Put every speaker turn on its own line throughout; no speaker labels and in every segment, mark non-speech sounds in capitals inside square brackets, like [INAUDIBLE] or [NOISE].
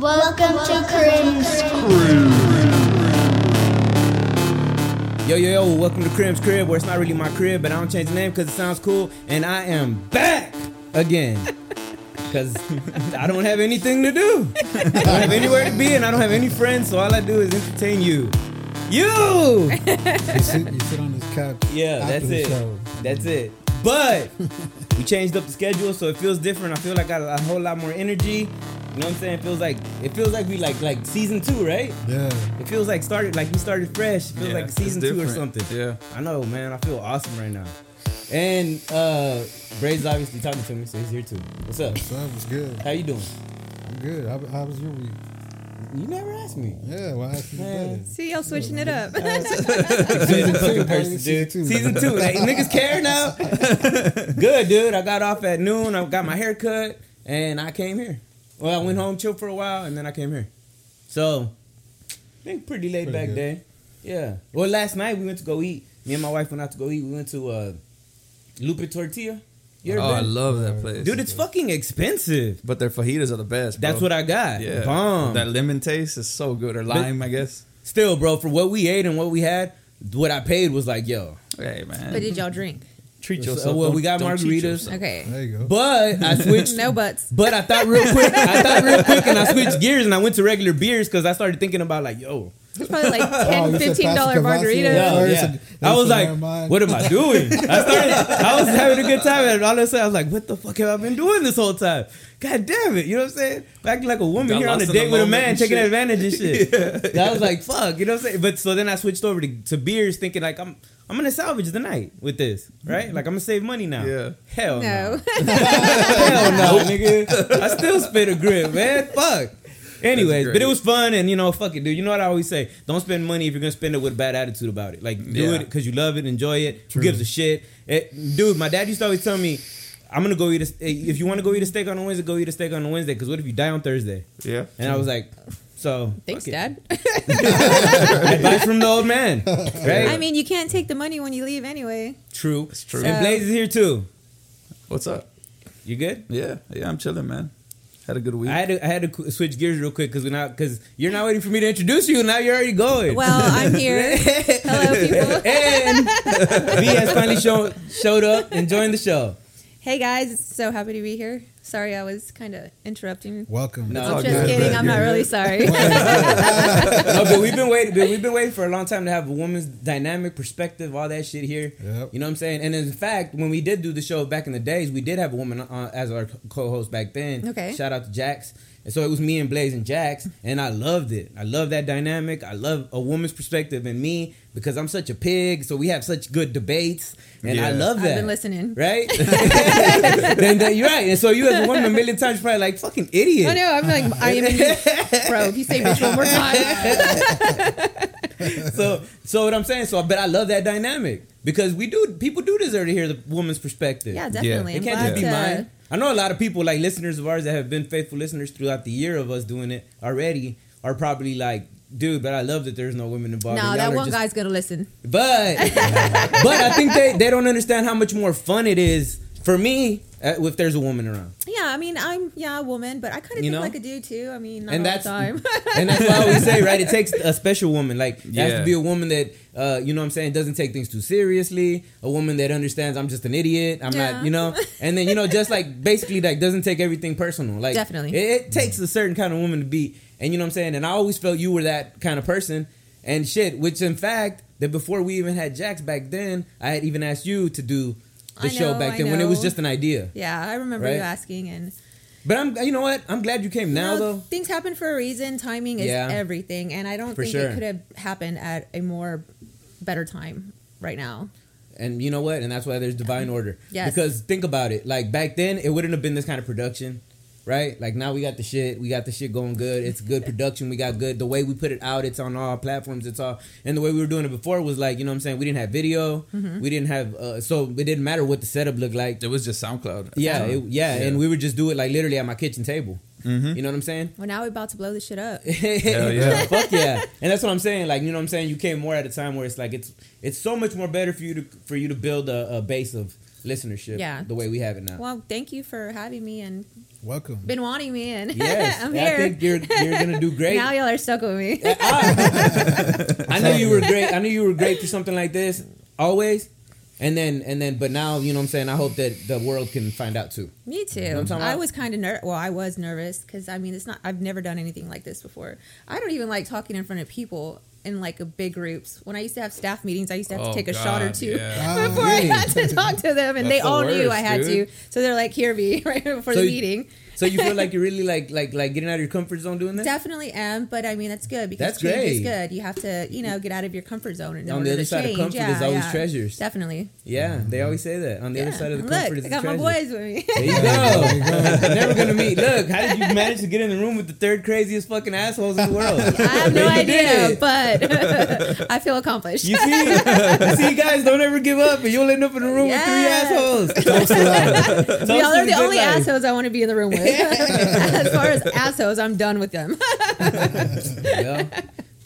Welcome to Crim's
Yo, yo, yo, welcome to Crib's Crib, where it's not really my crib, but I don't change the name because it sounds cool, and I am back again. [LAUGHS] Because I don't have anything to do. I don't have anywhere to be, and I don't have any friends, so all I do is entertain you. You!
You sit, you sit on this couch.
[LAUGHS] Yeah,
after
that's
the
it.
show.
That's it. But we changed up the schedule, so it feels different. I feel like I got a whole lot more energy. You know what I'm saying? It feels like it feels like we like like season two, right?
Yeah.
It feels like started like we started fresh. It feels
Yeah,
like
it's
season two or
different.
something.
Yeah.
I know, man. I feel awesome right now. And uh Bray's obviously talking to me, so he's here too. What's up?
So that was good.
How you doing?
I'm good. How, how was your week?
You never asked me.
Yeah, well, I asked you
Man.
about
See, y'all switching it up.
Season two,
person, dude.
Season two. Like niggas care now. [LAUGHS] Good, dude. I got off at noon. I got my hair cut, and I came here. Well, I went home, chilled for a while, and then I came here. So, been pretty laid
Pretty
back
good.
day. Yeah. Well, last night we went to go eat. Me and my wife went out to go eat. We went to uh, Lupe Tortilla. You ever
Oh,
been?
I love that place,
dude, it's fucking expensive.
But their fajitas are the best. Bro.
That's what I got.
Yeah,
Bomb.
That lemon taste is so good, or lime, I guess.
Still, bro, for what we ate and what we had, what I paid was like, yo.
Hey
[LAUGHS]
man,
but did y'all drink?
treat
So,
yourself.
well,
Don't-
we got
don't
margaritas.
cheat
[LAUGHS]
yourself.
Okay.
There you go.
But I switched
No buts.
But I thought real quick, I thought real quick, and I switched gears and I went to regular beers because I started thinking about like, yo,
It's probably like
Oh,
10
you said
15 dollar
Pastor Cavazzi
margarita.
at
yeah,
first,
yeah.
and then
I was
said,
like,
never mind.
what am I doing? I started, I was having a good time, and all of a sudden I was like, what the fuck have I been doing this whole time? God damn it, you know what I'm saying? Acting like a woman
Got
here on a
lost in the
date with a
moment
man,
and
taking
shit.
advantage and
[LAUGHS]
shit. I was like, fuck, you know what I'm saying? But so then I switched over to, to beers, thinking like I'm. I'm gonna salvage the night with this, right? Like I'm gonna save money now.
Yeah.
Hell no.
No.
Hell no, nigga. I still spit a grip, man. Fuck. Anyways,
That's
but it
great.
was fun, and you know, fuck it, dude. You know what I always say? Don't spend money if you're gonna spend it with a bad attitude about it. Like, do
Yeah.
it because you love it, enjoy it. Who gives a shit? It- dude, my dad used to always tell me, "I'm gonna go eat a. eh, If you want to go eat a steak on a Wednesday, go eat a steak on a Wednesday. Because what if you die on Thursday?"
Yeah.
And I was like, "So
[LAUGHS] Thanks,
fuck it.
Dad.
Advice from the old
[LAUGHS]
man, right?
I mean, you can't take the money when you leave anyway.
true.
It's true.
And Blaze is here too.
What's up?
You good?
Yeah, yeah. I'm chilling, man. Had a good week.
I had to, I had to qu- switch gears real quick because we're not because you're not waiting for me to introduce you. Now you're already going.
Well, I'm
[LAUGHS]
here. Hello, people.
and V has finally show, showed up and joined the show.
Hey, guys. So happy to be here. Sorry, I was kind of interrupting.
Welcome.
No.
I'm
Oh,
just
good,
kidding.
good,
I'm not
good.
really sorry.
No, but we've been waiting. But we've been waiting for a long time to have a woman's dynamic perspective, all that shit here.
Yep.
You know what I'm saying? And in fact, when we did do the show back in the days, we did have a woman uh, as our co-host back then.
Okay.
Shout out to Jax. And so it was me and Blaze and Jax, and I loved it. I love that dynamic. I love a woman's perspective and me because I'm such a pig. So we have such good debates, and I
Yeah.
love
I've
that.
been listening.
Right?
[LAUGHS]
then, then you're right. And so you as a woman a million times you're probably like fucking idiot.
I know. Oh, I'm like, I am. in- Bro, if you say bitch one
[LAUGHS]
more time.
so so what I'm saying. So but I love that dynamic because we do people do deserve to hear the woman's perspective.
Yeah, definitely.
it
uh,
It
I'm
can't
glad
just be
to-
mine. I know a lot of people like listeners of ours that have been faithful listeners throughout the year of us doing it already are probably like. Dude, but I love that there's no women involved.
No,
Y'all
that
are
one
just-
guy's going to listen.
[LAUGHS] But but I think they, they don't understand how much more fun it is for me uh, if there's a woman around.
Yeah, I mean, I'm yeah a woman, but I kind of
You
think
know?
like a dude too. I mean, not
and
all
that's
the time. [LAUGHS]
and that's why I always say, right? It takes a special woman. Like it has to
Yeah.
be a woman that uh, you know what I'm saying doesn't take things too seriously. A woman that understands I'm just an idiot. I'm
Yeah.
not, you know. And then you know, just like basically like doesn't take everything personal. Like
Definitely.
it, it takes a certain kind of woman to be. And you know what I'm saying. And I always felt you were that kind of person. And shit, which in fact that before we even had Jax back then, I had even asked you to do the
I
show
know,
back
I
then when it was
know.
just an idea.
yeah, I remember
Right?
you asking, and
But I'm, you know what? I'm glad you came now
you know,
though.
things happen for a reason. Timing is
Yeah.
everything, and I don't
For
think
sure.
it could have happened at a more better time right now.
And you know what? And that's why there's divine order.
Yes.
Because think about it. Like back then, it wouldn't have been this kind of production, right? Like now we got the shit. We got the shit going good. It's good production. We got good. The way we put it out, it's on all platforms. It's all. And the way we were doing it before was like, you know what I'm saying? We didn't have video. We didn't have. Uh, so it didn't matter what the setup looked like.
it was just SoundCloud.
Yeah, it- yeah, And we would just do it like literally at my kitchen table. You know what I'm saying?
Well, now we're about to blow this shit up.
Hell
yeah.
[LAUGHS] Fuck yeah. And that's what I'm saying. Like, you know what I'm saying? You came more at a time where it's like it's it's so much more better for you to for you to build a, a base of listenership.
Yeah.
The way we have it now.
Well, thank you for having me and
[LAUGHS]
Welcome.
been wanting me [LAUGHS] in.
Yes,
I'm
I
here.
think you're- you're gonna do great.
now y'all are stuck with me. [LAUGHS]
I knew you were great. I knew you were great for something like this always. And then and then but now, you know what I'm saying, I hope that the world can find out too.
me too.
what I'm talking
I
about?
was kind of nervous. Well, I was nervous because I mean, it's not. I've never done anything like this before. I don't even like talking in front of people in like a big groups. When I used to have staff meetings, I used to have
Oh,
to take a shot or
God,
two
yeah.
Ah,
[LAUGHS] before I
yeah.
had to talk to them, and
That's
they
the
all knew
worst,
I had
dude.
to. So they're like, "Hear me," [LAUGHS] right before
So
the
you-
meeting.
So you feel like you're really like like like getting out of your comfort zone doing this?
Definitely am, but I mean that's good because
That's
change is
great.
good. You have to, you know, get out of your comfort zone and
On the other side of comfort
yeah,
is always
yeah.
treasures.
Definitely.
Yeah, they always say that. On the other
Yeah.
side of the
Look,
comfort is
I
the
got my
treasure.
boys with
[LAUGHS]
me. [LAUGHS]
There you go. Never gonna meet. Look, how did you manage to get in the room with the third craziest fucking assholes in the world?
I have no
But you
idea,
did.
but [LAUGHS] I feel accomplished.
You see, you see, guys, don't ever give up, and you'll end up in a room
Yes. [LAUGHS]
with three assholes. Toast to that. Toast
Y'all
to
are the
good
only
life.
assholes I want to be in the room with. [LAUGHS] as far as assholes, I'm done with them.
Yeah.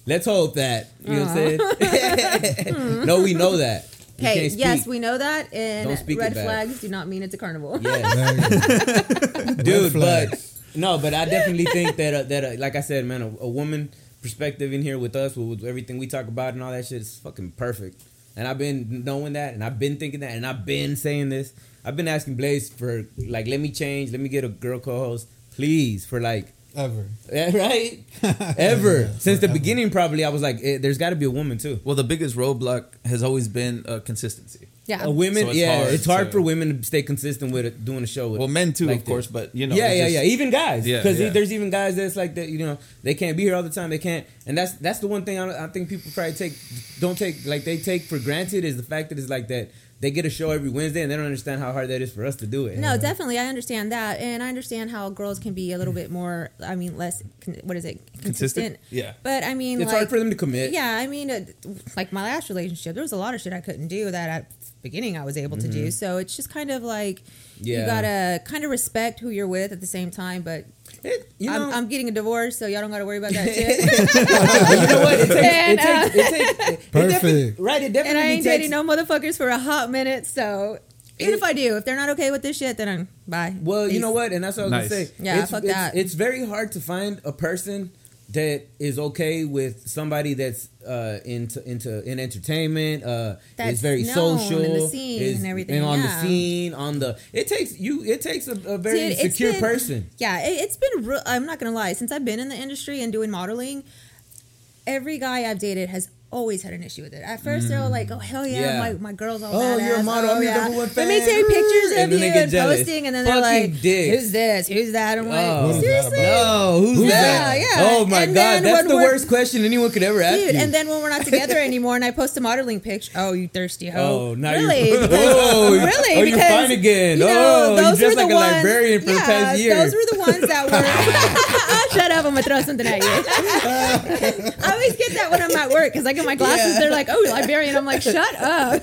Let's hope that. You know what I'm saying? [LAUGHS] no, we know that. You
Okay,
can't speak.
Hmm. yes, we know that, and
Don't speak
red
it back.
flags do not mean it's a carnival.
Yes.
There you go. Red
dude. But
flags.
[LAUGHS] no, but I definitely think that uh, that uh, like I said, man, a, a woman perspective in here with us, with everything we talk about and all that shit is fucking perfect. And I've been knowing that, and I've been thinking that, and I've been saying this. I've been asking Blaze for like, let me change, let me get a girl co-host, please, for like [LAUGHS]
Ever.
eh,
[LAUGHS]
right ever
Yeah,
since the
forever.
beginning. Probably I was like, eh, there's got to be a woman too.
Well, the biggest roadblock has always been uh, consistency.
Yeah.
Uh, women,
So it's
yeah,
hard
it's hard
to-
for women to stay consistent with it, doing a show. With
Well, men too,
like
of
this.
course, but you know,
yeah,
it's
yeah,
just-
yeah. Even guys,
Yeah,
because
yeah.
there's even guys that's like that. You know, they can't be here all the time. They can't, and that's that's the one thing I, I think people probably take don't take like they take for granted is the fact that it's like that. They get a show every Wednesday, and they don't understand how hard that is for us to do it.
No, definitely. I understand that. And I understand how girls can be a little bit more, I mean, less, con- what is it? Consistent.
Yeah.
But I mean,
it's
like,
hard for them to commit.
yeah, I mean, uh, like my last relationship, there was a lot of shit I couldn't do that at the beginning I was able to do. So it's just kind of like,
Mm-hmm. Yeah.
you gotta kind of respect who you're with at the same time. But
It- you know,
I'm,
[LAUGHS]
I'm getting a divorce, so y'all don't gotta worry about that shit.
you know what? It takes,
[LAUGHS] And,
it takes, it takes, it defi-
Perfect.
right? It
and
definitely
I ain't
takes,
dating no motherfuckers for a hot minute. So even
It-
if I do, if they're not okay with this shit, then I'm bye.
Well, you
Peace.
know what, and that's what I was gonna
Nice.
say.
Yeah,
it's,
fuck
it's,
that.
It's very hard to find a person that is okay with somebody that's uh, into into in entertainment. Uh,
That's
is very
known
social
in the scene
is-
and everything,
on
yeah.
the scene, on the it takes you. It takes a, a very
Dude, it's
secure
been-
person.
Yeah, it, it's been. Real, I'm not gonna lie. Since I've been in the industry and doing modeling, every guy I've dated has always had an issue with it. At first, they're all like, "Oh hell yeah,
Mm. Yeah.
my, my girl's all
Oh, you're a
badass.
model. I'm
Oh,
your
yeah.
number one
Let me
fan."
take pictures
And then
of you
they get
and
jealous.
posting, and then they're
Fucking
like,
dicks.
"Who's this? Who's that?" I'm like,
Oh. What is that
"Seriously."
No, who's
Yeah,
that?
yeah.
Oh my
And
god,
then
that's
when
the
we're-
worst question anyone could ever ask
Dude,
you.
and then when we're not
[LAUGHS]
together anymore, and I post a modeling picture, oh, you thirsty hoe!
Oh, now [LAUGHS]
really? [LAUGHS]
you're-
Because-
Oh, you-
really?
oh, you're
because,
fine again.
You
Oh, you
know, those
dressed
were the
like a
ones,
librarian for the
yeah,
past year.
Those were the ones
[LAUGHS]
that were. [LAUGHS] Shut up! I'm gonna throw something at you. I always get that when I'm at work because I get my glasses. They're like, oh, librarian. I'm like,
[LAUGHS]
shut up.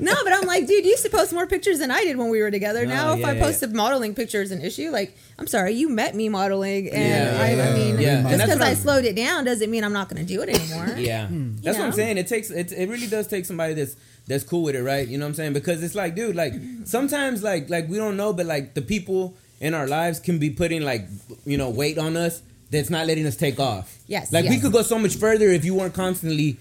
no, but I'm like, dude, you used to post more pictures than I did when we were together.
No,
now, if
yeah,
I
yeah,
post a modeling picture is an issue, like, I'm sorry, you met me modeling, and
Yeah,
I,
yeah,
I mean,
yeah. And
just
that's
because
what
I
I'm-
slowed it down doesn't mean I'm not going to do it anymore.
[LAUGHS] Yeah, Hmm. that's what I'm
know?
saying. It takes it. It really does take somebody that's that's cool with it, right? You know what I'm saying? Because it's like, dude, like sometimes, like like we don't know, but like the people in our lives can be putting like you know weight on us that's not letting us take off.
Yes,
like we
yes.
could go so much further if you weren't constantly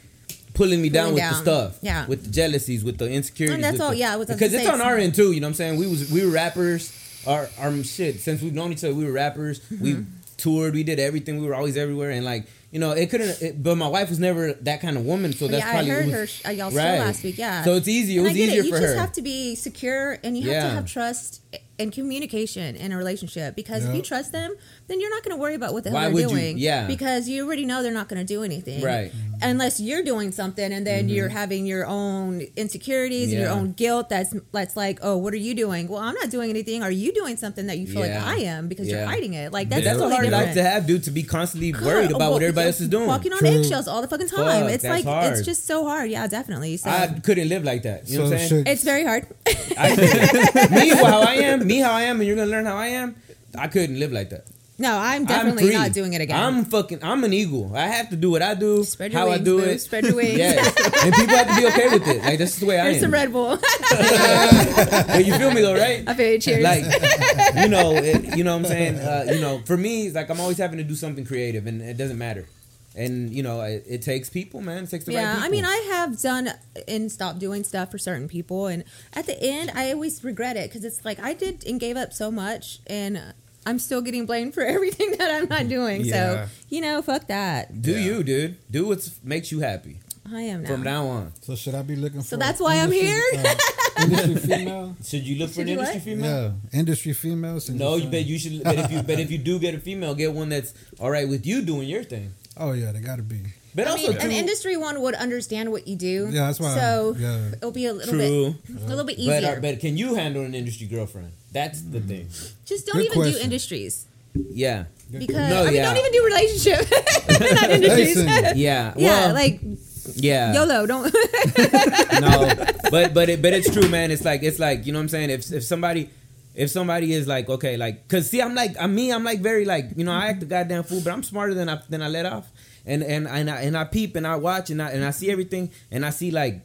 pulling me down
Pulling
with the
down.
stuff.
Yeah.
with the jealousies, with the insecurities.
And that's
with
all-
the-
yeah, I was about to
because it's
say,
on
it's-
our end too. You know what I'm saying? We was we were rappers. Our our shit since we've known each other, we were rappers. We
Mm-hmm.
toured. We did everything. We were always everywhere. And like you know, it couldn't. It, but my wife was never that kind of woman. So that's
yeah, I
probably it
heard
was-
her sh- uh, y'all show
right.
last week. Yeah.
So it's easy. It
and
was
I get
easier
it. You
for
just
her.
have to be secure, and you have
Yeah.
to have trust and communication in a relationship. Because if
Yeah.
you trust them, then you're not going to worry about what the
Why
hell
would
they're
you?
doing.
Yeah.
Because you already know they're not going to do anything.
Right. Mm-hmm.
Unless you're doing something, and then you're having your own insecurities and your
Yeah.
own guilt. That's that's like, oh, what are you doing? Well, I'm not doing anything. Are you doing something that you feel
Yeah.
like I am because
Yeah.
you're hiding it? Like that's
that's a
totally
hard
different.
life to have, dude. To be constantly
God,
worried about
well,
what everybody
you're
else is doing.
Walking on
True.
eggshells all the fucking time.
Fuck,
it's
that's
like
hard.
it's just so hard. Yeah, definitely. So
I couldn't live like that. You know
So
what I'm saying?
should-
it's very hard. [LAUGHS]
I couldn't. me how I am, me how I am, and you're gonna learn how I am. I couldn't live like that.
No, I'm definitely
free.
not doing it again.
I'm fucking. I'm an eagle. I have to do what I do.
Spread your
how I
wings,
do
boo.
it.
Spread your
[LAUGHS]
wings. [LAUGHS]
Yes. and people have to be okay with it. Like this is the way
Here's
I
some
am.
Red Bull. [LAUGHS]
But you feel me though, right?
I feel you. Cheers.
like you know it, you know what i'm saying uh, you know for me it's like i'm always having to do something creative and it doesn't matter and you know it, it takes people man it takes the right
yeah,
people
I mean, I have done and stopped doing stuff for certain people, and at the end, I always regret it because it's like I did and gave up so much, and uh, I'm still getting blamed for [LAUGHS] everything that I'm not doing.
Yeah.
So you know, fuck that.
do
Yeah.
you dude do what makes you happy
I am now.
from now on
So should I be looking for?
So that's why I'm
industry-
here?
uh, industry female.
should you look for
Should
an
you
industry
what?
female
[LAUGHS]
Yeah, industry female. since
no you
saying-
bet you should but if you but if you do get a female get one that's all right with you doing your thing
Oh yeah, they gotta be.
but
I
also
mean, an
too-
industry one would understand what you do.
Yeah, that's why I'm-
So [LAUGHS]
yeah.
it'll be a little
True,
bit, a little bit easier.
but, uh, but can you handle an industry girlfriend? That's the thing.
Just don't
Good
even do
question.
industries
Yeah,
because
No,
I mean,
yeah.
don't even do relationship, [LAUGHS] not industries.
Listen,
[LAUGHS] yeah,
yeah, well,
like
yeah.
YOLO. Don't. [LAUGHS]
no, but but it, but it's true, man. It's like it's like you know what I'm saying. If if somebody if somebody is like okay, like cause see, I'm like I'm me. I'm like very like you know I act a goddamn fool, but I'm smarter than I than I let off. And and and I, and I peep and I watch and I and I see everything and I see like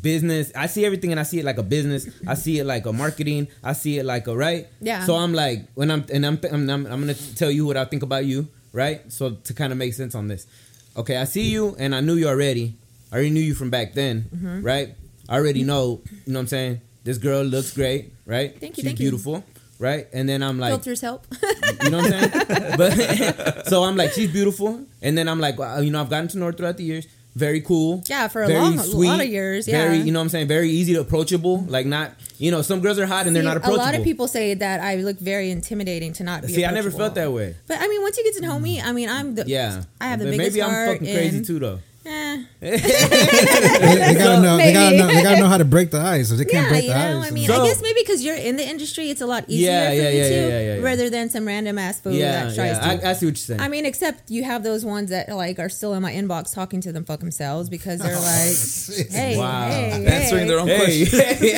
business. I see everything and I see it like a business. I see it like a marketing. I see it like a right.
Yeah.
So I'm like when I'm and I'm I'm, I'm, I'm gonna tell you what I think about you, right? So to kind of make sense on this, okay, I see you and I knew you already. I already knew you from back then,
Mm-hmm.
right? I already know, you know what I'm saying. This girl looks great, right?
Thank you,
She's
thank you.
beautiful, right? And then I'm like,
filters help. [LAUGHS]
you know what I'm saying? but [LAUGHS] so I'm like, she's beautiful, and then I'm like, wow, you know, I've gotten to know her throughout the years. Very cool.
Yeah, for a long- a lot of years,
Very,
yeah.
you know what I'm saying? Very easy to approachable. Like not, you know, some girls are hot and they're not
a
approachable.
lot of people say that I look very intimidating to not be.
See, I never felt
approachable.
that way.
But I mean, once you get to know me, I mean, I'm the
Yeah,
I have the
But
biggest
Maybe
heart.
I'm fucking crazy
and-
too, though.
Eh.
They, they gotta know. They gotta
maybe.
know. They gotta know how to break the ice. If they can't
Yeah,
break
you
the
know,
ice,
I mean,
So-
I guess maybe because you're in the industry, it's a lot easier
Yeah,
for
yeah,
you
yeah,
to,
yeah, yeah, yeah.
rather than some random ass fool
yeah,
that tries
yeah.
to.
I, I see what you're saying. [LAUGHS]
I mean, except you have those ones that like are still in my inbox talking to them fuck themselves
[LAUGHS]
because they're like, hey,
Wow.
hey,
Answering
hey.
their own
hey,
question.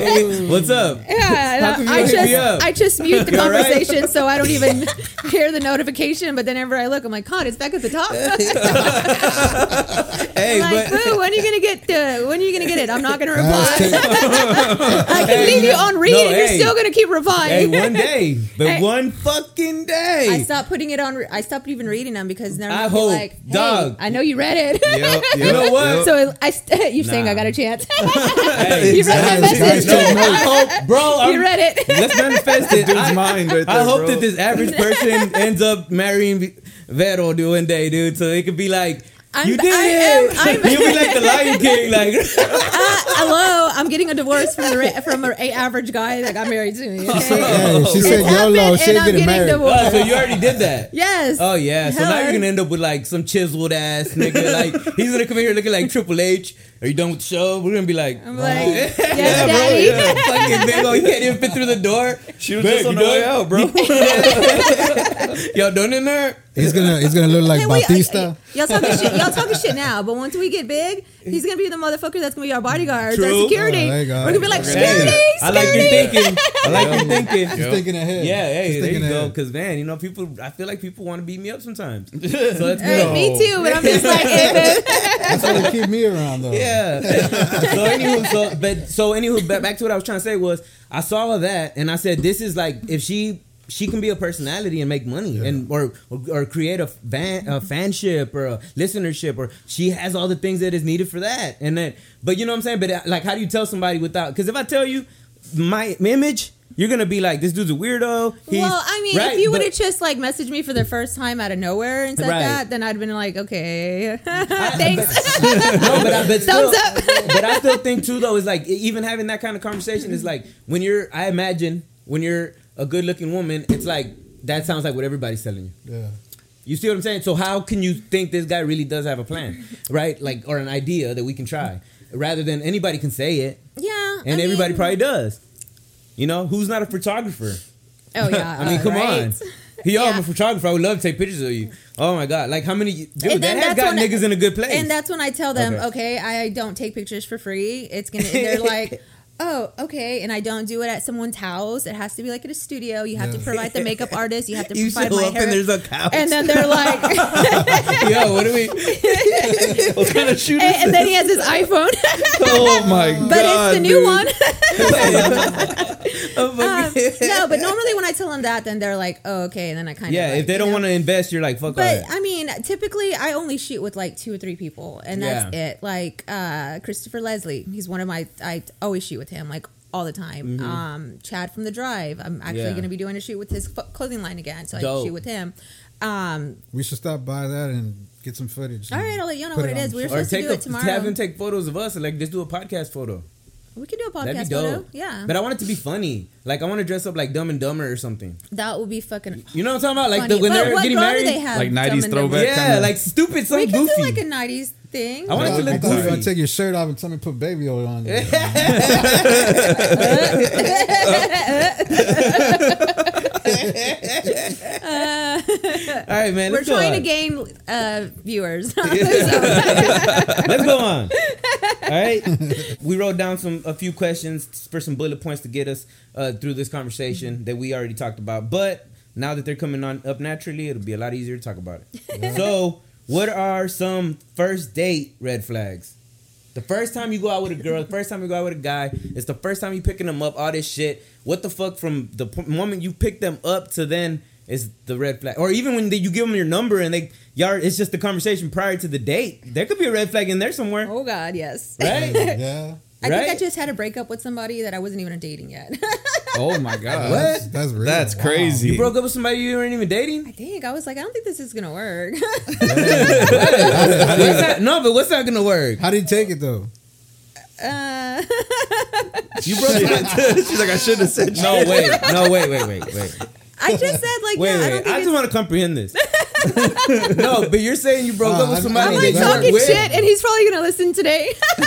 hey, what's up? How
[LAUGHS] Yeah,
come
and
you
I
don't hit me
just
up?
I just mute the
[LAUGHS] You all right?
conversation so I
[LAUGHS]
don't even [LAUGHS] hear the notification. But then whenever I look, I'm like, God, it's back at the
[LAUGHS]
top.
Hey, but
like, boo, when are you gonna get the, when are you gonna get it? I'm not
[LAUGHS]
gonna reply.
That's
[LAUGHS]
it.
I can [LAUGHS] leave you on read,
no,
and you're
hey.
still gonna
[LAUGHS]
keep
hey,
replying.
one day, but
Hey.
one fucking day.
I stopped putting it on. re- I stopped even reading them because they're
I
not
hope,
like, hey,
dog.
I know you read it. [LAUGHS]
You know what?
So I, st- [LAUGHS] you're saying
Nah.
I got a chance.
Hey, [LAUGHS]
you read my
Exactly.
message.
no, I hope, bro. I'm,
You read
[LAUGHS]
it.
Let's manifest [LAUGHS] it. [LAUGHS] I,
mind right
I hope that this average
[LAUGHS]
person ends up marrying Vero dude one day, dude. So it could be like,
I'm-
you did
I
it.
am- I'm-
[LAUGHS] You'll be like the Lion King,
[LAUGHS]
like. [LAUGHS]
Uh,
[LAUGHS]
hello, I'm getting a divorce from the ra- from a average guy that got
[LAUGHS]
married to me. Okay?
Hey, she said
It happened,
YOLO.
and
She
I'm
ain't
getting
getting married.
divorced.
Oh, so you already did that.
Yes.
Oh yeah, so now
Hell.
you're gonna end up with like some chiseled ass nigga. Like he's gonna come in here looking like Triple H. Are you done with the show? We're gonna be like,
I'm like,
[LAUGHS]
yes,
yeah, bro,
daddy.
yeah. fucking big old, you can't even fit through the door.
She was
Babe,
just on
you
the way
done?
out, bro.
[LAUGHS] Y'all done in there?
He's gonna. He's gonna look like
Hey, [LAUGHS] wait,
Bautista.
uh, y- y- y'all talking shit. Y'all talking
[LAUGHS]
shit now, but once we get big, he's gonna be the motherfucker that's gonna be our bodyguards, our
True.
security.
Oh, there you go.
We're gonna be like
Okay.
security,
Hey, I like your
security.
thinking. I like your thinking.
She's thinking ahead.
Yeah, hey,
She's
there you
thinking
go.
ahead.
Because man, you know, people. I feel like people want to beat me up sometimes. So that's
Hey,
good.
me too, but I'm
[LAUGHS]
just like, hey, babe.
That's how they keep me around though.
Yeah. so anywho, so but so anywho, ba- back to what I was trying to say was I saw that and I said this is like if she she can be a personality and make money and or or create a fan a fanship or a listenership or she has all the things that is needed for that and then but you know what I'm saying but uh, like how do you tell somebody without because if I tell you my image you're gonna be like this dude's a weirdo he's-
Well, I mean,
right,
if you
but-
would have just like messaged me for the first time out of nowhere and said
Right.
that, then I'd been like, okay, [LAUGHS] thanks.
no, but I, but still,
Thumbs up.
but I still think too though is like e, even having that kind of conversation is like when you're I imagine when you're a good looking woman, it's like that sounds like what everybody's telling you.
Yeah.
You see what I'm saying? So how can you think this guy really does have a plan, right? Like or an idea that we can try, rather than anybody can say it,
[LAUGHS] yeah,
and
I
everybody
mean-
probably does. You know who's not a photographer?
Oh yeah,
[LAUGHS] I mean,
uh,
come
right?
on. Yo, I'm
Yeah.
a photographer. I would love to take pictures of you. Oh my god! Like how many? Dude,
And
that
then
has
that's
got
when I-
niggas in a good place.
And that's when I tell them,
Okay. [LAUGHS]
okay. I don't take pictures for free. It's gonna. and They're like, oh, okay, and I don't do it at someone's house. It has to be like at a studio. You have to provide the
[LAUGHS]
makeup artist. You have to
You show
provide my
up
hair.
and there's a couch.
And then
[LAUGHS]
they're like, [LAUGHS] and,
Yo, what do we? what kind
[LAUGHS]
of shoot is
and then he has his iPhone, [LAUGHS]
Oh my god!
but it's the new
dude.
one.
[LAUGHS]
[LAUGHS]
Oh, fuck.
Um,
[LAUGHS]
no, but normally when I tell them that, then they're like, oh, okay. And then I kind of
yeah,
like,
if they
you
don't
know.
want to invest, you're like, fuck all
But
that.
I mean, typically I only shoot with like two or three people, and that's it. Like uh, Christopher Leslie, he's one of my. I always shoot with him, like all the time. Um, Chad from The Drive, I'm actually
Mm-hmm. Yeah.
going to be doing a shoot with his f- clothing line again, so I
Dope.
shoot with him. Um,
We should stop by that and get some footage.
all right, I'll let you know
Put
what
it
it
on
is. We We're
Or
supposed to
take
do
a,
it tomorrow. Uh-huh.
have them take photos of us and like just do a podcast photo.
we can do a
That'd be
podcast
dope.
photo. Yeah,
But I want it to be funny. Like I want to dress up like Dumb and Dumber or something.
that would be fucking.
You know what I'm talking about? Like
funny.
the, when
but
they're
what
getting
role
married.
do they have?
Like 90s
Dumb and Dumber?
throwback?
yeah,
kinda-
like stupid, some
we can
goofy.
do like a '90s thing.
I want it
I
to look
thought you were gonna
goofy.
take your shirt off and tell me to put baby oil
[LAUGHS]
on. you.
All right, man.
We're
let's go
trying to
on.
gain uh,
[LAUGHS]
viewers. [LAUGHS]
Let's go on. All right. We wrote down some a few questions for some bullet points to get us uh, through this conversation that we already talked about. But now that they're coming on up naturally, it'll be a lot easier to talk about it. So, what are some first date red flags? The first time you go out with a girl, the first time you go out with a guy, it's the first time you picking them up. All this shit. What the fuck? From the p- moment you pick them up to then is the red flag, or even when they, you give them your number and they y'all, it's just the conversation prior to the date. There could be a red flag in there somewhere,
oh God, yes.
right?
yeah.
I think I
Right?
just had a breakup with somebody that I wasn't even dating yet. [LAUGHS]
Oh my
Uh,
god!
That's, that's real.
That's crazy.
you broke up with somebody you weren't even
[LAUGHS]
dating.
I think I was like, I don't think this is gonna work. [LAUGHS]
What's that- no, but what's not gonna work?
How do you take it though?
uh,
You broke
[LAUGHS]
up.
[LAUGHS] She's like, I shouldn't have said.
no, wait, [LAUGHS] no, wait, wait, wait, wait.
I just said like,
Wait, wait.
yeah, I don't
I,
think
just
it's.
want to comprehend
[LAUGHS]
this. no, but you're saying you broke
Uh,
up with
I'm-
somebody
I'm
I'm
like
that you
talking
weren't with.
shit, and he's probably gonna listen today. [LAUGHS]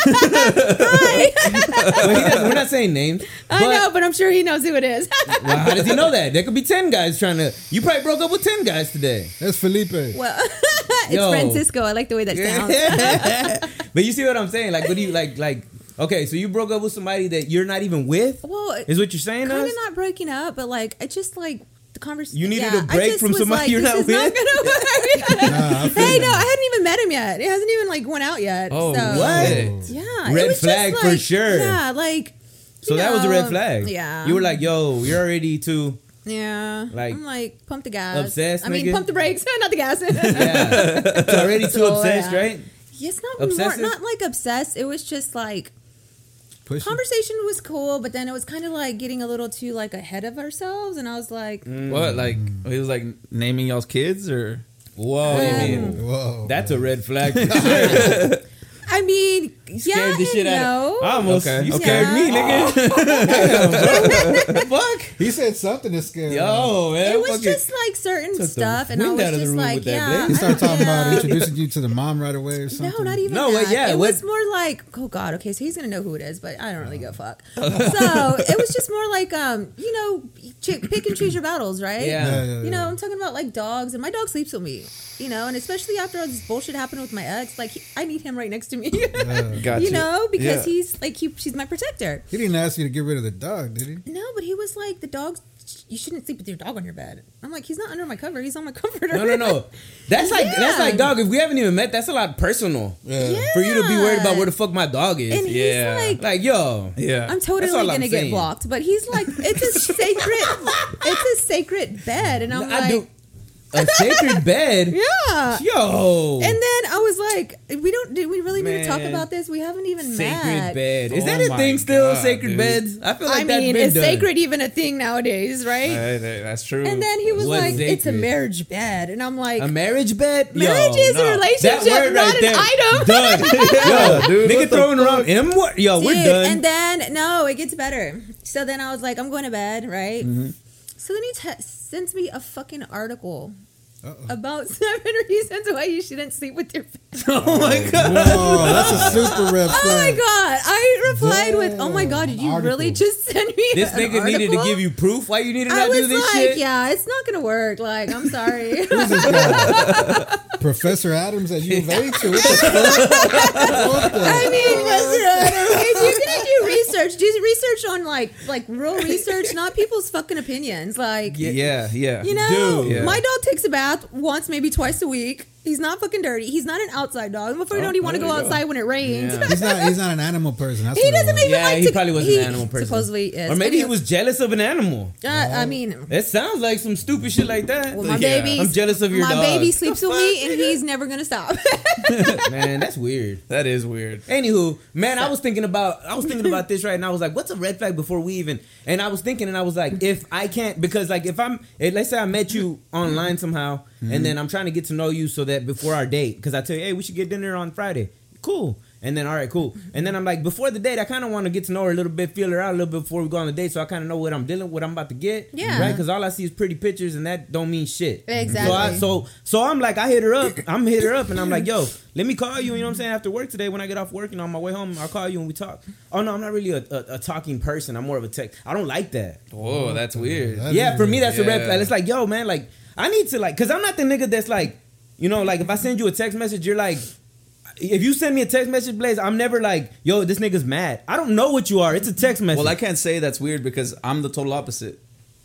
[LAUGHS] Well, he doesn't- we're not saying names.
I
but-
know, but I'm sure he knows who it is. [LAUGHS]
Well, how does he know that? There could be ten guys trying to. You probably broke up with ten guys today.
That's Felipe.
well, [LAUGHS] it's
Yo.
Francisco. I like the way that
[LAUGHS]
sounds.
but you see what I'm saying? Like, what do you like? Like, okay, so you broke up with somebody that you're not even with.
Well,
Is what you're saying? to
kind
us?
of not breaking up, but like, I just like the conversation.
You needed
yeah,
a
I
break
just
from
was
somebody
like,
you're not
this is
[LAUGHS]
Not gonna work.
Nah,
[LAUGHS]
I feel
hey,
you.
no, I hadn't even met him yet. It hasn't even like went out yet.
Oh,
so.
What?
shit.
Yeah,
Red flag for sure.
Yeah, like
So
you
that was a red
know,
flag.
Yeah,
You were like, yo, you're already too.
yeah,
like,
I'm like, pump the gas,
obsessed,
I mean,
nigga?
pump the brakes, [LAUGHS] not the
[LAUGHS]
gas.
Yeah. You're [LAUGHS] already too
So,
obsessed,
yeah.
right?
yes, not
Obsessive?
more, not like obsessed. It was just like
Push it.
conversation was cool, but then it was kind of like getting a little too like ahead of ourselves, and I was like,
Mm.
What? Like he was like naming y'all's kids or?
Whoa.
Um,
Whoa.
That's a red flag.
[LAUGHS]
for
I mean, yeah,
scared the shit
and
out
no.
of I almost
Okay.
you
Okay.
scared me, nigga. Damn, bro. Fuck.
he said something that's scary.
Yo, man.
it was
fucking-
just like certain
took the
stuff, and I
wind
was
out of the
just
room
like,
with that,
yeah,
Blake.
He started
I don't-
talking about
yeah.
introducing you to the mom right away or something.
No, not even.
No,
that.
wait, yeah,
it
what-
was more like, oh god, okay, so he's gonna know who it is, but I don't really
[LAUGHS]
go fuck. so it was just more like, um, you know, ch- pick and choose your battles, right?
Yeah.
Yeah, yeah,
You
yeah.
know, I'm talking about like dogs, and my dog sleeps with me. You know, and especially after all this bullshit happened with my ex, like he, I need him right next to me. [LAUGHS]
Gotcha.
You know, because
Yeah.
he's like he, she's my protector.
He didn't ask you to get rid of the dog, did he?
No, but he was like, the dog, you shouldn't sleep with your dog on your bed. I'm like, he's not under my cover. He's on my [LAUGHS] comforter.
No, no, no. That's like that's
Yeah.
like dog. If we haven't even met, that's a lot personal
Yeah.
for you to be worried about where the fuck my dog is.
And
Yeah.
he's like,
like yo,
Yeah.
I'm totally
That's all
gonna
I'm
get
saying.
blocked. But he's like, it's
[LAUGHS]
a sacred, it's a sacred bed, and I'm
I
like,
do a
[LAUGHS]
sacred bed.
yeah.
Yo,
And then I was like, we don't, did we really need to talk
Man.
about this? We haven't even
sacred
met.
bed. Is that
Oh
a
my
thing still?
God,
sacred
dude.
beds. I feel like
I
that's
mean,
been
is
done.
sacred even a thing nowadays, right?
Hey, hey, that's true.
and then he was
What's
like, it's a
sacred?
marriage bed, and I'm like,
A marriage bed. Yo,
marriage is
no.
a relationship,
That word
not
right there.
an item. [LAUGHS]
Done. Yo,
Dude,
nigga
what the
throwing around M word. Yo, Oh, we're
Dude,
done.
And then no, it gets better. So then I was like, I'm going to bed, right?
Mm-hmm.
So then he te- sends me a fucking article about [LAUGHS] seven reasons why you shouldn't sleep with your.
[LAUGHS]
Family.
oh my god.
Oh, that's a
[LAUGHS]
super red
Oh my
flag.
god! I replied with, "Oh my god, did
Damn,
you really
article.
just [LAUGHS] send me
This
an
nigga needed to
article?"
give you proof why you needed to
I
not
was
do this
like,
shit.
yeah, it's not gonna work. Like, I'm
[LAUGHS]
sorry.
Who's
[LAUGHS]
this guy? Professor Adams at
[LAUGHS]
U of H? Or what the fuck? What the-
I mean, Mr. Adams, if you can do research. Do research on like like real research, not people's fucking opinions. Like
yeah, yeah.
you know,
Dude. Yeah.
my dog takes a bath once, maybe twice a week. He's not fucking dirty. He's not an outside dog.
Oh,
Before you know, it, he want to
there
go
you go.
outside when it rains.
Yeah.
He's not. He's not an animal person. That's
[LAUGHS] He
what it
doesn't
was.
even
Yeah,
like
he
to-
probably was
he
an animal person.
Supposedly is,
Or
but
maybe he was jealous of an animal.
Uh, I mean,
That sounds like some stupid shit like that.
well, my
Yeah.
baby.
I'm jealous of your
My
dog.
baby
The
sleeps with
fuck,
me, and
nigga?
he's never gonna stop.
[LAUGHS] Man, that's weird.
That is weird.
Anywho, man, I was thinking about I was thinking about this right, and I was like, "What's a red flag?" Before we even, and I was thinking, and I was like, "If I can't, because like if I'm, eh, let's say I met you online somehow, and then I'm trying to get to know you so that before our date, because I tell you, hey, we should get dinner on Friday, cool." And then all right, cool. And then I'm like, before the date, I kind of want to get to know her a little bit, feel her out a little bit before we go on the date, so I kind of know what I'm dealing, what I'm about to get,
Yeah.
right? Because all I see is pretty pictures, and that don't mean shit.
Exactly.
So, I, so so I'm like, I hit her up. I'm hit her up, and I'm like, yo, let me call you. You know what I'm saying? After work today, when I get off work and on my way home, I'll call you and we talk. Oh no, I'm not really a, a, a talking person. I'm more of a text. I don't like Oh, that.
Whoa, that's weird.
That
Yeah,
is
for me, that's a red
Yeah.
flag. It's like, yo, man, like I need to like, cause I'm not the nigga that's like, you know, like if I send you a text message, you're like. If you send me a text message, Blaze, I'm never like, yo, this nigga's mad. I don't know what you are. It's a text message.
Well, I can't say that's weird because I'm the total opposite.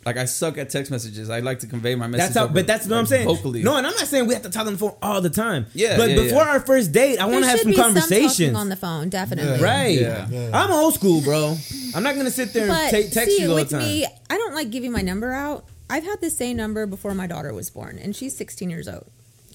Like I suck at text messages. I like to convey my message.
That's how,
over,
but that's what I'm
like,
saying.
Vocally.
No, and I'm not saying we have to talk on the phone all the time.
Yeah,
But
yeah,
before
yeah.
our first date, [LAUGHS] I want to
There
have
should
some
be
conversations.
talking on the phone, definitely.
Yeah.
Right.
Yeah.
Yeah.
I'm old school, bro. I'm not gonna sit there and
But
ta- text
see,
you all the
with
time.
me, I don't like giving my number out. I've had the same number before my daughter was born, and she's 16 years old.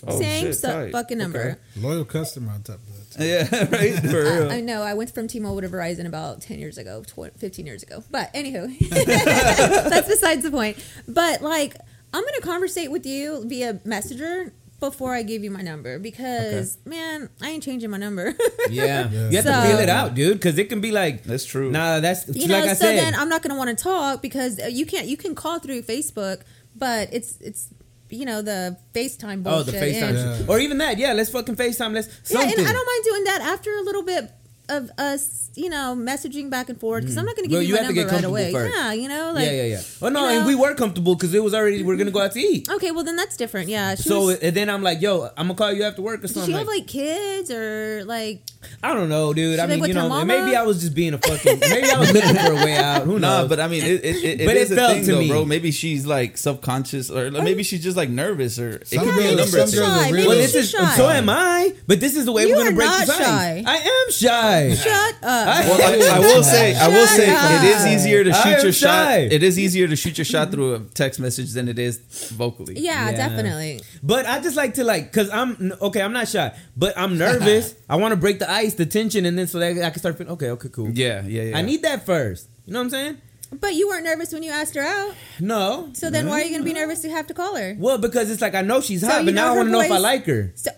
Oh,
same
shit,
su-
tight.
fucking number.
Loyal customer on top of that.
[LAUGHS] yeah, right.
[LAUGHS]
For real.
I, I know. I went from T-Mobile to Verizon about 10 years ago, tw- 15 years ago. But anywho, [LAUGHS] that's besides the point. But like, I'm gonna conversate with you via messenger before I give you my number because man, I ain't changing my number. [LAUGHS]
yeah.
Yeah.
you have
So-
to feel it out, dude, because it can be like,
That's true.
nah, that's
you
like
know,
I
so
said.
then I'm not gonna want to talk because uh, you can't. You can call through Facebook, but it's it's you know the FaceTime
oh,
bullshit.
the FaceTime,
and-
shit. or even that. Yeah, let's fucking FaceTime. Let's
Yeah,
something.
and I don't mind doing that after a little bit of us, you know, messaging back and forth because I'm not going to
Mm. Well,
give you,
you
my
have to
number
get
right
comfortable
away.
first.
Yeah, you know, like
yeah, yeah, yeah. Oh no,
you know-
and we were comfortable because it was already we are gonna go out to eat.
Okay, well then that's different. Yeah, she
So
was-
and then I'm like, yo, I'm gonna call you after work or
did
something.
she have
like-
like kids or like?
I don't know, dude.
She
I
live
mean,
with
you
her
know,
mama?
maybe I was just being a fucking. Maybe I was looking for a way out. Who
[LAUGHS] Nah,
knows?
but I mean, it, it, it,
But
it
it
is a
felt
thing,
to
though,
me.
bro. Maybe she's like subconscious, or maybe she's just like nervous, or it
Some
could be a
girls-
number.
some
thing.
girls-
Shy.
are
Maybe
real.
Well,
she's
this is
shy.
so am I, but this is the way
You
we're gonna
are
break
not
the
shy.
shy. I am shy.
Shut up.
Well, I, I will say, I will
Shut
say,
up.
it is easier to
I
shoot
am
your shot.
shy.
It is easier to shoot your shot through a text message than it is vocally.
yeah,
Yeah.
definitely.
But I just like to like, cause I'm okay. I'm not shy, but
[LAUGHS]
I'm nervous. I want to break the ice, the tension, and then so that I can start feeling okay, okay, cool.
yeah, yeah, yeah.
I need that first. You know what I'm saying?
But you weren't nervous when you asked her out,
No.
so then why are you going to be
Mm.
nervous to have to call her?
Well, because it's like I know she's
So
hot,
you
but
know
now I
her
want to know if I
voice-
like her.
So,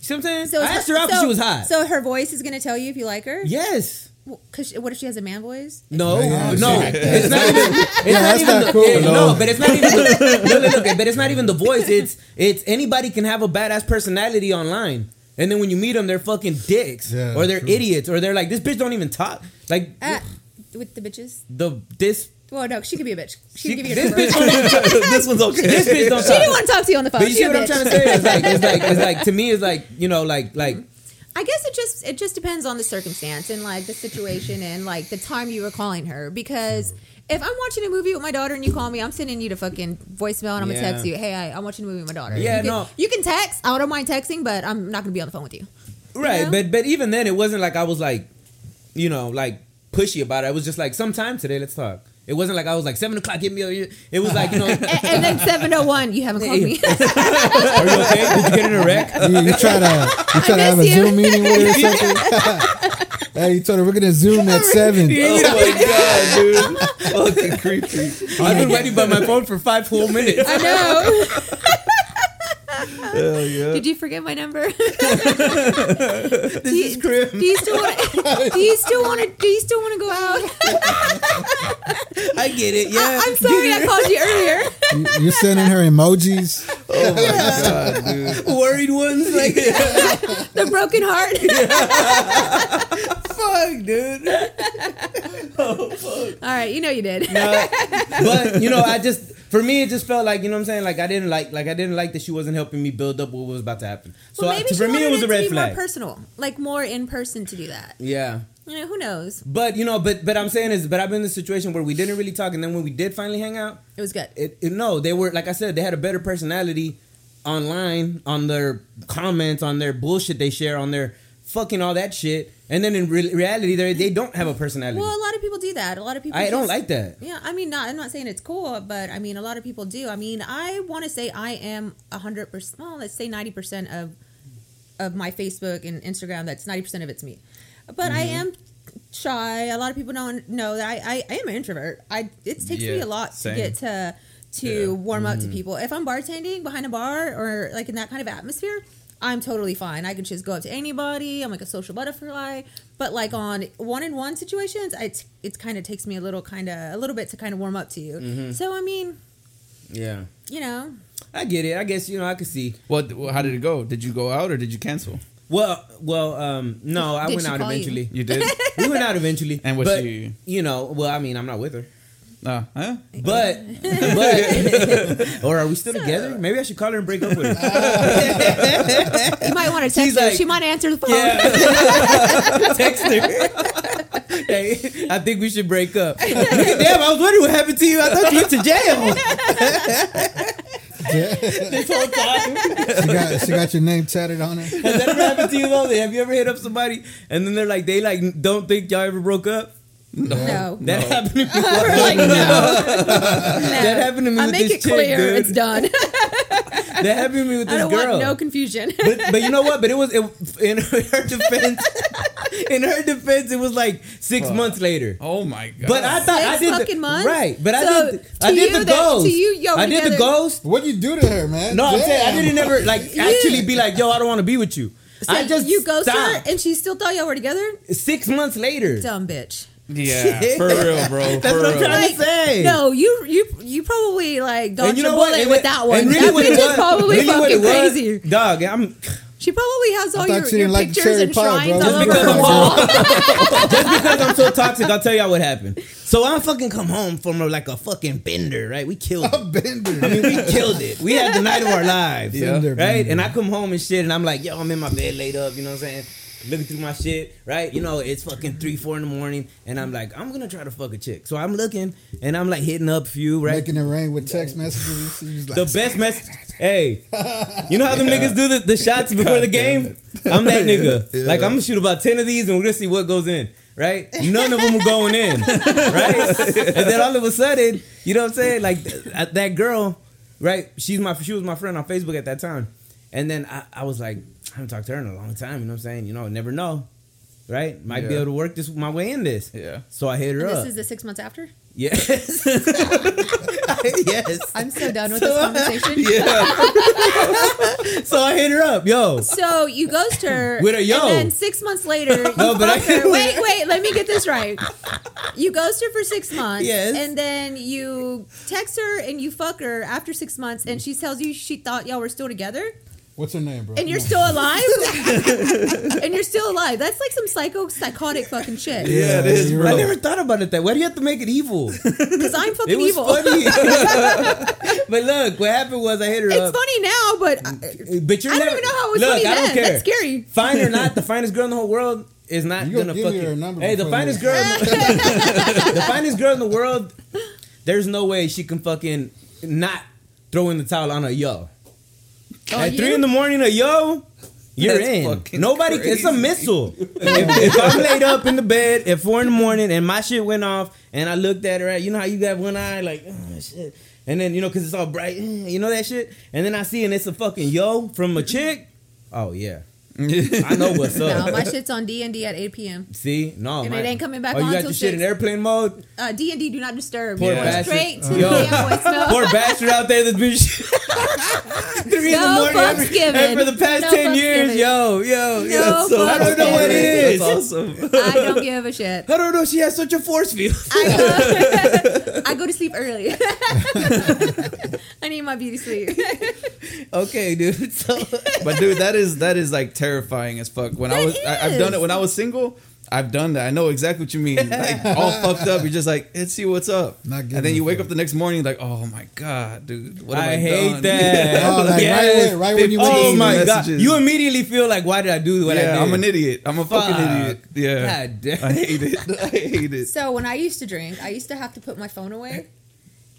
You see what I'm saying?
so
I asked her out because
so-
she was hot.
So her voice is going to tell you if you like her.
yes.
Because what if she has a man voice?
No,
Yeah,
no,
shit.
it's not even.
[LAUGHS]
It's not
that's
even
not
the,
cool,
it-
no.
no, but it's not even. The, look, look, look, but it's not even the voice. It's it's anybody can have a badass personality online, and then when you meet them, they're fucking dicks,
Yeah,
or they're
true.
idiots, or they're like this bitch don't even talk. Like
Uh, with the bitches.
the this
Well, no, she could be a bitch. She,
she-
could give you a
this
number.
bitch don't,
this
[LAUGHS]
one's okay.
this bitch don't
She didn't
talk.
want to talk to you on the phone.
But you
She
see
a
what I'm
bitch.
trying to say? It's like it's like it's like to me it's like you know like like
I guess it just it just depends on the circumstance and like the situation and like the time you were calling her because if I'm watching a movie with my daughter and you call me, I'm sending you to fucking voicemail and I'm gonna
Yeah.
text you, hey, I, I'm watching a movie with my daughter.
Yeah,
you can,
no.
you can text. I don't mind texting, but I'm not gonna be on the phone with you.
right.
know?
But but even then it wasn't like I was like you know like pushy about it. I was just like sometime today let's talk. It wasn't like I was like seven o'clock. Get me. a-" It was like you [LAUGHS] know.
And, and then 701, you haven't called
[LAUGHS]
me.
Are you okay? Did you get in a [LAUGHS] wreck?
You, you try to you try to have a
miss you.
Zoom meeting with her or something.
[LAUGHS]
[LAUGHS] hey, you told her we're gonna Zoom at seven.
Oh [LAUGHS] my god, dude! Fucking creepy.
I've been waiting by my phone for five whole minutes.
I [LAUGHS] know.
Hell yeah.
Did you forget my
[LAUGHS]
number?
This is
do
grim.
you still want? Do you still want to? Do you still want to go out?
[LAUGHS] I get it. Yeah.
[LAUGHS] I'm sorry I called you
[LAUGHS]
earlier.
You, you're sending her emojis. [LAUGHS]
Worried ones [LAUGHS] like
The broken
[LAUGHS]
heart.
fuck, dude. [LAUGHS] Oh,
All right, you know you did.
Uh, but you know, I just for me it just felt like you know what I'm saying. Like I didn't like like I didn't like that she wasn't helping me build up what was about to happen. So I,
maybe
to-
she
for me it
wanted
was a
to
red
be
flag.
More personal, like more in person to do that.
yeah.
You know, who knows?
But you know, but but I'm saying is, but I've been in the situation where we didn't really talk, and then when we did finally hang out,
It was good.
it, it no, they were like I said, they had a better personality online on their comments, on their bullshit they share, on their fucking all that shit, and then in re- reality, they they don't have a personality.
Well, a lot of people do that. A lot of people.
I don't
just-
like that.
Yeah, I mean, not. I'm not saying it's cool, but I mean, a lot of people do. I mean, I want to say I am hundred percent. Well, let's say ninety percent of of my Facebook and Instagram. That's ninety percent of it's me, but I am shy. A lot of people don't know that I, I, I am an introvert. I it takes me
Yeah,
a lot
same.
to get to to
Yeah.
warm up to people. If I'm bartending behind a bar or like in that kind of atmosphere. I'm totally fine. I can just go up to anybody. I'm like a social butterfly, but like on one-on-one situations, it it kind of takes me a little kind of a little bit to kind of warm up to you. So I mean,
Yeah,
you know,
I get it. I guess you know I could see.
What? wh- How did it go? Did you go out or did you cancel?
Well, well, um, no, I
Did
went
she
out
call you?
eventually.
You did?
we went out eventually,
[LAUGHS] And was
but,
she-
You know, well, I mean, I'm not
[LAUGHS]
with her,
No. Huh?
but but [LAUGHS] or are we still together? Maybe I should call her and break up with her.
you might want to text
She's
her.
like-
she might answer the phone.
Text her. [LAUGHS] hey, I think we should break up. Damn, I was wondering what happened to you. I thought you went to
[LAUGHS]
jail. this whole time.
She got, she got your name tatted on her.
Has that ever happened to you though? Have you ever hit up somebody and then they're like, they like don't think y'all ever broke up?
[LAUGHS] No. [LAUGHS]
That happened to me.
We're like, no.
That happened to me
I
with
make
this
it clear.
chick, dude.
It's done. [LAUGHS]
That happened to me with
I
this
don't
girl.
want no confusion.
but, but you know what? But it was it, in her defense. in her defense, it was like six months later.
Oh my god.
But I thought I
Six
did
fucking
the,
months?
right. But
So,
I did the, I
to
did
you,
the
that-
ghost.
to you, y'all
I did
together-
the ghost.
What you do to her, man?
No, I'm saying I
Damn.
didn't ever like actually be like, yo, I don't want to be with you. [LAUGHS]
[LAUGHS]
I just
you ghosted her,
stopped.
and she still thought y'all were together.
six months later.
Dumb bitch.
[LAUGHS]
yeah, for real, bro.
That's
for
what I'm
real.
trying to say.
No, you you you probably like dodged
you
a
know what?
bullet
And
with
it-
that one.
and really
that
what it
[LAUGHS] bitch is
was-
probably
really what
fucking
it was,
crazy.
Dog, I'm
She probably has all
thought
Oh, your,
she
your
didn't like the
pictures
cherry
and
pie,
shrines
bro.
all
Just
over
because
her
I'm
wall.
because I'm so toxic, I'll tell y'all what happened. So I'm fucking come home from a, like a fucking bender, right? We killed it.
A [LAUGHS] bender.
I mean, we killed it. We had the night of our lives.
Yeah. Bender,
Right?
bender.
And I come home and shit, and I'm like, yo, I'm in my bed laid up, you know what I'm saying? Looking through my shit, right? You know, it's fucking three, four in the morning, and I'm like, I'm gonna try to fuck a chick. So I'm looking, and I'm like hitting up few, [LAUGHS] right?
Making it rain with text messages. She's like,
The best mess. Hey, you know how them niggas do the, the shots before the game? I'm
[LAUGHS]
that nigga. Like I'm gonna shoot about ten of these, and we're gonna see what goes in. Right? None of them are going in. [LAUGHS] Right? And then all of a sudden, you know what I'm saying? Like th- th- that girl, right? She's my she was my friend on Facebook at that time, and then I, I was like, I haven't talked to her in a long time. You know what I'm saying? You know, never know. Right? Might be
Yeah.
able to work this my way in this.
Yeah.
So I hit her up.
This is the six months after.
[LAUGHS]
yes. [LAUGHS] yes.
I'm so
[LAUGHS]
done with
So-
this conversation.
Yeah,
So I hit her up, yo.
So you ghost her
[LAUGHS] With a yo.
and then six months later, you
[LAUGHS] No, but I-
fuck her. Wait, wait, let me get this right. You ghost her for six months,
Yes.
and then you text her and you fuck her after six months, and she tells you she thought y'all were still together,
what's her name, bro?
and you're
Come
[LAUGHS]
still alive, and you're still alive. That's like some psycho psychotic fucking shit.
yeah, it is,
I
bro.
never thought about it that. Why do you have to make it
[LAUGHS]
evil?
Because I'm
It
fucking
was
evil. [LAUGHS]
funny. [LAUGHS] but look, what happened was I hit her
It's
up.
funny now, but I,
But you're
I don't
never,
even know how it was
look,
funny
I don't
then.
care.
That's scary.
Fine or not, the finest girl in the whole world is not
You gonna
gonna
give
fuck
me
you.
her number
Hey, the
before [LAUGHS]
finest
you-
girl, in the, the finest girl in the world. There's no way she can fucking not throw in the towel on a yo. At
Oh, you?
three in the morning, a yo, you're
That's
in.
fucking
Nobody, it's a
crazy. [LAUGHS]
missile. if, if I'm laid up in the bed at four in the morning and my shit went off and I looked at her, at, you know how you got one eye like, "Oh, shit, and then you know because it's all bright, "Mm," you know that shit, and then I see and it's a fucking yo from a chick. Oh
[LAUGHS]
yeah, I know what's up.
no, my shit's on D and D at eight p.m.
See, no,
And
my-
it ain't coming back
Oh, you
on
got
till
your shit in
six.
airplane mode.
Uh, D and D, do not disturb.
Poor
Going
bastard.
Straight to
Yo.
the
[LAUGHS]
damn voicemail.
Poor bastard out there that's been
[LAUGHS]
three in
No
the morning
fucks
every,
given.
and for the past
No
ten
fucks
years.
given.
Yo, yo, yo.
No
So I
fucks
don't know what it
given.
is.
That's awesome.
I
[LAUGHS]
don't give a shit.
I don't know. She has such a force field.
I go, I go to sleep early.
[LAUGHS]
I need my beauty sleep.
[LAUGHS] okay, dude. So
[LAUGHS]
uh,
But dude, that is that is like terrifying as fuck. When I
That
was, I, I've done
is.
it when I was single. I've done that. I know exactly what
[LAUGHS]
you mean. Like all fucked up. You're just like, let's see what's up.
Not
and
good
then you
enough,
wake
yeah.
up the next morning like, oh my god, dude, what have I,
I hate
done? [LAUGHS]
that.
Oh, like
Yes.
right, when, right when you went
Fifteen
to
Oh
eat,
my
messages.
god! You immediately feel like, why did I do what I did?
yeah, I'm an idiot. I'm a fucking
Fuck.
idiot. Yeah,
God damn.
[LAUGHS] I hate it. [LAUGHS] I hate it.
So when I used to drink, I used to have to put my phone away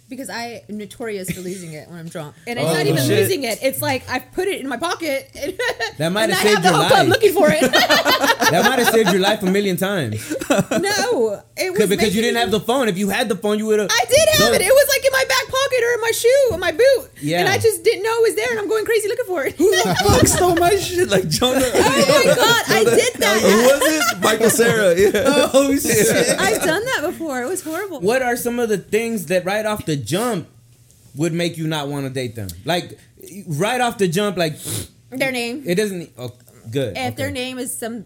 because I am notorious for losing it when I'm drunk.
And it's
Oh,
not even
shit.
losing it. It's like I've put it in my pocket. And,
That might
and
have
I
saved
have the
your
whole club
life.
looking for
[LAUGHS]
it.
[LAUGHS]
[LAUGHS]
That might have saved your life a million times.
no, it was
'Cause- because
making
you didn't
me-
have the phone. If you had the phone, you would have.
I did have it. It was like in my back pocket or in my shoe, in my boot.
Yeah.
And I just didn't know it was there, and I'm going crazy looking for
[LAUGHS]
it. [LAUGHS]
Fuck stole my shit like Jonah.
[LAUGHS]
oh my god, I did
[LAUGHS]
Who
that.
was it? Michael Sarah. Yeah. Oh shit.
I've done that before. It was horrible.
What are some of the things that right off the jump would make you not want to date them? Like right off the jump, like
Their name.
it doesn't. Oh, good.
If
okay.
their name is some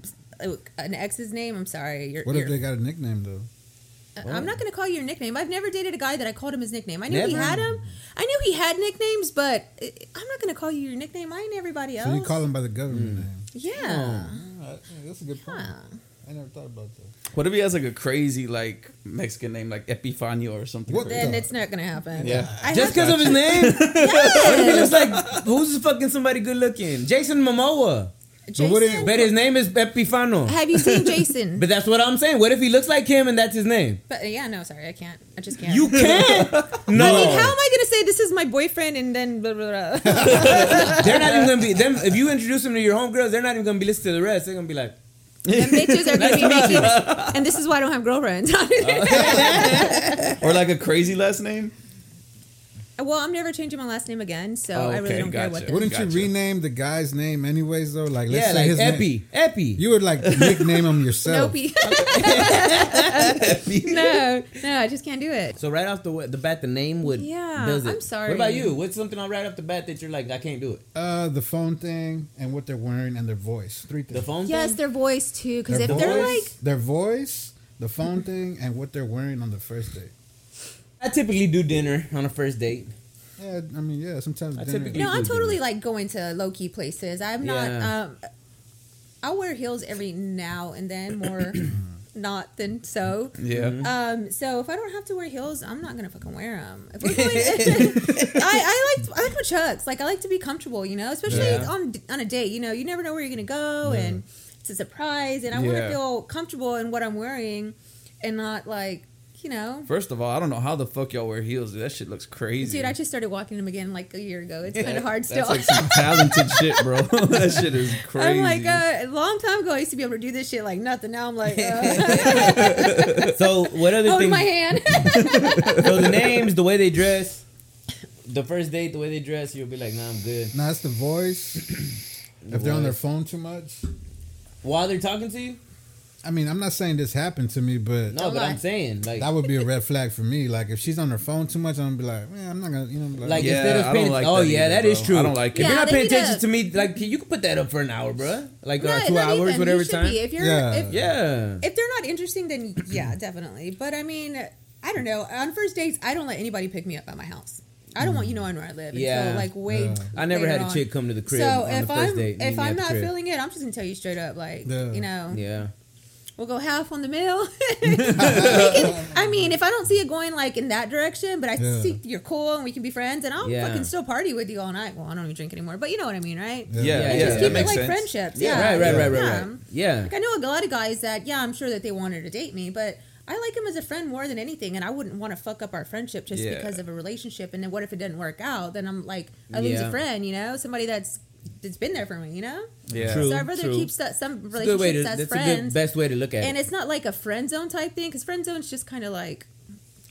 an ex's name, I'm sorry. You're,
What if
you're-
they got a nickname though?
I'm not going to call you your nickname. I've never dated a guy that I called him his nickname. I knew he
Never?
had him. I knew he had nicknames, but uh, I'm not going to call you your nickname. I ain't everybody else.
So you call them by the
Hmm.
government name.
yeah.
Oh. that's a good point. I never thought about that.
What if he has like a crazy like Mexican name like Epifanio or something?
What
crazy?
Then it's not going to happen.
Yeah.
I
Just because of his
[LAUGHS]
name, [LAUGHS] What if he looks like who's fucking somebody good looking? Jason Momoa,
But what
Jason,
if-
but his name is Epifano.
have you
[LAUGHS]
seen Jason?
But that's what I'm saying. What if he looks like him and that's his name?
but yeah, no, sorry, I can't. I just can't.
You
[LAUGHS]
can't. No,
I mean, how am I going to say this is my boyfriend and then blah blah blah? [LAUGHS]
they're not even gonna be them. If you introduce them to your homegirls, they're not even gonna be listening to the rest. They're gonna be like,
and bitches are
[LAUGHS]
going to be making. And this is why I don't have girlfriends. [LAUGHS]
or like a crazy last name.
well, I'm never changing my last name again, so
Oh,
I really
okay,
don't care what.
gotcha.
The,
Wouldn't
Gotcha.
you rename the guy's name anyways though? Like let's
yeah,
say
like
his
Epi,
name.
Epi.
You would
[LAUGHS]
like nickname him yourself.
nope. [LAUGHS] no, no, I just can't do it.
so right off the wa- the bat, the name would
Yeah,
Does it.
I'm sorry.
What about you? What's something on right off the bat that you're like, I can't do it?
Uh, the phone thing and what they're wearing and their voice. Three things.
The phone.
Yes,
Thing?
their voice too, because if they're
voice,
like,
their voice, the phone thing, and what they're wearing on the first date.
I typically do dinner on a first date.
[LAUGHS]
Yeah, I mean, yeah. Sometimes
I
dinner-
typically-
no, I'm totally like going to low key places. I'm not.
Yeah.
um I wear heels every now and then, more not than so.
Yeah.
Mm-hmm.
Um, so if I don't have to wear heels, I'm not gonna fucking wear them. If we're going, [LAUGHS] I, I like I like my chucks. Like I like to be comfortable, you know, especially
Yeah.
on on a date. You know, you never know where you're gonna go, and it's a surprise, and I want
Yeah.
to feel comfortable in what I'm wearing, and not like you know.
First of all, I don't know how the fuck y'all wear heels. Dude, that shit looks crazy.
Dude, I just started walking them again like a year ago. It's kind of hard still.
That's like some talented shit, bro. [LAUGHS] that shit is
[LAUGHS]
crazy.
I'm like uh, a long time ago, I used to be able to do this shit like nothing. Now I'm like, uh, [LAUGHS]
So what other
hold
things?
Oh, my hand.
So
[LAUGHS]
the names, the way they dress, the first date, the way they dress, you'll be like, nah, I'm good.
No, it's
[CLEARS THROAT]
the voice. if they're on their phone too much.
While they're talking to you?
I mean, I'm not saying this happened to me, but
No, but
lie.
I'm saying like.
that would be a red flag for me. Like if she's on her phone too much, I'm gonna be like, man, I'm not gonna, you know, like,
Like
Yeah,
instead
I
of
don't
paying,
like
oh
that
yeah,
either,
that is
bro.
true.
I don't like
if
it.
you're not
Yeah,
paying
they need
attention
to-
to me, like you could put that up for an hour, bruh. Like
No, [LAUGHS]
or two
not
hours,
even. You
whatever
should
time.
be. If you're
Yeah.
if
Yeah.
if they're not interesting, then yeah, [CLEARS THROAT] definitely. But I mean, I don't know. On first dates, I don't let anybody pick me up at my house. I don't want you knowing where I live. Yeah,
Yeah.
so, like way.
Yeah.
I never
later
had a
on.
chick come to the crib
So
on the
if
first
I'm
date. and meet
if
me at
I'm
the
not
crib.
feeling it, I'm just gonna tell you straight up. Like
Yeah.
you know,
yeah,
we'll go half on
[LAUGHS]
the meal. [LAUGHS] We can- I mean, if I don't see it going like in that direction, but I
Yeah.
see you're cool and we can be friends, and I'll
Yeah.
fucking still party with you all night. Well, I don't even drink anymore, but you know what I mean, right?
yeah, yeah,
Yeah,
Just
that
keep it
makes
like
sense.
friendships. Yeah,
yeah, right, right, right,
Yeah.
right, right, yeah.
Like I know a lot of guys that yeah, I'm sure that they wanted to date me, but I like him as a friend more than anything, and I wouldn't want to fuck up our friendship just
Yeah.
because of a relationship. And then what if it doesn't work out? Then I'm like, I lose a
Yeah.
friend, you know, somebody that's that's been there for me, you know.
Yeah.
True.
so I'd rather
true.
keep so- some
It's a good way to.
relationships as
That's a good
friends,
best way to look at
and
it.
it's not like a friend zone type thing because friend zone's just kind of like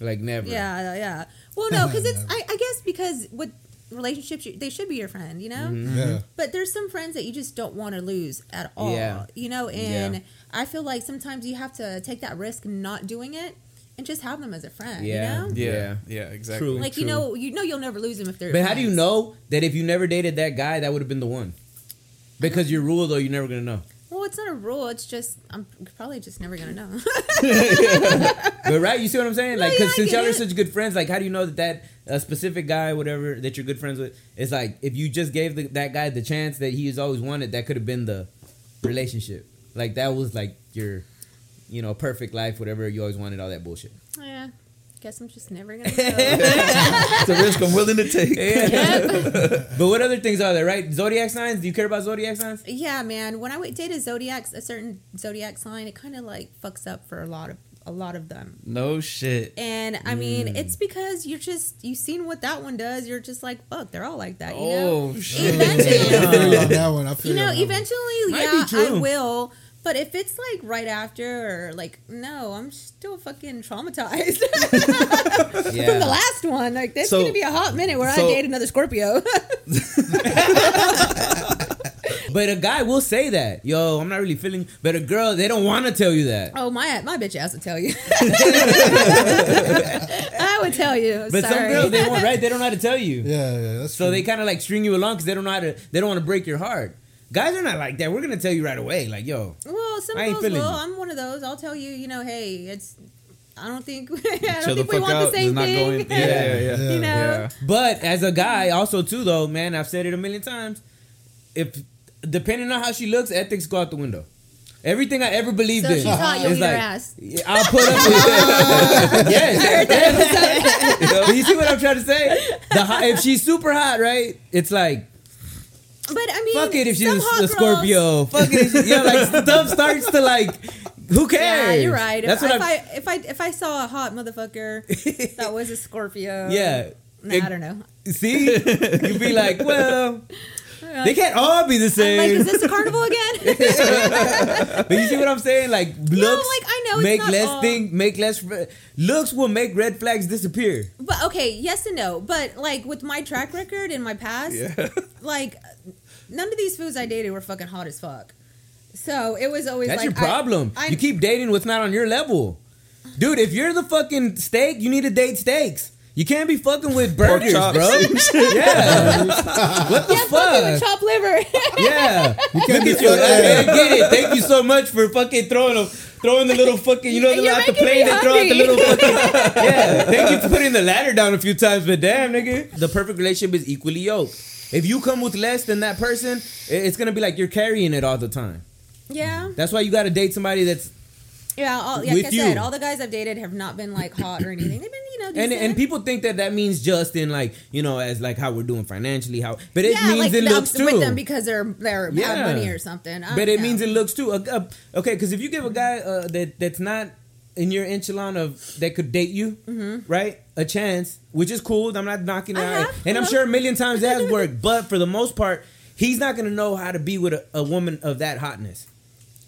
Like never.
yeah, yeah.
[LAUGHS]
Well, no, because it's I, I guess because with relationships you- they should be your friend, you know.
Mm-hmm.
yeah,
But there's some friends that you just don't want to lose at all.
Yeah.
You know, and
Yeah.
I feel like sometimes you have to take that risk not doing it and just have them as a friend.
Yeah.
You know?
Yeah, yeah,
Yeah.
exactly.
True.
Like you know, you know you'll never lose them if they're.
But how do you
friends.
know that if you never dated that guy, that would have been the one? Because your rule, though, you're never gonna know.
Well, it's not a rule. It's just I'm probably just never gonna know. [LAUGHS]
But right, you see what I'm saying? Like,
yeah,
because
I
since
get
y'all are
it.
such good friends, like, how do you know that that a specific guy, whatever that you're good friends with, is like if you just gave the, that guy the chance that he has always wanted, that could have been the relationship. Like that was like your you know, perfect life, whatever you always wanted, all that bullshit.
Yeah. Guess I'm just never
[LAUGHS]
gonna know.
It's a risk I'm willing to take.
But what other things are there, right? Zodiac signs? Do you care about zodiac
[LAUGHS]
signs?
yeah, man. When I went- dated zodiacs, a certain zodiac sign, it kind of like fucks up for a lot of a lot of them.
No shit.
And I
Mm.
mean, it's because you're just you've seen what that one does. You're just like, fuck, they're all like that. You know.
Oh shit.
Mm-hmm.
Eventually,
I feel you on that one. I feel
you
you
know,
on that one.
eventually,
Might be
yeah, I
true.
will. But if it's like right after, or like no, I'm still fucking traumatized [LAUGHS] from the last one. Like that's
So-
gonna be a hot minute where
so-
I date another Scorpio. [LAUGHS]
But a guy will say that. Yo, I'm not really feeling. But a girl, they don't want to tell you that.
oh my, my bitch ass would tell you. [LAUGHS] I would tell you.
But
Sorry.
some girls, they won't,
[LAUGHS]
right? They don't know how to tell you.
Yeah, yeah, that's
So they kind of like string you along because they don't know how to. They don't want to break your heart. Guys are not like that. We're gonna tell you right away. Like, yo,
Well, some
I ain't
girls will.
feeling you.
I'm one of those. I'll tell you, you know, hey, it's. I don't think. [LAUGHS] I don't
Chill the
think we
fuck
want
out.
the same
It's not
thing. [LAUGHS]
going. Yeah, yeah, yeah.
You know.
Yeah.
But as a guy, also too though, man, I've said it a million times. If depending on how she looks, ethics go out the window. Everything I ever believed
So
in,
she taught you
is
your
like,
ass.
yeah, I'll put up
[LAUGHS]
with yes. But [LAUGHS] you see what I'm trying to say? The hot, if she's super hot, right? It's like
But I mean,
fuck it if she's
some
a,
hot girls-
Scorpio. Fuck it, if she, yeah. Like stuff starts to like. Who cares?
Yeah, you're right. If,
That's what
if
I'm.
I if I if I saw a
[LAUGHS]
hot motherfucker that was a Scorpio,
yeah.
nah,
It-
I don't know.
See, you'd be like, well, they can't all be the
I'm
same.
like, is this a carnival
[LAUGHS]
again?
But you see what I'm saying? Like looks,
like, I know it's
make
not
less
all-
thing, make less re- looks will make red flags disappear.
[LAUGHS] but okay, yes and no. But like with my track record in my past, [LAUGHS] like none of these foods I dated were fucking hot as fuck. So it was always
That's
like,
your problem.
I, I,
you keep dating what's not on your level, dude. If you're the fucking steak, you need to date steaks. You can't be fucking with burgers,
chops.
bro.
[LAUGHS]
yeah. what the
[LAUGHS] fucking
fuck? [LAUGHS]
chop liver.
Yeah. You [LAUGHS]
can't be
get your.
fucking-
I, I get it. Thank you so much for fucking throwing them. Throwing the little fucking, you know, the,
You're
out the
making
plane,
me
they throw out the
hungry.
little fucking.
[LAUGHS]
Yeah, thank you for putting the ladder down a few times, but damn, nigga. The perfect relationship is equally yoked. If you come with less than that person, i- it's gonna be like you're carrying it all the time.
yeah,
That's why you gotta date somebody that's
yeah. All, yeah
With
like I
you.
said, all the guys I've dated have not been like hot or anything. They've been, you know,
and
decent.
and people think that that means just in like you know as like how we're doing financially how but it
yeah,
means
like
in
I'm
looks too.
with them um, because they're they're
Yeah.
have money or something. I
But
don't
it
know.
means it looks too. A, a, okay, because if you give a guy uh, that that's not in your echelon of that could date you, right, a chance, which is cool. I'm not knocking it
Mm-hmm. I
out,
have, uh-huh.
and I'm
hello.
sure a million times
[LAUGHS]
that has worked. But for the most part, he's not gonna know how to be with a, a woman of that hotness.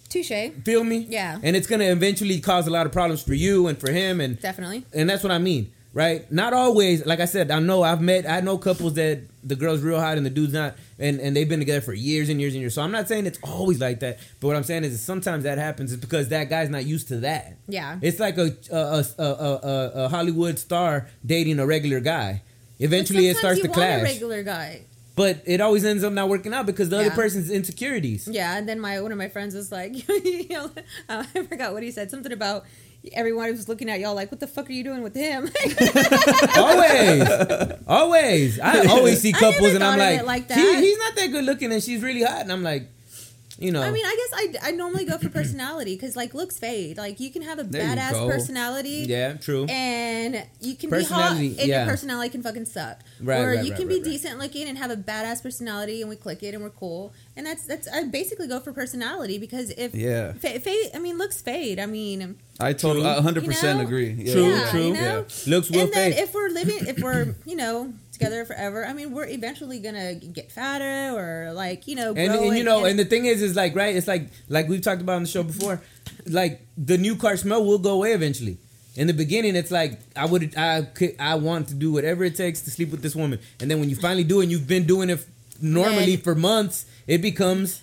touche.
Feel me?
Yeah.
And it's gonna eventually cause a lot of problems for you and for him and
Definitely.
and that's what I mean, right? Not always. Like I said, I know I've met, I know couples that the girl's real hot and the dude's not, and and they've been together for years and years and years. So I'm not saying it's always like that, but what I'm saying is that sometimes that happens is because that guy's not used to that.
Yeah.
it's like a a a, a, a, a Hollywood star dating a regular guy. Eventually, it
Sometimes
starts
you
to
want a
clash,
regular guy.
but it always ends up not working out because the other
Yeah.
person's insecurities.
Yeah, and then my one of my friends was like, [LAUGHS] you know, uh, I forgot what he said. Something about everyone was looking at y'all like, what the fuck are you doing with him? [LAUGHS]
always, always.
[LAUGHS]
I always see
I
couples,
never
and I'm
thought of
like,
it like
"He-
that."
he's not that good looking, and she's really hot, and I'm like, you know,
I mean, I guess I, I normally go for personality because like looks fade. Like you can have a
There you
badass
go.
personality.
yeah, true.
And you can be hot,
Personality,
and
yeah.
your personality can fucking suck.
Right,
or
right,
you
right,
can
right,
be
right.
decent looking and have a badass personality, and we click it, and we're cool. And that's that's I basically go for personality because if
[LAUGHS] Yeah.
fa- fa- I mean looks fade. I mean,
I totally, I
You
100%
know?
agree. Yeah.
True,
yeah,
true.
You know?
Looks will
and then
fade.
if we're living if
[CLEARS THROAT]
we're you know together forever i mean we're eventually gonna get fatter or like you know
and,
grow
and you know, and the thing is, is like, right? It's like, like we've talked about on the show before, like the new car smell will go away eventually. In the beginning, it's like I would, I could, I want to do whatever it takes to sleep with this woman, and then when you finally do, it and you've been doing it normally
Then-
for months, it becomes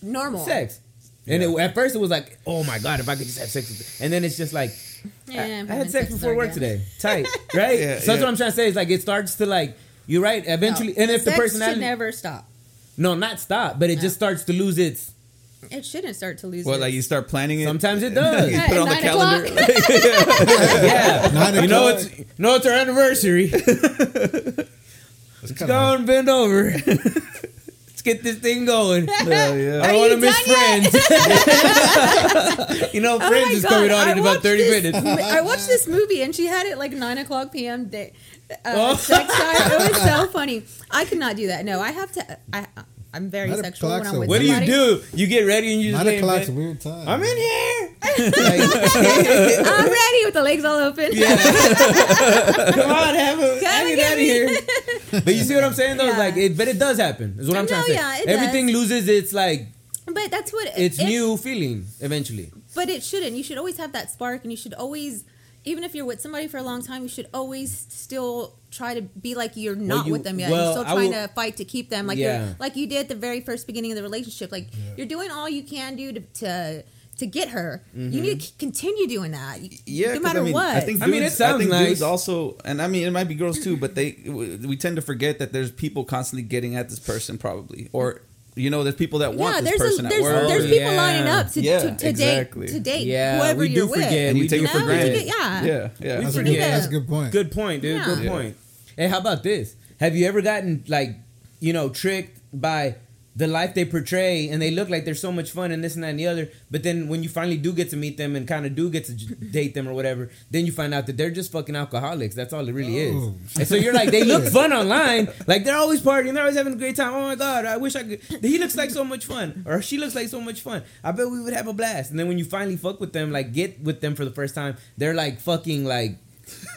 normal
sex. And it, at first, it was like, oh my god, if I could just have sex with, this. and then it's just like, I-
Yeah,
I,
having
had sex
is
before
our
work
jam.
today.
[LAUGHS]
Tight, right?
Yeah,
so that's
yeah.
what I'm trying to say. Is like it starts to like you're right.
No,
Eventually, and if the
sex should
personality,
never stop
no, not stop, but it just starts to lose its.
it shouldn't start to lose
Well,
its-
like you start planning it.
Sometimes
[LAUGHS]
it
you
does.
Yeah.
put it on the
At
[LAUGHS]
nine
calendar.
you know it's you know it's our
[LAUGHS]
anniversary.
it's
[LAUGHS]
Go and bend over. Let's get this thing going.
Hell yeah.
I don't
Are
want to
you
miss
done
Friends. you know,
Oh
Friends [LAUGHS]
my
is
God,
coming on
I
in about
watched
30
this-
minutes.
I watched this movie and she had it like nine o'clock p.m. day. Uh,
Oh.
sex time. It was
[LAUGHS]
so funny. I could not do that. No, I have to. I, I'm very
Nine
sexual when
o'clock's a
I'm with
What do you
somebody.
do? You get ready and you just
Nine
lay in
o'clock's a
bed.
weird time.
I'm in
[LAUGHS]
here.
I'm
[LAUGHS]
ready with the legs all open.
Come on, have a,
Come
I get
and get
out of here.
[LAUGHS]
But you see what I'm saying though? It's
Yeah.
Like, it, but it does happen. Is what I'm
No,
trying to say.
yeah, it
Everything
does.
loses its like
[LAUGHS] But that's what
its
if-
new feeling eventually.
But it shouldn't. You should always have that spark, and you should always, even if you're with somebody for a long time, you should always still try to be like you're not
you-
with them yet.
well,
you're
I
still trying
will-
to fight to keep them, like
Yeah.
you're, like you did at the very first beginning of the relationship. Like you're doing all you can do to to, to get her.
Mm-hmm.
You need to c- continue doing that. You-
Yeah,
no
'cause,
matter
I mean,
what.
I think
I
dudes,
mean, it sounds
think
nice.
dudes also, and I mean, it might be girls too, but they we tend to forget that there's people constantly getting at this person, probably, or you know, there's people that want
yeah,
this
there's
person
a,
at
there's
work.
there's
or-
people
Yeah.
lining up to
Yeah,
to, to
exactly.
date to date
Yeah,
whoever
we do
you're with.
forget.
and
We
you take
do
it for
know, we
granted.
forget- yeah.
yeah, yeah.
That's, a
forget
good, that's a
that.
good point.
Good point, dude. Good
Yeah.
point. Hey, how about this? Have you ever gotten like, you know, tricked by the life they portray and they look like they're so much fun and this and that and the other, but then when you finally do get to meet them and kind of do get to j- [LAUGHS] date them or whatever, then you find out that they're just fucking alcoholics. That's all it really
Oh.
is. And so you're like, they [LAUGHS] look fun online, like they're always partying, they're always having a great time. Oh my god, I wish I could. He looks like so much fun, or she looks like so much fun. I bet we would have a blast. And then when you finally fuck with them, like get with them for the first time, they're like fucking like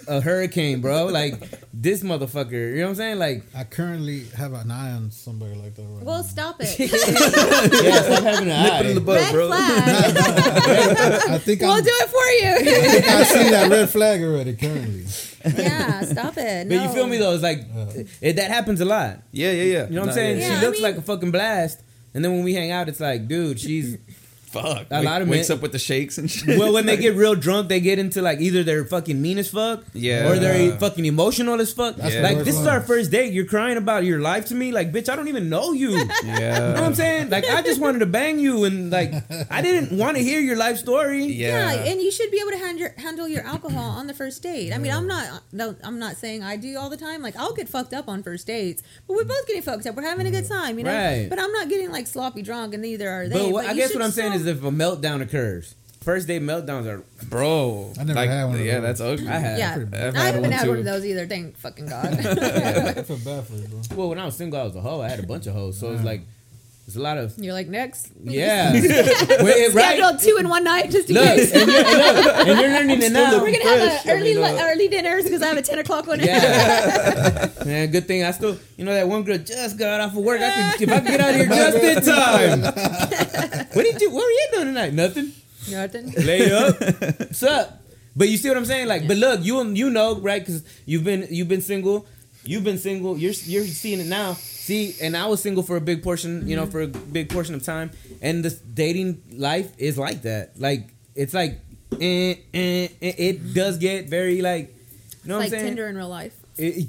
a hurricane, bro. Like this motherfucker. You know what I'm saying? Like,
I currently have an eye on somebody like that right
Well,
now.
stop it.
[LAUGHS] yeah, stop having an
Put it in the
eye.
butt,
Red
[LAUGHS]
bro.
flag.
I think
We'll
I'm,
do it for you.
I think I've seen that red flag already. Currently,
[LAUGHS]
yeah, stop it.
But
No.
you feel me though? It's like it, that happens a lot.
Yeah, yeah, yeah.
You know what I'm
Nah,
saying?
yeah,
she
Yeah, I
looks
mean-
like a fucking blast, and then when we hang out, it's like, dude,
[LAUGHS]
she's
Fuck.
A lot of
wakes
men-
up with the shakes and shit.
well. When they get real drunk, they get into like either they're fucking mean as fuck,
Yeah.
or they're fucking emotional as fuck.
That's the
Like
worst
this is
one.
our first date. You're crying about your life to me, like bitch. I don't even know you. You know what
[LAUGHS] yeah,
I'm saying? Like I just wanted to bang you, and like I didn't want to hear your life story.
Yeah.
yeah,
and you should be able to hand your, handle your alcohol on the first date. I mean, I'm not no, I'm not saying I do all the time. Like I'll get fucked up on first dates, but we're both getting fucked up. We're having a good time, you know.
Right.
But I'm not getting like sloppy drunk, and neither are they.
But what, I
you
guess
should
what I'm saying
still-
is if a meltdown occurs, first day meltdowns are.
bro.
I never
like,
had one of
Yeah,
those.
that's ugly.
I had.
yeah,
I've
I
had
haven't
one
had
too.
one of those either. Thank fucking
[LAUGHS]
god. [LAUGHS]
I feel bad for you, bro.
Well, when I was single, I was a hoe. I had a bunch of hoes, so it's like it's a lot
[LAUGHS]
of
You're like next.
[LAUGHS] yeah.
[LAUGHS]
Wait, right?
Scheduled two in one night just in
Look, [LAUGHS]
case.
and you're, and look, and you're learning
[LAUGHS]
it now.
We're gonna have
fresh.
a early
I mean, uh,
li- early dinners because I have a ten o'clock one. [LAUGHS]
Yeah, man. Good thing I still, you know, that one girl just got off of work. I could, if I could get out of
[LAUGHS]
here just in time.
[LAUGHS]
what did you? What were you doing tonight? Nothing.
Nothing.
Lay up.
[LAUGHS]
What's up? But you see what I'm saying? Like, but look, you you know, right? Because you've been you've been single, you've been single. You're you're seeing it now. See, and I was single for a big portion, you
Mm-hmm.
know, for a big portion of time. And this dating life is like that. Like, it's like, eh, eh, eh, it does get very like, you know what
Like
I'm saying?
Tinder in real life.
It-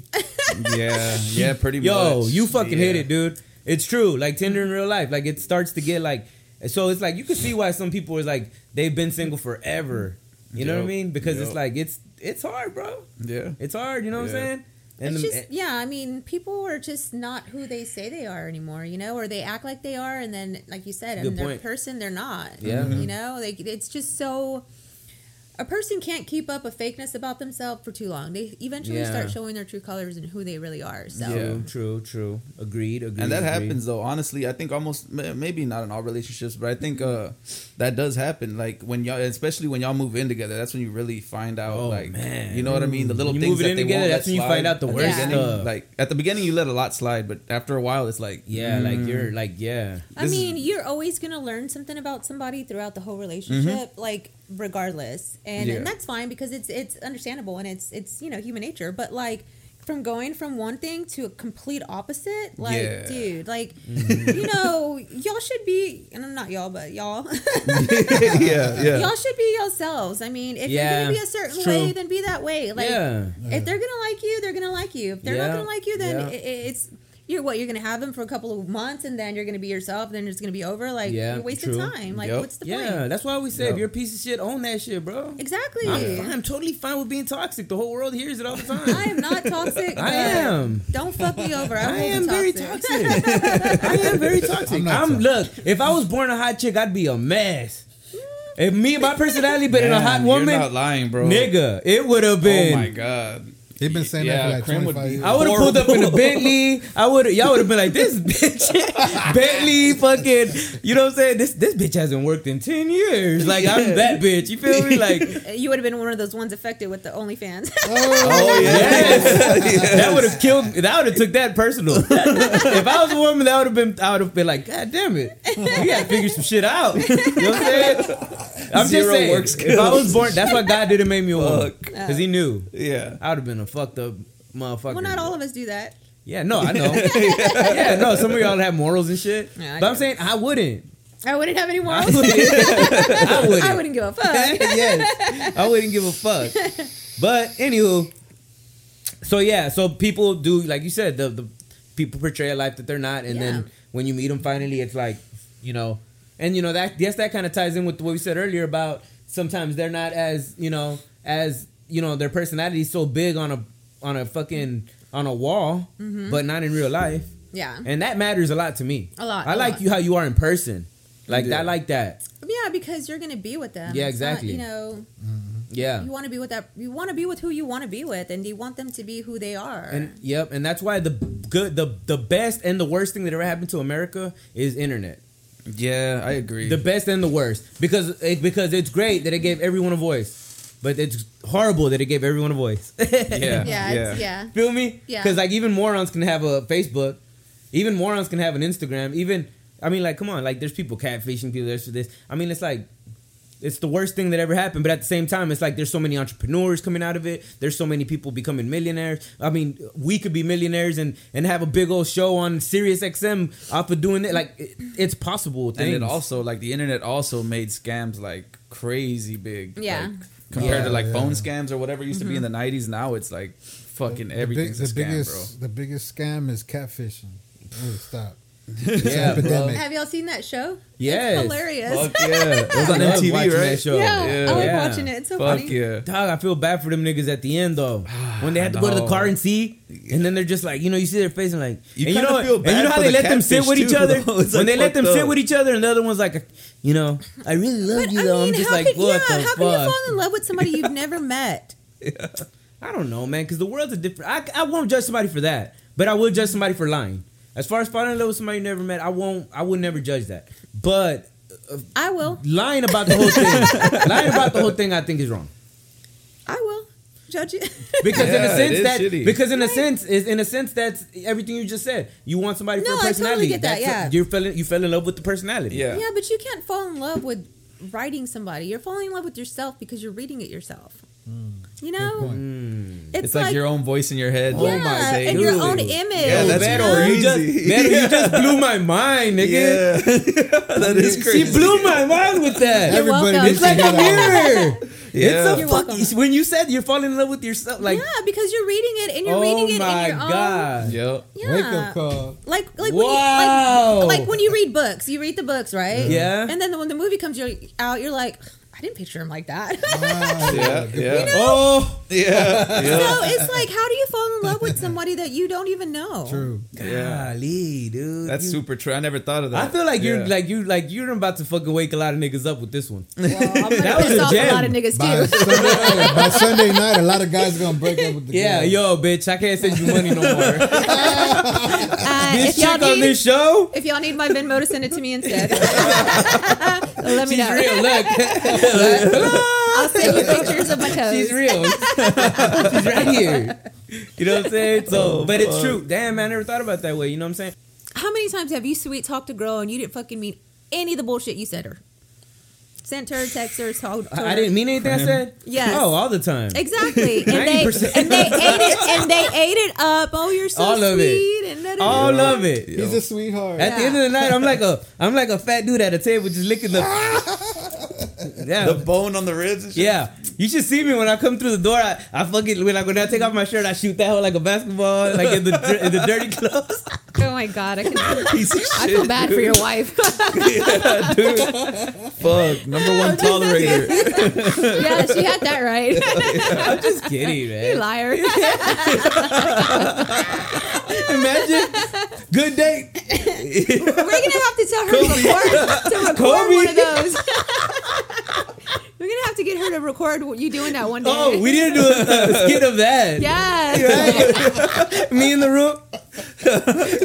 yeah, yeah, pretty
Yo,
much.
you fucking hit
Yeah.
it, dude. It's true. Like Tinder in real life, like it starts to get like. So it's like you can see why some people are like they've been single forever. You know what I
Yup,
mean? Because it's
yup.
like it's it's hard, bro.
Yeah,
It's hard. You know what
Yeah.
I'm saying? And
it's
the- eh,
just yeah i mean people are just not who they say they are anymore you know or they act like they are and then like you said
Good
and their
point.
person they're not
Yeah. Mm-hmm.
you know like it's just so a person can't keep up a fakeness about themselves for too long they eventually
Yeah.
start showing their true colors and who they really are so
Yeah.
true, true, true. Agreed, agreed.
and that
agreed.
happens though honestly i think almost ma- maybe not in all relationships but i think uh that does happen like when y'all especially when y'all move in together that's when you really find out
Oh,
like
man.
you know what i mean the little
You
things
move it
that
in
they
together,
won't
that's
let
when you
slide
find out the
at
worst
beginning.
stuff.
like at the beginning you let a lot slide but after a while it's like
Yeah, like
Mm.
you're like yeah.
I
This is- Mm-hmm.
mean, you're always going to learn something about somebody throughout the whole relationship, like regardless, and,
Yeah.
and that's fine because it's it's understandable and it's it's you know human nature. But like from going from one thing to a complete opposite, like
Yeah. Mm-hmm.
dude, like you know, y'all should be, and I'm not y'all, but y'all,
[LAUGHS] yeah yeah
y'all should be yourselves. I mean, if
Yeah,
you're going to be a
it's
certain
true.
way, then be that way. Like
yeah.
if they're gonna like you, they're gonna like you. If they're
Yeah.
not gonna like you, then
Yeah.
i i- it's you're what you're gonna have him for a couple of months and then you're gonna be yourself and then it's gonna be over like
Yeah,
you're wasting
true.
time like
Yep.
what's the
yeah,
point
that's why we say if
Yeah.
you're a piece of shit, own that shit, bro.
exactly
I'm, fine. I'm totally fine with being toxic. The whole world hears
[LAUGHS]
it all the time.
I am not
[LAUGHS]
toxic
I
but
am.
don't fuck me over
[LAUGHS]
I'm
I
over
am very toxic. I [LAUGHS] am very toxic. I'm,
not
look. If I was born a hot chick, I'd be a mess. If me and my personality been in a hot
"Mm, Man,
woman,
You're not lying, bro.
nigga, it would have been.
Oh my god.
They've been saying that for like
Krim would
25
be
years.
I would have pulled up in a Bentley. I would y'all would have been like this bitch [LAUGHS] Bentley fucking you know what I'm saying this this bitch hasn't worked in 10 years like I'm that bitch you feel me like
Uh, [LAUGHS] you would have been one of those ones affected with the OnlyFans [LAUGHS]
oh yes. that would have killed me. that would have took that personal if I was a woman that would have been I would have been like god damn it you gotta figure some shit out you know what I'm saying I'm
Zero
just saying
work
if I was born that's why God didn't make me a woman
Fuck.
because he knew
Yeah.
I would have been a fucked up motherfucker
well not all of us do that
Yeah, no, I know. yeah, no, some of y'all have morals and shit.
Yeah, I
but I'm
do.
saying I wouldn't.
I wouldn't have any more
I wouldn't. I wouldn't.
[LAUGHS] I wouldn't give a fuck
[LAUGHS] yes, I wouldn't give a fuck. But anywho, so yeah, so people do like you said the the people portray a life that they're not, and
Yeah.
then when you meet them finally, it's like you know, and you know that yes, that kind of ties in with what we said earlier about sometimes they're not as you know as you know their personality is so big on a on a fucking on a wall, but not in real life.
yeah
And that matters a lot to me.
Mm-hmm. A lot,
I
a
like
lot.
you how you are in person. Like
Yeah.
I like that.
yeah because you're gonna be with them
Yeah,
It's not,
exactly.
you know
Yeah.
you want to be with that you want to be with who you want to be with and you want them to be who they are
And yep, and that's why the good the the best and the worst thing that ever happened to America is internet.
Yeah, I agree.
The best and the worst because it, because it's great that it gave everyone a voice, but it's horrible that it gave everyone a voice. [LAUGHS]
yeah.
yeah, it's- yeah.
Feel me?
Yeah.
Because like even morons can have a Facebook, even morons can have an Instagram. Even I mean, like, come on, like there's people catfishing people. There's this. I mean, it's like it's the worst thing that ever happened. But at the same time, it's like there's so many entrepreneurs coming out of it. There's so many people becoming millionaires. I mean, we could be millionaires and and have a big old show on Sirius XM off of doing it. Like it, it's possible.
and
Things.
it also like the internet also made scams like crazy big.
Yeah. Mm-hmm.
like, compared to
Yeah,
like
yeah.
phone scams or whatever used to be in the nineties, now it's like fucking everything's
the,
a scam,
biggest, The biggest scam is catfishing. Oh, stop.
[LAUGHS]
It's
yeah,
an
bro.
epidemic.
have y'all seen that show
Yes.
it's hilarious
bro. Fuck yeah, it was on
I love
MTV,
watching that
right?
show.
[LAUGHS] yeah,
Yeah.
I love
Yeah.
watching it. It's so
Fuck
funny.
yeah.
Dog, I feel bad for them niggas at the end
[SIGHS]
though. When they had to go to the
Ah, No.
car and see, and then they're just like, you know, you see their face and like,
You
and you
kinda
know,
feel
and you
bad
know how
for
they
the
let them sit
catfish,
with each
too,
other.
though. [LAUGHS] It's,
when
like,
they let them
fucked
sit
up.
with each other, and the other one's like, you know, I really love
But
you
I
though.
mean,
I'm just
how
like,
could,
what
yeah,
the
how
fuck?
can you fall in love with somebody you've never met?
I don't know, man, because the world's a different. I, I won't judge somebody for that, but I will judge somebody for lying. As far as falling in love with somebody you never met, I won't. I would never judge that. But
I will.
lying about the whole
[LAUGHS]
thing, lying about the whole thing, I think is wrong.
I will
[LAUGHS]
judge you.
because in a
Yeah, it
sense
is
that
shitty.
because in a sense is in a sense that's everything you just said. You want somebody
No,
for
I
a
totally
personality.
get that,
That's-
yeah.
you fell in, you fell in love with the personality.
[LAUGHS]
Yeah.
yeah, but you can't fall in love with writing somebody. You're falling in love with yourself because you're reading it yourself.
Mm.
You know, Mm.
Point.
it's,
It's like, your own voice in your head. Oh
Yeah, and your own image.
Yeah,
Oh,
that's
you
Vero,
know?
you
[LAUGHS]
just,
crazy.
Vero, you just blew my mind, nigga.
Yeah, that is
She
crazy.
blew my mind with
[LAUGHS]
that.
You're
Everybody
welcome.
needs
It's
to
like
hear
a
that.
mirror. It's a
Yeah,
You're
fucking.
welcome.
When you said you're falling in love with yourself, [LAUGHS] like,
yeah, because you're reading it and you're
oh
reading it
my
in your
[LAUGHS]
own.
god,
yep.
Yeah.
Wake up call.
Like like
Wow.
when you, like, like when you read books, you read the books, right?
Yeah.
And then when the movie comes you're- out, you're like, I didn't picture him like that. [LAUGHS]
Ah,
Yeah, yeah,
[LAUGHS] oh,
yeah,
so it's like, how do you fall in love with somebody that you don't even know?
True.
yeah.
golly, dude,
That's
you-
super true. I never thought of that.
I feel like you're
Yeah.
like you like you're about to fucking wake a lot of niggas up with this
[LAUGHS]
one.
Well, I'm gonna
That was
piss
a
off
gem.
a lot of niggas
By
too.
Sunday, hey, by Sunday night, a lot of guys are gonna break up with the
Yeah,
girl.
yo, bitch, I can't send you money no
[LAUGHS]
more.
Uh,
this
if y'all
chick on
need,
this show,
if y'all need my Venmo to send it to me instead, [LAUGHS] let me
she's
know.
real. Look,
I'll send you pictures of my toes.
she's real. [LAUGHS] she's right here. You know what I'm saying?
Oh,
So, but it's true. Damn, man, I never thought about it that way. You know what I'm saying?
How many times have you sweet talked a girl and you didn't fucking mean any of the bullshit you sent her? Sent her, text her, told
I, I didn't mean anything I said.
Yes.
Oh, all the time.
Exactly, and they
90%.
and they ate it and they ate it up. Oh, you're so
All of it.
sweet and da, da, da.
All of it.
He's a sweetheart.
At the end of the night, I'm like a I'm
[LAUGHS]
like a fat dude at a table just licking the. Yeah. [LAUGHS]
the bone on the ribs. And shit.
Yeah. You should see me when I come through the door. I, I fucking when I go down, take off my shirt, I shoot that hole like a basketball, like in the dir- in the dirty clothes.
Oh my god, I,
[LAUGHS]
can,
Piece of
I
shit,
feel bad for your wife. [LAUGHS]
dude. Fuck, number
[LAUGHS]
one tolerator.
yeah, she had that
[LAUGHS]
right. [LAUGHS]
I'm just kidding,
you
man. [LAUGHS]
liar.
Imagine good date.
We're gonna have to tell her to record, to record
Kobe.
one of those. [LAUGHS] We're gonna have to get her to record what you doing that one day.
Oh,
[LAUGHS]
we didn't do a, a skit of that. [LAUGHS]
Yes.
Me in the room.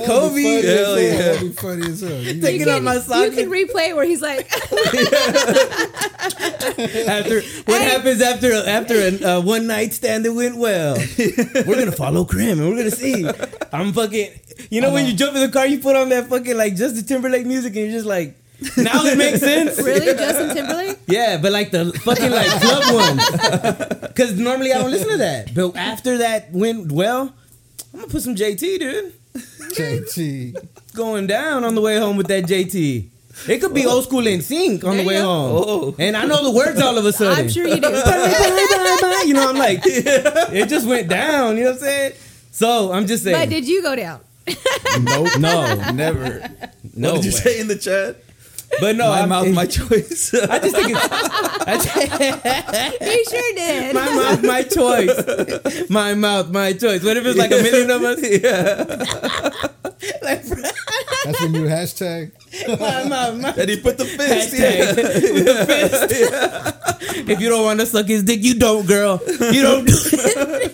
Kobe.
Hell
Hell yeah.
yeah.
That'd be funny as hell.
[LAUGHS]
You-
Taking
You
off my
can, you
socks
can replay where he's
[LAUGHS]
like,
after what happens after after a uh, one night stand that went well. we're gonna follow Krim and we're gonna see. I'm fucking. You know when you jump in the car, you put on that fucking like Justin Timberlake music and you're just like, now it makes sense.
"Really, Justin
[LAUGHS]
Timberlake?"
Yeah, but like the fucking like club ones. Because normally I don't listen to that. But after that went well, I'm gonna put some JT, dude.
JT.
Going down on the way home with that JT. It could be old school in sync on the way
There you go.
home.
Oh.
And I know the words all of a sudden.
I'm sure
[LAUGHS]
you do.
you know, I'm
[LAUGHS]
like, it just went down. You know what I'm saying? So I'm just
But
saying,
did you go down?
Nope. [LAUGHS]
no,
Never.
no,
Did you
way.
say in the chat?
but no,
my
I'm,
mouth, my choice.
[LAUGHS] I just think it's I
You sure did.
ju- my mouth, my choice, my mouth, my choice. What if it's like a million of us?
That's your new hashtag.
My mouth, my
and he put the
[LAUGHS]
fist.
Hashtag.
Yeah.
If you don't want to suck his dick, you don't, girl. You don't do it.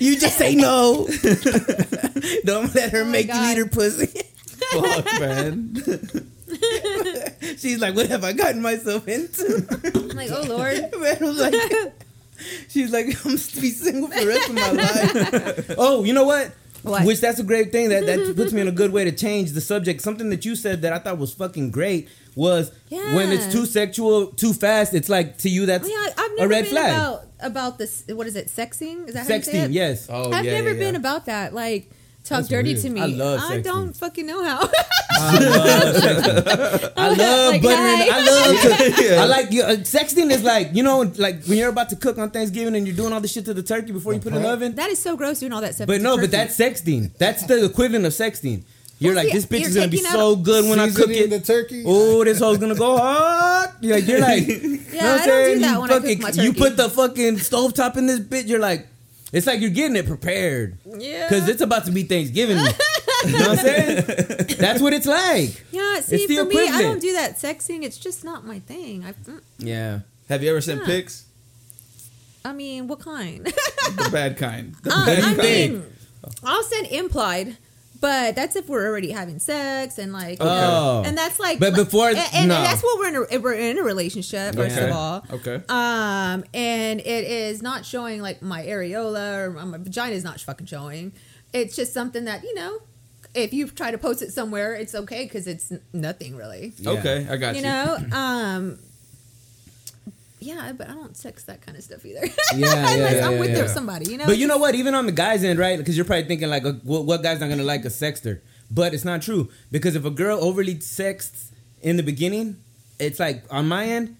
You just say no. [LAUGHS] don't let her
Oh my
make you
God.
eat her pussy.
Fuck, man.
She's like, what have I gotten myself into?
[LAUGHS]
[LAUGHS]
I'm like, oh lord.
Man, I'm like, she's like, I'm gonna be single for the rest of my life. oh, you know what?
What?
Which that's a great thing that that puts me in a good
[LAUGHS]
way to change the subject. Something that you said that I thought was fucking great was when it's
Yeah.
too sexual, too fast. It's like to you that's
Yeah, I- I've never
a red
been
flag.
about about this. What is it? Sexing? Is that how you say it?
Sexting, yes.
Oh,
I've
yeah,
never
yeah,
been
yeah.
about that. Like talk dirty
weird.
to me.
I love
I
sexting.
don't fucking know how. [LAUGHS]
I love
Like,
buttering.
hi.
I
[LAUGHS]
love.
Yeah.
I like you- uh, sexting is like you know like when you're about to cook on Thanksgiving and you're doing all this shit to the turkey before you put it in the
Uh-huh.
prep?
oven.
that is so gross doing all that stuff.
But
to
no,
turkey.
but that's sexting. That's the equivalent of sexting. You're
Well,
like,
see,
this bitch
you're
is gonna be
taking
so good when I cook
Seasoning
it.
the turkey.
Oh, this hoe's gonna go hot. You're like, you're like, you know
[LAUGHS]
what
Yeah, I
I'm
don't do
saying?
that
you
when I cook
fucking,
my
you
turkey.
put the fucking stovetop in this bitch. You're like, it's like you're getting it prepared
yeah.
because it's about to be Thanksgiving. you know what I'm
[LAUGHS]
saying? That's what it's like.
yeah. See,
the
for me, I
equivalent.
don't do that sexing. It's just not my thing. I, mm,
Yeah.
Have you ever sent pics?
I mean, what kind?
The bad kind. The
Uh,
bad
I
kind.
mean, I'll send implied, but that's if we're already having sex and like, you
Oh.
know, and that's like,
But before-
and, and- and
no.
that's what we're in. A, if we're in a relationship, first
Okay.
of all,
Okay.
Um, and it is not showing like my areola or my vagina is not fucking showing. It's just something that you know, if you try to post it somewhere, it's okay because it's n- nothing really,
Yeah.
Okay, I got you.
you know. Um. Yeah, but I don't sex that kind of stuff either. [LAUGHS]
yeah,
Unless
yeah,
I'm with
yeah.
somebody, you know.
But you know what? Even on the guy's end, right? Because you're probably thinking like, uh, what, what guy's not gonna like a sexter? But it's not true because if a girl overly sexts in the beginning, it's like on my end.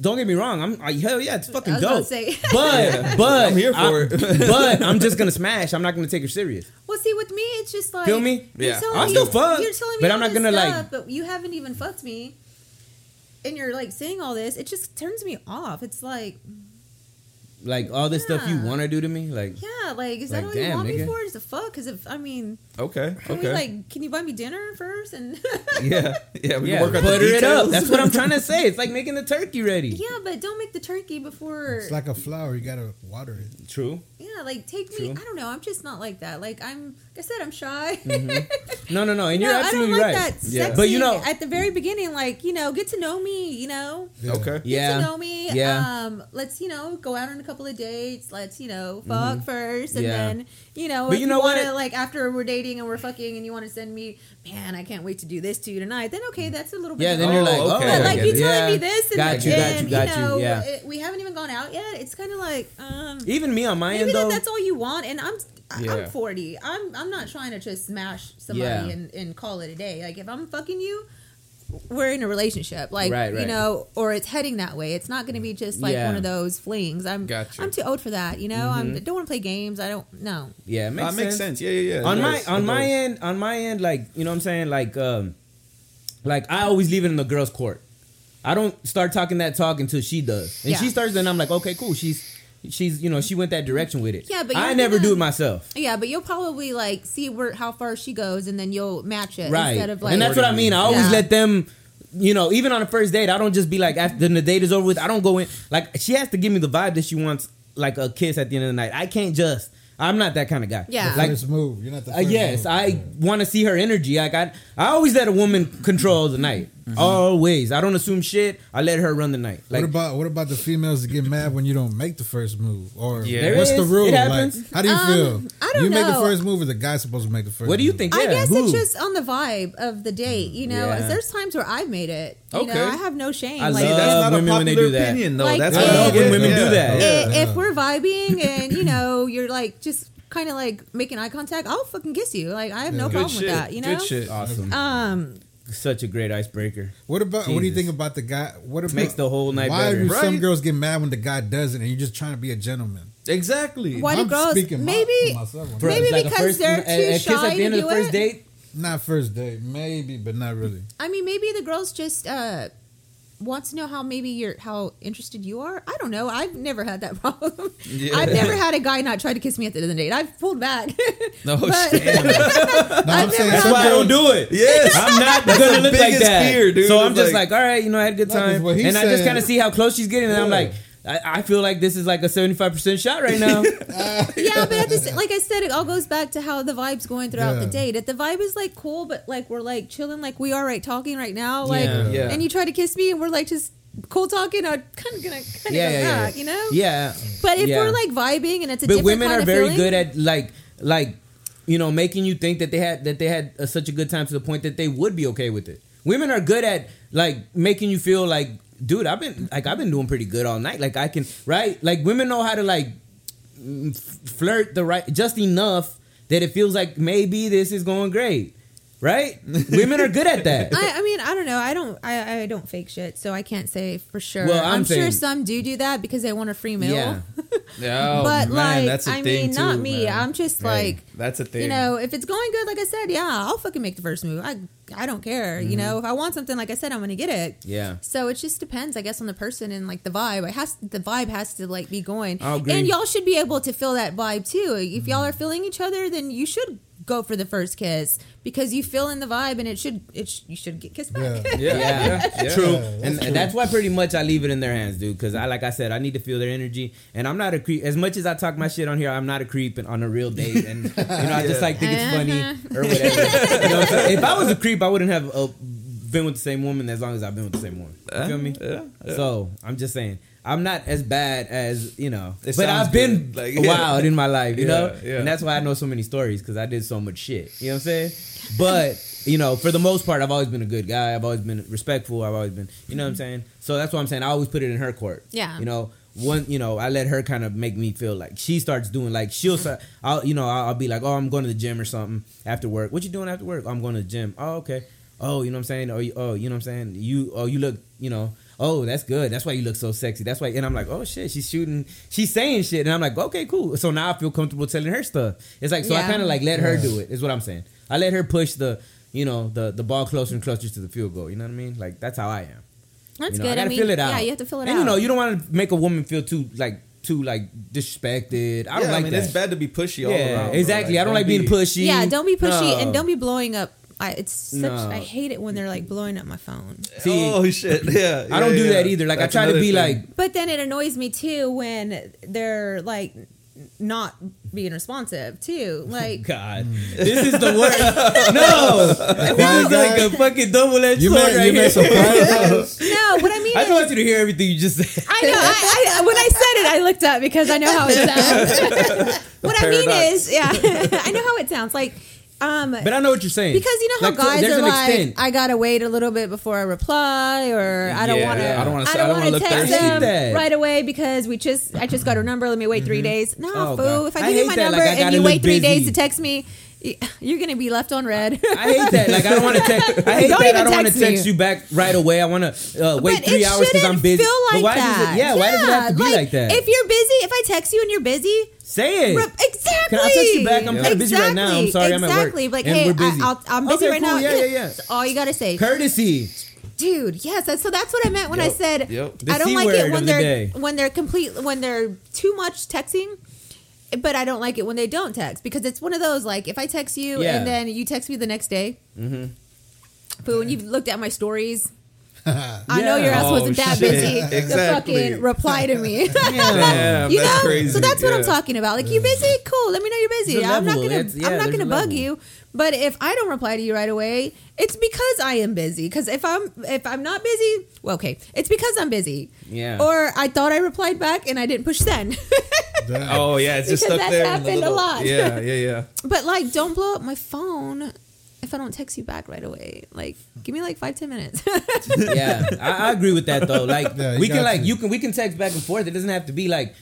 Don't get me wrong. I'm I, hell yeah, it's fucking
I was
dope.
gonna say. [LAUGHS]
But but
[LAUGHS] I'm here for it.
[LAUGHS] but I'm just gonna smash. I'm not gonna take her serious.
Well, see, with me, it's just like
Feel me?
You're
Yeah.
telling
I'll
me-
still fuck,
You're telling me,
but
all
I'm not
this
gonna, like-
stuff, But you haven't even fucked me, and you're like saying all this. It just turns me off. It's like,
Like all this stuff you
Yeah.
want to do to me, like
yeah, like is
Like,
that all you
damn,
want me
nigga.
for? Is a fuck? Because if I mean,
Okay,
can we,
okay.
like, can you buy me dinner first? And
[LAUGHS]
[LAUGHS]
yeah, yeah. We
yeah,
can work out the
butter it up.
details.
That's what I'm
[LAUGHS]
trying to say. It's like making the turkey ready.
yeah, but don't make the turkey before.
It's like a flower. You gotta water it.
True.
yeah, like take me.
True.
I don't know. I'm just not like that. Like I'm. Like I said, I'm shy.
No, no, no. And Mm-hmm. you're
[LAUGHS] no,
absolutely
I don't like
right.
that.
Yeah.
Sexy
But you know-
at the very beginning, like you know, get to know me. You know.
Yeah.
Okay.
Yeah.
[LAUGHS] get to know me.
Yeah.
Um, let's, you know, go out on a couple of dates. Let's, you know, fuck first. And
Mm-hmm. Yeah.
then, you know,
But
if
you
you,
know what?
want to, like, after we're dating and we're fucking and you want to send me, man, I can't wait to do this to you tonight, then okay, that's a little bit.
Mm. Yeah, then
different.
you're
Oh,
like, oh,
okay.
but, like,
I
you
get it.
telling me this and,
Got you, got
then,
you,
you,
got you,
know,
yeah.
it- we haven't even gone out yet. It's kind of like, um,
Even me on my
maybe
end
that,
though.
that's all you want. And I'm, I-
Yeah.
I'm 40. I'm, I'm not trying to just smash somebody
Yeah.
and, and call it a day. Like, if I'm fucking you, we're in a relationship, like
Right,
you
right.
know, or it's heading that way. It's not going to be just like
Yeah. Mm-hmm.
one of those flings. I'm
Gotcha.
I'm too old for that. You know, I'm, I don't want to play games. I don't know.
Yeah, it makes,
that makes
sense.
sense. Yeah, yeah, yeah.
on
It
my
does.
on
It
my
does.
end on my end like you know what i'm saying like um like i always leave it in the girl's court i don't start talking that talk until she does and
Yeah.
she starts then i'm like okay cool she's she's you know she went that direction with it
Yeah, but
i
you're
never
gonna-
do it myself
Yeah, but you'll probably like see where how far she goes, and then you'll match it
right
instead of like.
and that's what i mean i always
Yeah.
let them you know even on the first date i don't just be like after the date is over with i don't go in like she has to give me the vibe that she wants like a kiss at the end of the night i can't just i'm not that kind of guy
Yeah.
like
first move. You're not the
Uh,
first
yes,
move.
I want to see her energy. Like I, I always let a woman control the night. Always, I don't assume shit. I let her run the night. Like
what about what about the females that get mad when you don't make the first move? Or
Yeah. There
what's
is.
the rule?
It
Like,
happens.
how do you feel?
Um, I don't
you make the
know.
first move, or the guy's supposed to make the first?
what do you
move?
think?
I
Yeah,
guess
who?
it's just on the vibe of the date, you know.
Mm, Yeah.
There's times where I've made it. You
Okay.
know, I have no shame.
I
like
love
that's not
uh, women
a
when they
popular
do that.
opinion though.
Like,
that's
I
what
love
it
when
is.
women do
Yeah.
that.
Yeah.
i- if we're vibing and you know you're like just kind of like making eye contact, I'll fucking kiss you. Like I have no
Good
problem
shit.
with that. You know.
Good shit.
awesome.
Um.
Such a great icebreaker.
What about what do you
Jesus.
think about the guy? What about,
Makes the whole night
Why
better.
do some
Right.
girls get mad when the guy does it, and you're just trying to be a gentleman?
Exactly.
Why do
I'm
girls?
speaking my-
Maybe.
for myself on
maybe
It's a
because they're
a-
too
a kiss
shy
at the end
to
of the
do
first
it? [LAUGHS]
date.
Not first date, maybe, but not really.
I mean, maybe the girls just uh want to know how maybe you're how interested you are. I don't know. I've never had that [LAUGHS] problem.
Yeah.
I've never had a guy not try to kiss me at the end of the date. I've pulled back. [LAUGHS]
No
But-
Oh,
[LAUGHS]
shit.
No, I'm
never
saying
had
That's
some
why I
girls-
don't do it.
Yes.
I'm not gonna look like
biggest
that.
fear, dude.
So I'm
It's
just like,
like-
all right, you know, I had a good
That is
time,
what he
and I just
said.
kind of see how close she's getting, and I'm
Yeah.
like, I, I feel like this is like a 75 percent shot right now.
yeah, but at this, like I said, it all goes back to how the vibe's going throughout the
Yeah.
date. If the vibe is like cool, but like we're like chilling, like we are right talking right now, like,
Yeah.
Yeah.
and you try to kiss me, and we're like just cool talking. I'm kind of gonna kind of
Yeah,
go
yeah, yeah.
back, you know.
yeah,
But if
Yeah.
we're like vibing and it's a
but
different
women
kind
are
of
very
feeling,
good at like like you know making you think that they had that they had uh, such a good time to the point that they would be okay with it women are good at like making you feel like dude i've been like i've been doing pretty good all night like i can right like women know how to like mm, f- flirt the right just enough that it feels like maybe this is going great right women are good at that
I, I mean, I don't know. I don't. I, I don't fake shit, so I can't say for sure.
Well, I'm
I'm, sure
saying-
some do do that because they want a free meal.
yeah
Yeah, oh,
[LAUGHS] but
man,
like,
that's a
I
thing
mean, not
too,
me.
man.
I'm just
Hey.
like,
That's a thing.
you know, if it's going good, like I said, yeah, I'll fucking make the first move. I I don't care. You know, if I want something, like I said, I'm gonna get it.
Mm-hmm. yeah
So it just depends, I guess, on the person and like the vibe. It has the vibe has to like be going,
I'll agree. Mm-hmm.
and y'all should be able to feel that vibe too. If y'all are feeling each other, then you should go for the first kiss because you feel in the vibe, and it should it sh- you should get kissed back.
[LAUGHS]
Yeah.
yeah,
yeah,
yeah.
true.
Yeah,
and
that's true.
that's why pretty much I leave it in their hands, dude. Because I, like I said, I need to feel their energy. And I'm not a creep. As much as I talk my shit on here, I'm not a creep and- on a real date. And you know, I just like think it's funny or whatever. You know what I'm saying? if I was a creep, I wouldn't have uh, been with the same woman as long as I've been with the same woman. You feel me?
yeah,
So I'm just saying. I'm not as bad as you know,
It
but
sounds
I've been
good. Like,
wild in my life, you
Yeah,
know,
yeah.
and that's why I know so many stories because I did so much shit. You know what I'm saying? But you know, for the most part, I've always been a good guy. I've always been respectful. I've always been, you know what I'm saying? So that's why I'm saying I always put it in her court.
Yeah.
You know, one, you know, I let her kind of make me feel like she starts doing like she'll, start, I'll, you know, I'll, I'll be like, oh, I'm going to the gym or something after work. What you doing after work? I'm going to the gym. Oh, okay. Oh, you know what I'm saying? Oh, you, oh, you know what I'm saying? You, oh, you look, you know. Oh, that's good. That's why you look so sexy. That's why, and I'm like, oh shit, she's shooting, she's saying shit, and I'm like, okay, cool. So now I feel comfortable telling her stuff. It's like, so I
Yeah.
kind of like let her do it. Is what I'm saying. I let her push the, you know, the the ball closer and closer to the field goal. You know what I mean? Like that's how I am.
[LAUGHS] That's
you know,
good.
I gotta
mean,
feel it out.
Yeah, you have to fill it
and
out.
you know, you don't want to make a woman feel too like too like disrespected. I don't
yeah,
like
I mean,
that.
it's bad to be pushy all
yeah,
around. bro.
exactly. I don't like being
be-
pushy.
yeah, don't be pushy
No.
and don't be blowing up. I, it's such.
No.
I hate it when they're like blowing up my phone.
See,
oh shit! [LAUGHS] Yeah,
I don't
yeah,
do
yeah.
that either. Like
That's
I try to
another
be
thing.
like,
But then it annoys me too when they're like not being responsive too.
[LAUGHS]
Like
[LAUGHS]
God, this is the worst. no, this is like
[LAUGHS]
a fucking double edged
You
sword
made,
right
you
here. [LAUGHS]
made some [LAUGHS] progress.
no, what I mean
I
is
just want you to hear everything you just said.
I know. I, I, when I said it, I looked up because I know how it sounds. [LAUGHS] what I mean
paradox.
is, yeah, [LAUGHS] I know how it sounds. Like, um,
But I know what you're saying
because you know how
Like, so
guys
there's
are
an
like,
extent.
I gotta wait a little bit before I reply, or I don't
Yeah,
want
I don't wanna-
to,
I don't wanna look
text
thirsty.
them
That.
right away because we just, I just got her number. Let me wait three days. No,
Oh,
fool.
God.
If
I
I give you
hate
my
that. Like,
number
I gotta
and you
look
wait three
busy.
days to text me,
y- you're gonna be left on red.
I hate that.
[LAUGHS]
Like I don't want to text. I hate
Don't
that.
even
I don't want to
text me.
text you back right away. I want to uh, wait
But
three
it
hours because
shouldn't
I'm busy.
Feel like
but why
that.
does it? Yeah, Why does it have to be like, that?
If you're busy, if I text you and you're busy,
Say it.
rep- exactly.
Can I text you back? I'm kinda busy right now. I'm sorry, I'm at work.
Exactly. Like,
And
hey,
we're busy.
I, I'll, I'm busy
Okay,
right
cool.
now.
Yeah, yeah,
[LAUGHS]
yeah.
That's all you gotta say.
Courtesy.
dude yes that's, so that's what i meant when i
Yep,
said
yep.
The
I don't
C
like
word
it
of
when
the
they're
day.
when they're complete when they're too much texting.
but i don't like it when they don't text because it's one of those like if i text you
Yeah.
and then you text me the next day
Mm-hmm.
but when you've looked at my stories i know your ass
Yeah.
wasn't
Oh,
that
shit. [LAUGHS]
busy
Exactly.
to fucking reply to
[LAUGHS]
me
Damn,
you
that's
know
crazy.
so that's what i'm
Yeah.
talking about like you busy cool let me know you're busy
There's a
i'm not
level.
gonna
It's- yeah,
i'm not
there's
gonna
a
bug
level.
you but if i don't reply to you right away it's because i am busy because if i'm if i'm not busy well okay it's because i'm busy
Yeah.
or i thought i replied back and i didn't push send [LAUGHS]
Oh yeah, it's just
Because that's
stuck there. in the
happened a
little-
lot.
Yeah, yeah, yeah.
but like don't blow up my phone if i don't text you back right away like give me like five ten minutes [LAUGHS]
yeah, I, I agree with that though. Like
Yeah, you
we can
got
like
to.
you can we can text back and forth. It doesn't have to be like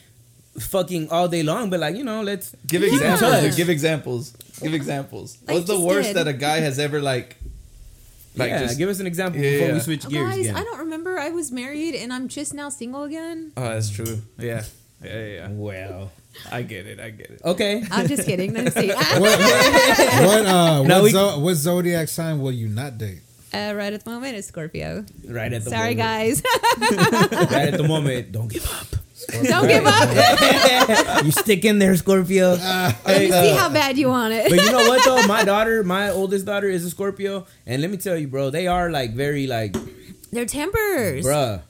fucking all day long, but like you know, let's
Give
keep in
examples.
touch.
dude, Give examples. Give examples.
I
What's the
just
worst
did.
that a guy has ever like? Like
yeah,
just.
give us an example
Yeah,
before
yeah.
we switch gears.
guys
again.
i don't remember i was married and i'm just now single again
oh, that's true. Yeah. Yeah, yeah, yeah.
Well,
I get it. I get it.
okay.
i'm just
[LAUGHS]
kidding let me see
What, what, uh,
No,
what,
we-
zo- what zodiac sign will you not date?
[LAUGHS] uh, right at the moment it's scorpio
Right at the
sorry
moment.
guys
Right at the moment, don't give up.
don't give up
you stick in there, Scorpio.
let me see how bad you want it
uh, but you know what though? My daughter, my oldest daughter, is a Scorpio, and let me tell you, bro, they are like very like,
[LAUGHS] they're tempers
bruh.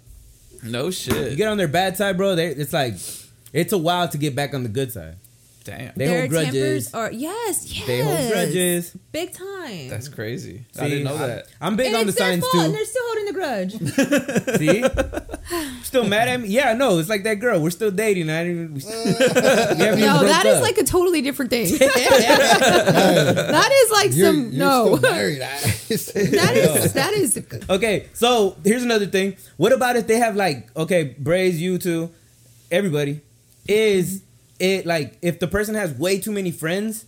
No
You
shit.
get on their bad side, bro. They, it's like, it's a while to get back on the good side.
Damn.
They hold grudges.
tempers are yes yes
They hold grudges.
big time
That's crazy.
See,
I didn't know that.
I'm big
and
on the
it's their
signs
fault and
too.
they're still holding the
[LAUGHS]
grudge
See, still mad at me? Yeah, no. It's like that girl. We're still dating. I [LAUGHS] didn't. We, we haven't even
No,
broke
that is
up.
like a totally different
[LAUGHS]
thing. [LAUGHS] that is like
You're,
some
you're
no. [LAUGHS]
still married.
That is that is
Okay, so here's another thing. What about if they have like okay, Braze, you two, everybody, is it like if the person has way too many friends,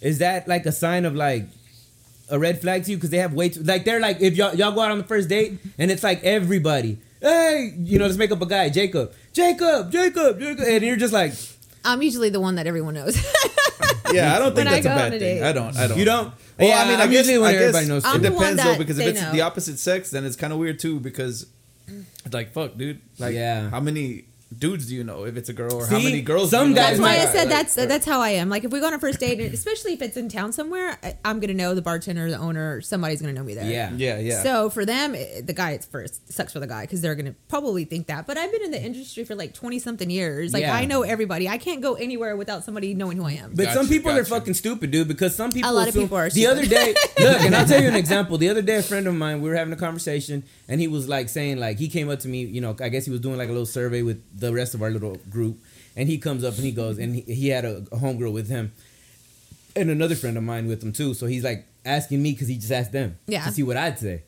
is that like a sign of like a red flag to you because they have way too like they're like if y'all y'all go out on the first date and it's like everybody, hey, you know, let's make up a guy, Jacob, Jacob, Jacob, Jacob, and you're just like
I'm usually the one that everyone knows. [LAUGHS]
Yeah, I don't
When
think
I
that's a
go on
bad
a
thing.
date.
I don't. I don't.
you don't.
Well,
yeah,
I mean,
I'm
I guess,
usually when
I guess
everybody knows.
I'm
it
the
depends
one
though,
that
because if
they
it's
know.
the opposite sex, then it's kind of weird too. Because it's like, fuck, dude. Like,
Yeah.
how many dudes do you know if it's a girl, or how
See?
many girls?
Some
do you know
guys
that's
if
why I
it's a guy?
said
Like,
that's that's how I am. Like if we go on a first date, and especially if it's in town somewhere, I, I'm gonna know the bartender, the owner, somebody's gonna know me there.
Yeah.
Yeah, yeah.
So for them, it, the guy it's first sucks for the guy because they're gonna probably think that. But I've been in the industry for like twenty something years. Like
Yeah.
I know everybody. I can't go anywhere without somebody knowing who I am.
But some
Gotcha,
people are
gotcha.
fucking stupid, dude. Because some people,
A lot of
assume-
people are
The
stupid.
other day,
[LAUGHS]
look, and I'll tell you an example. The other day, a friend of mine, we were having a conversation, and he was like saying, like he came up to me, you know, I guess he was doing like a little survey with the rest of our little group, and he comes up and he goes, and he, he had a, a homegirl with him, and another friend of mine with him too. So he's like asking me because he just asked them
Yeah.
to see what I'd say.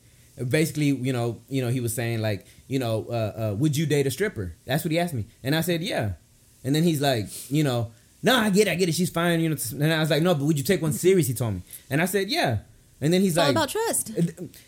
Basically, you know, you know, he was saying like, you know, uh, uh, would you date a stripper? That's what he asked me, and I said yeah. And then he's like, you know, no, I get, it, I get it, she's fine, you know. And I was like, no, but would you take one serious? He told me, and I said yeah. And then he's
it's
like,
all about trust.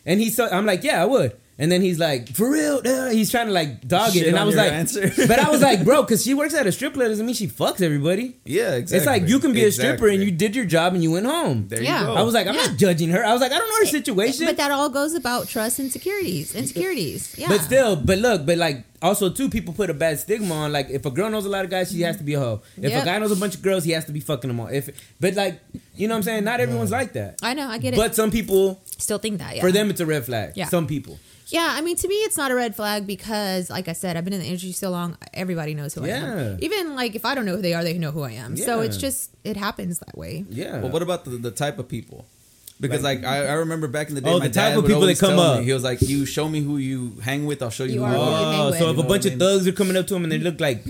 and he said, I'm like, yeah, I would. And then he's like, for real? Duh. He's trying to like dog
Shit
it, and
on
I was
your
like,
answer.
[LAUGHS] but I was like, bro, because she works at a strip club doesn't mean she fucks everybody.
yeah, exactly.
It's like you can be a stripper and
Exactly.
you did your job and you went home.
There
Yeah.
you go.
I was like, I'm
Yeah. Eh,
not judging her. I was like, I don't know her situation.
But that all goes about trust and securities. Insecurities. Yeah.
But still, but look, but like also too, people put a bad stigma on like if a girl knows a lot of guys, she has to be a hoe. If
Yep.
a guy knows a bunch of girls, he has to be fucking them all. If but like you know what I'm saying, not everyone's like that.
I know, I get it.
But some people,
still think that, yeah.
for them, it's a red flag.
Yeah.
Some people,
Yeah, I mean, to me, it's not a red flag because, like I said, I've been in the industry so long. Everybody knows who I
Yeah.
am. Even like if I don't know who they are, they know who I am. So
Yeah.
it's just it happens that way.
yeah.
Well, what about the, the type of people? Because like, I, I remember back in the day,
Oh,
my
the type
dad
of
would
people that
always
come
tell
up.
Me, he was like, "You show me who you hang with, I'll show you."
You are
who you
who you
are.
hang
oh,
with.
so if
You
a
know
bunch
what I
of
mean?
thugs are coming up to him and they look
[LAUGHS]
like.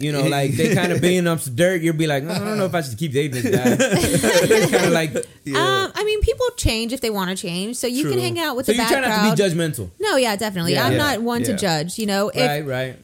You know, like they [LAUGHS] kind of being up some dirt. You'll be like, "Oh, I don't know if I should keep dating this [LAUGHS] guy. it's kind of like
Um, I mean, people change if they want to change. So you can
True.
hang out with
so
the
you
bad
try
crowd.
not to be judgmental,
no, yeah, definitely.
Yeah.
I'm
Yeah.
not one
Yeah.
to judge. You know, if
right? Right.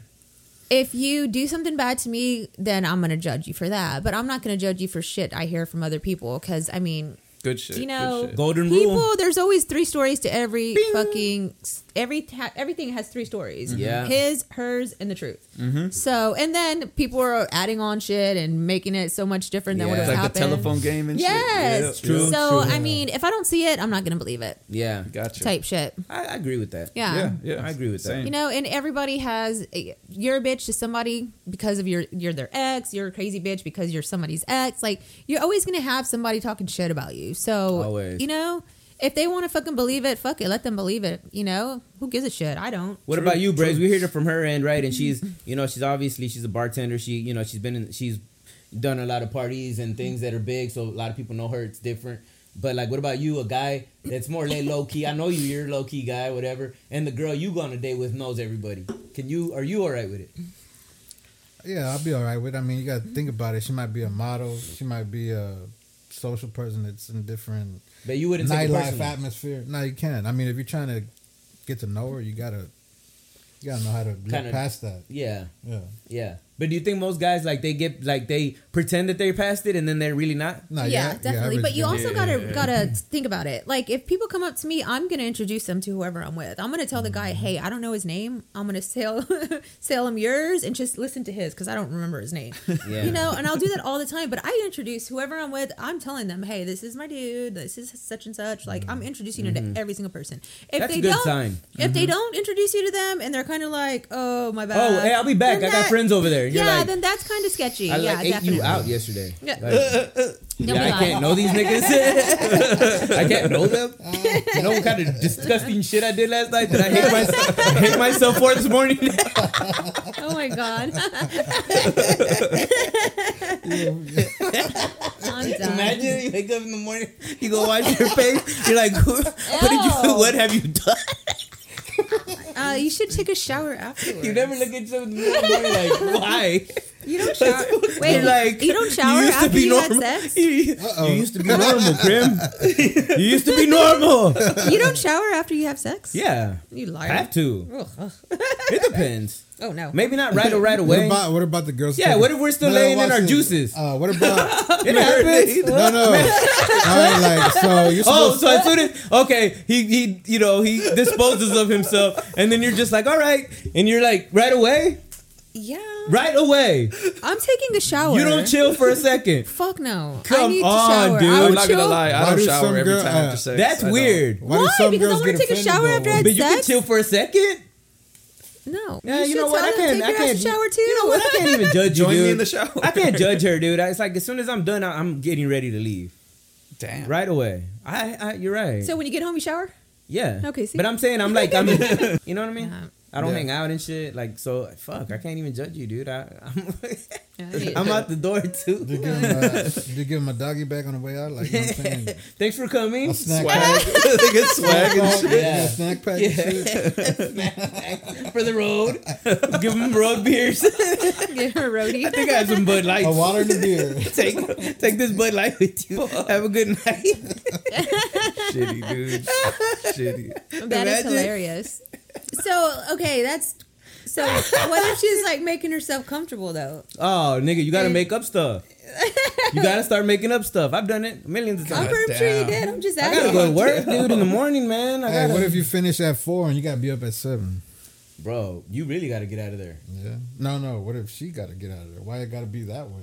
if you do something bad to me, then I'm gonna judge you for that. But I'm not gonna judge you for shit I hear from other people. Because I mean,
Good shit.
you know,
good shit.
Golden
people,
rule.
There's always three stories to every fucking every ta- everything has three stories.
Yeah.
his, hers, and the truth.
Mm-hmm.
So, and then people are adding on shit and making it so much different than what
It's
it
like
happened.
the telephone game and shit.
Yes,
Yeah,
true.
So,
true.
I mean, if I don't see it, I'm not gonna believe it.
Yeah,
Gotcha.
Type shit.
I, I agree with that.
Yeah.
Yeah, yeah.
I agree with that.
Same.
You know, and everybody has you're a bitch to somebody because of your you're their ex. You're a crazy bitch because you're somebody's ex. Like you're always gonna have somebody talking shit about you. So
Always.
you know, if they want to fucking believe it, fuck it, let them believe it. You know, who gives a shit? I don't.
What about you, Braves? We heard it from her end, right? And she's, you know, she's obviously she's a bartender. She, you know, she's been in, she's done a lot of parties and things that are big, so a lot of people know her. It's different. But like, what about you, a guy that's more lay low key? I know you, you're a low key guy, whatever. And the girl you go on a date with knows everybody. Can you? Are you all right with it?
[LAUGHS] Yeah, I'll be all right with. it. I mean, you got to think about it. She might be a model. She might be a social person that's in different
But you wouldn't take it
nightlife
personally.
atmosphere. No, you can't. I mean, if you're trying to get to know her, you gotta you gotta know how to
Kinda-
get past that.
yeah,
Yeah.
yeah. But do you think most guys like they get like they pretend that they're past it and then they're really not?
No,
yeah,
I-
definitely.
I
but you
really
also gotta
[LAUGHS]
gotta think about it. Like if people come up to me, I'm gonna introduce them to whoever I'm with. I'm gonna tell the guy, hey, I don't know his name. I'm gonna [LAUGHS] sell sell him yours and just listen to his because I don't remember
[LAUGHS]
his name.
Yeah.
You know, and I'll do that all the time. But I introduce whoever I'm with. I'm telling them, hey, this is my dude. This is such and such. Like I'm introducing you to every single person.
Mm-hmm.
If
That's a
they
good
don't,
sign. Mm-hmm.
if they don't introduce you to them, and they're kind of like, oh my bad.
Oh, hey, I'll be back.
then
I got
that-
friends over there. You're
yeah,
like,
then that's kind of sketchy.
I
yeah,
like ate
definitely.
you out
[LAUGHS]
yesterday.
Yeah.
Like,
Don't
yeah,
be
I
lying.
can't know these niggas. [LAUGHS] I can't know them. You know what kind of disgusting shit I did last night that I hate, myself, [LAUGHS] hate myself for this morning.
Oh my god. I'm
[LAUGHS]
done.
Imagine you wake up in the morning, you go wash your face, you're like, "Who- what did you? [LAUGHS]
Ew.
What have you done?
Uh, you should take a shower afterwards.
You never look at yourself in the mirror in the morning like, [LAUGHS] why?
You don't shower. Wait,
You're like,
you don't shower
used to
after
be
you
normal.
had
[LAUGHS]
sex.
You, you used to be
Oh.
normal, Krim. You used to be normal.
You don't shower after you have sex.
Yeah,
You liar.
have to.
Ugh, ugh.
It depends.
Oh no.
Maybe not right or right
[LAUGHS] What
away.
about what about the girls?
Yeah, what if we're still laying in our
watch this.
juices?
Uh, what
[LAUGHS]
about
It happens. [LAUGHS]
no no? All right, like so you're
Oh,
supposed
so as soon as okay, he he you know he disposes of himself, and then you're just like, all right, and you're like right away,
Yeah.
right away.
I'm taking a shower.
You don't chill for a second.
Fuck no. I
Come
need
on,
to shower.
dude.
I
I'm
would
not
chill.
gonna lie. I
Why
don't
do
shower
some
every
girl-
time
uh,
after sex.
That's
I don't.
weird.
why do
Why?
some
Because I
girls
wanna
get
take a
offended
shower
though?
after I-
But you can
Sex?
chill for a second.
No.
Yeah, you
should
know what?
tell
I
them,
can't- I
Take your ass
can't-
to shower too.
You know what? I can't
[LAUGHS]
even judge you.
Join me
dude.
in the shower.
I can't judge her, dude. I- It's like as soon as I'm done, I- I'm getting ready to leave
Damn.
right away. I, I you're right.
So when you get home, you shower.
Yeah.
Okay, see?
But I'm saying I'm like
[LAUGHS]
I'm, you know what I mean.
Yeah.
I don't
Yeah.
hang out and shit. Like so, fuck. I can't even judge you, dude. I, I'm, [LAUGHS]
Yeah, I hate
I'm
it. [LAUGHS]
out the door too.
Did you, give him a, did you give him a doggy bag on the way out? Like you know what I'm saying?
Thanks for coming. [LAUGHS]
A snack
Swag.
pack.
they get swag. and
Oh,
shit.
yeah,
Yeah.
a snack pack and shit.
for the road. [LAUGHS] Give them road beers. [LAUGHS] I
Get her a roadie.
think [LAUGHS] I have some Bud Lights.
A water and a
[LAUGHS]
beer.
Take take this Bud Light with [LAUGHS] you. Have a good night.
Shitty, dude. Shitty.
That is
Imagine.
hilarious. So okay, that's so. What if she's like making herself comfortable though?
Oh, nigga, you gotta
And-
make up stuff. You gotta start making up stuff. I've done it millions of
I'm
times.
pretty sure you
damn.
did. I'm just
I gotta
asking.
go to [LAUGHS] work, dude, in the morning, man. I
Hey,
gotta.
what if you finish at four and you gotta be up at seven?
Bro, you really gotta get out of there.
Yeah. No, no. What if she gotta get out of there? Why it gotta be that way?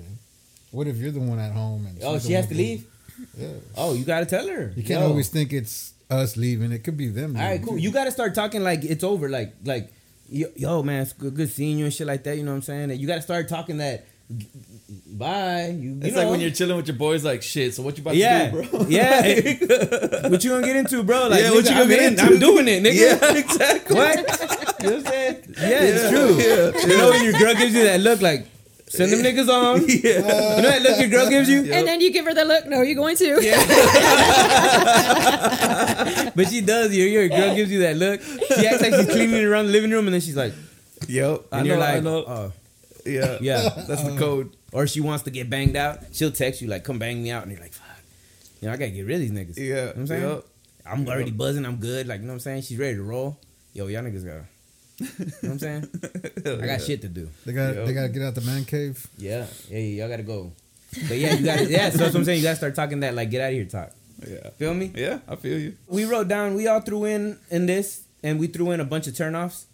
What if you're the one at home and
Oh,
she's the
she has
one
to
leaving?
leave.
Yeah.
Oh, you gotta tell her.
You can't
Yo.
always think it's us leaving. It could be them.
All right,
leaving,
cool.
too.
You gotta start talking like it's over. Like, like, yo, yo man, it's good, good seeing you and shit like that. You know what I'm saying? And you gotta start talking that. g- g- Bye. You, you
It's
know.
like when you're chilling with your boys, like shit. So what you about
Yeah,
to do, bro?
yeah. what you gonna get into, bro? Like,
Yeah, what
nigga,
you gonna
I'm
get
in.
into?
I'm doing it,
[LAUGHS]
nigga.
[LAUGHS] yeah,
[LAUGHS]
exactly.
What? you know what I'm saying? Yeah, it's true. You know when your girl gives you that look, like send them niggas
[LAUGHS]
on. You know that look your girl gives you,
Yep.
And then you give her the look. No, you're going to. [LAUGHS]
but she does. Your your girl gives you that look. She acts like she's cleaning around the living room, and then she's like,
Yep.
and
I
you're
know, I
like,
know.
oh.
[LAUGHS] yeah,
Yeah.
That's the code.
or she wants to get banged out, she'll text you like, "Come bang me out," and you're like, "Fuck, you know, I gotta get rid of these niggas." You know
Yeah.
what I'm saying
Yep.
I'm
Yep.
already buzzing. I'm good. Like, you know what I'm saying? She's ready to roll. Yo, y'all niggas gotta know what I'm
[LAUGHS]
saying? I got shit to do.
They got
Yep.
they got to get out the man cave.
Yeah. Hey, y'all gotta go. But yeah, you gotta yeah, so that's what I'm saying. You gotta start talking that like get out of here talk.
Yeah.
Feel me?
Yeah, I feel you.
We wrote down we all threw in in this and we threw in a bunch of turnoffs.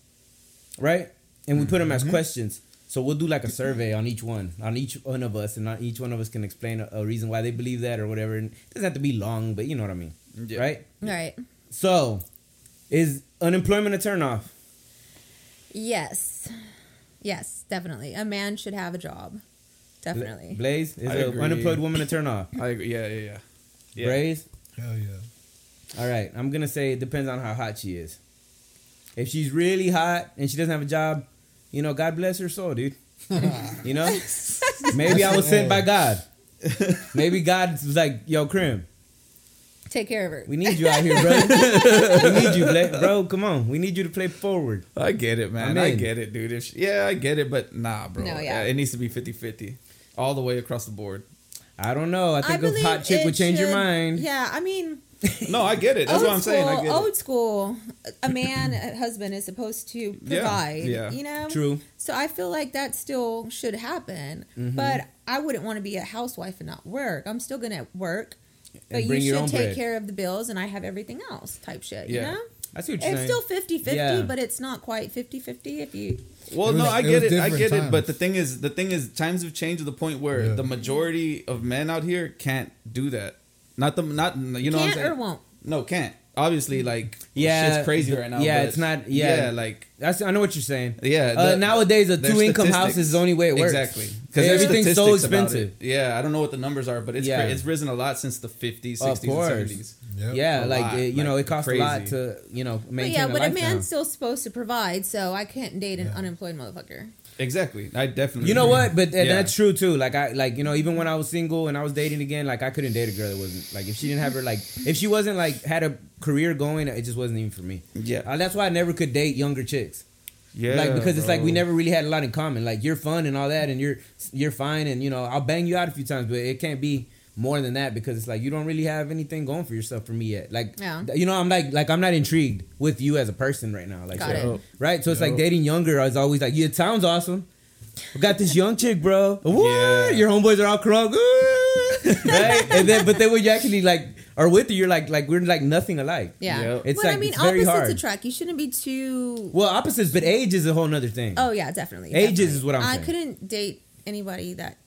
Right? And we put them
Mm-hmm.
as questions. So we'll do like a survey on each one, on each one of us, and on each one of us can explain a, a reason why they believe that or whatever. And it doesn't have to be long, but you know what I mean,
Yeah.
right?
Right.
So, is unemployment a turnoff?
Yes. Yes, definitely. A man should have a job. Definitely.
Blaze is
I
an
agree.
unemployed woman a turnoff?
I agree. Yeah, yeah, yeah. Yeah.
Blaze,
Hell yeah.
All right, I'm gonna say it depends on how hot she is. If she's really hot and she doesn't have a job, you know, God bless her soul,
[LAUGHS]
dude. you know, maybe I was sent by God. Maybe God was like, "Yo, Krim,
Take care of her.
we need you out here, bro. we need you, Bla- bro. Come on, we need you to play forward."
I get it, man.
I'm
I
in.
get it, dude. If she, yeah, I get it, but nah, bro.
No, yeah.
yeah. It needs to be 50-50. all the way across the board.
I don't know. I think a hot chick
it
would change your
should-
mind.
Yeah, I mean,
No, I get it. That's
old
what I'm saying. I
school-
get it.
old school, a man, a husband is supposed to provide.
yeah.
You know.
True.
So I feel like that still should happen,
Mm-hmm.
but I wouldn't want to be a housewife and not work. I'm still gonna work, but you
bring your own
should take
bread.
care of the bills, and I have everything else. Type shit.
Yeah.
You know.
I see what you're
It's
saying.
still 50-50,
Yeah.
but it's not quite 50-50 if you
Well,
It was-
no, I
it
get
was
it. I
different
get it. But
times.
the thing is, the thing is, times have changed to the point where
Yeah.
the majority of men out here can't do that. Not the not you know what I'm
can't
saying?
or won't.
No, can't. Obviously, like
Yeah,
yeah, shit's crazy right now.
yeah,
but
it's not- yeah.
like
That's I know what you're saying.
Yeah,
Uh,
the-
nowadays, a
their
two income house
statistics.
is the only way it works.
Exactly,
Because
there's
everything's so
statistics about
expensive.
it. Yeah, I don't know what the numbers are, but it's
Yeah.
cra- it's risen a lot since the 50s, 60s,
Of course.
and 70s.
Yep.
Yeah,
A
like
lot,
it, you know,
like,
it costs a lot
crazy.
to you know
But
maintain.
yeah, but a
lifestyle.
man's still supposed to provide, so I can't date an unemployed motherfucker.
Exactly, I definitely.
You know
agree.
what? But th-
Yeah.
that's true too. Like I like you know even when I was single and I was dating again, like I couldn't date a girl that wasn't like if she didn't have her like if she wasn't like had a career going, it just wasn't even for me.
Yeah.
Uh, that's why I never could date younger chicks.
Yeah,
like because it's like we
bro.
never really had a lot in common. Like you're fun and all that, and you're you're fine, and you know I'll bang you out a few times, but it can't be more than that because it's like you don't really have anything going for yourself for me yet. Like
Yeah.
you know I'm like like I'm not intrigued with you as a person right now. Like
Got
so-
it.
right, so it's like dating younger is always like yeah, it sounds awesome. We got this young chick, bro.
[LAUGHS]
What?
Yeah.
Your homeboys are all crunk. [LAUGHS] right? And then but then when you actually like are with her, you're like like we're like nothing alike.
Yeah.
Yep.
It's
but I
like-
mean,
it's very
opposites
hard.
attract. You shouldn't be too.
Well, opposites, but age is a whole nother thing.
Oh yeah, definitely.
Ages
definitely.
is what I'm
I
saying.
couldn't date anybody that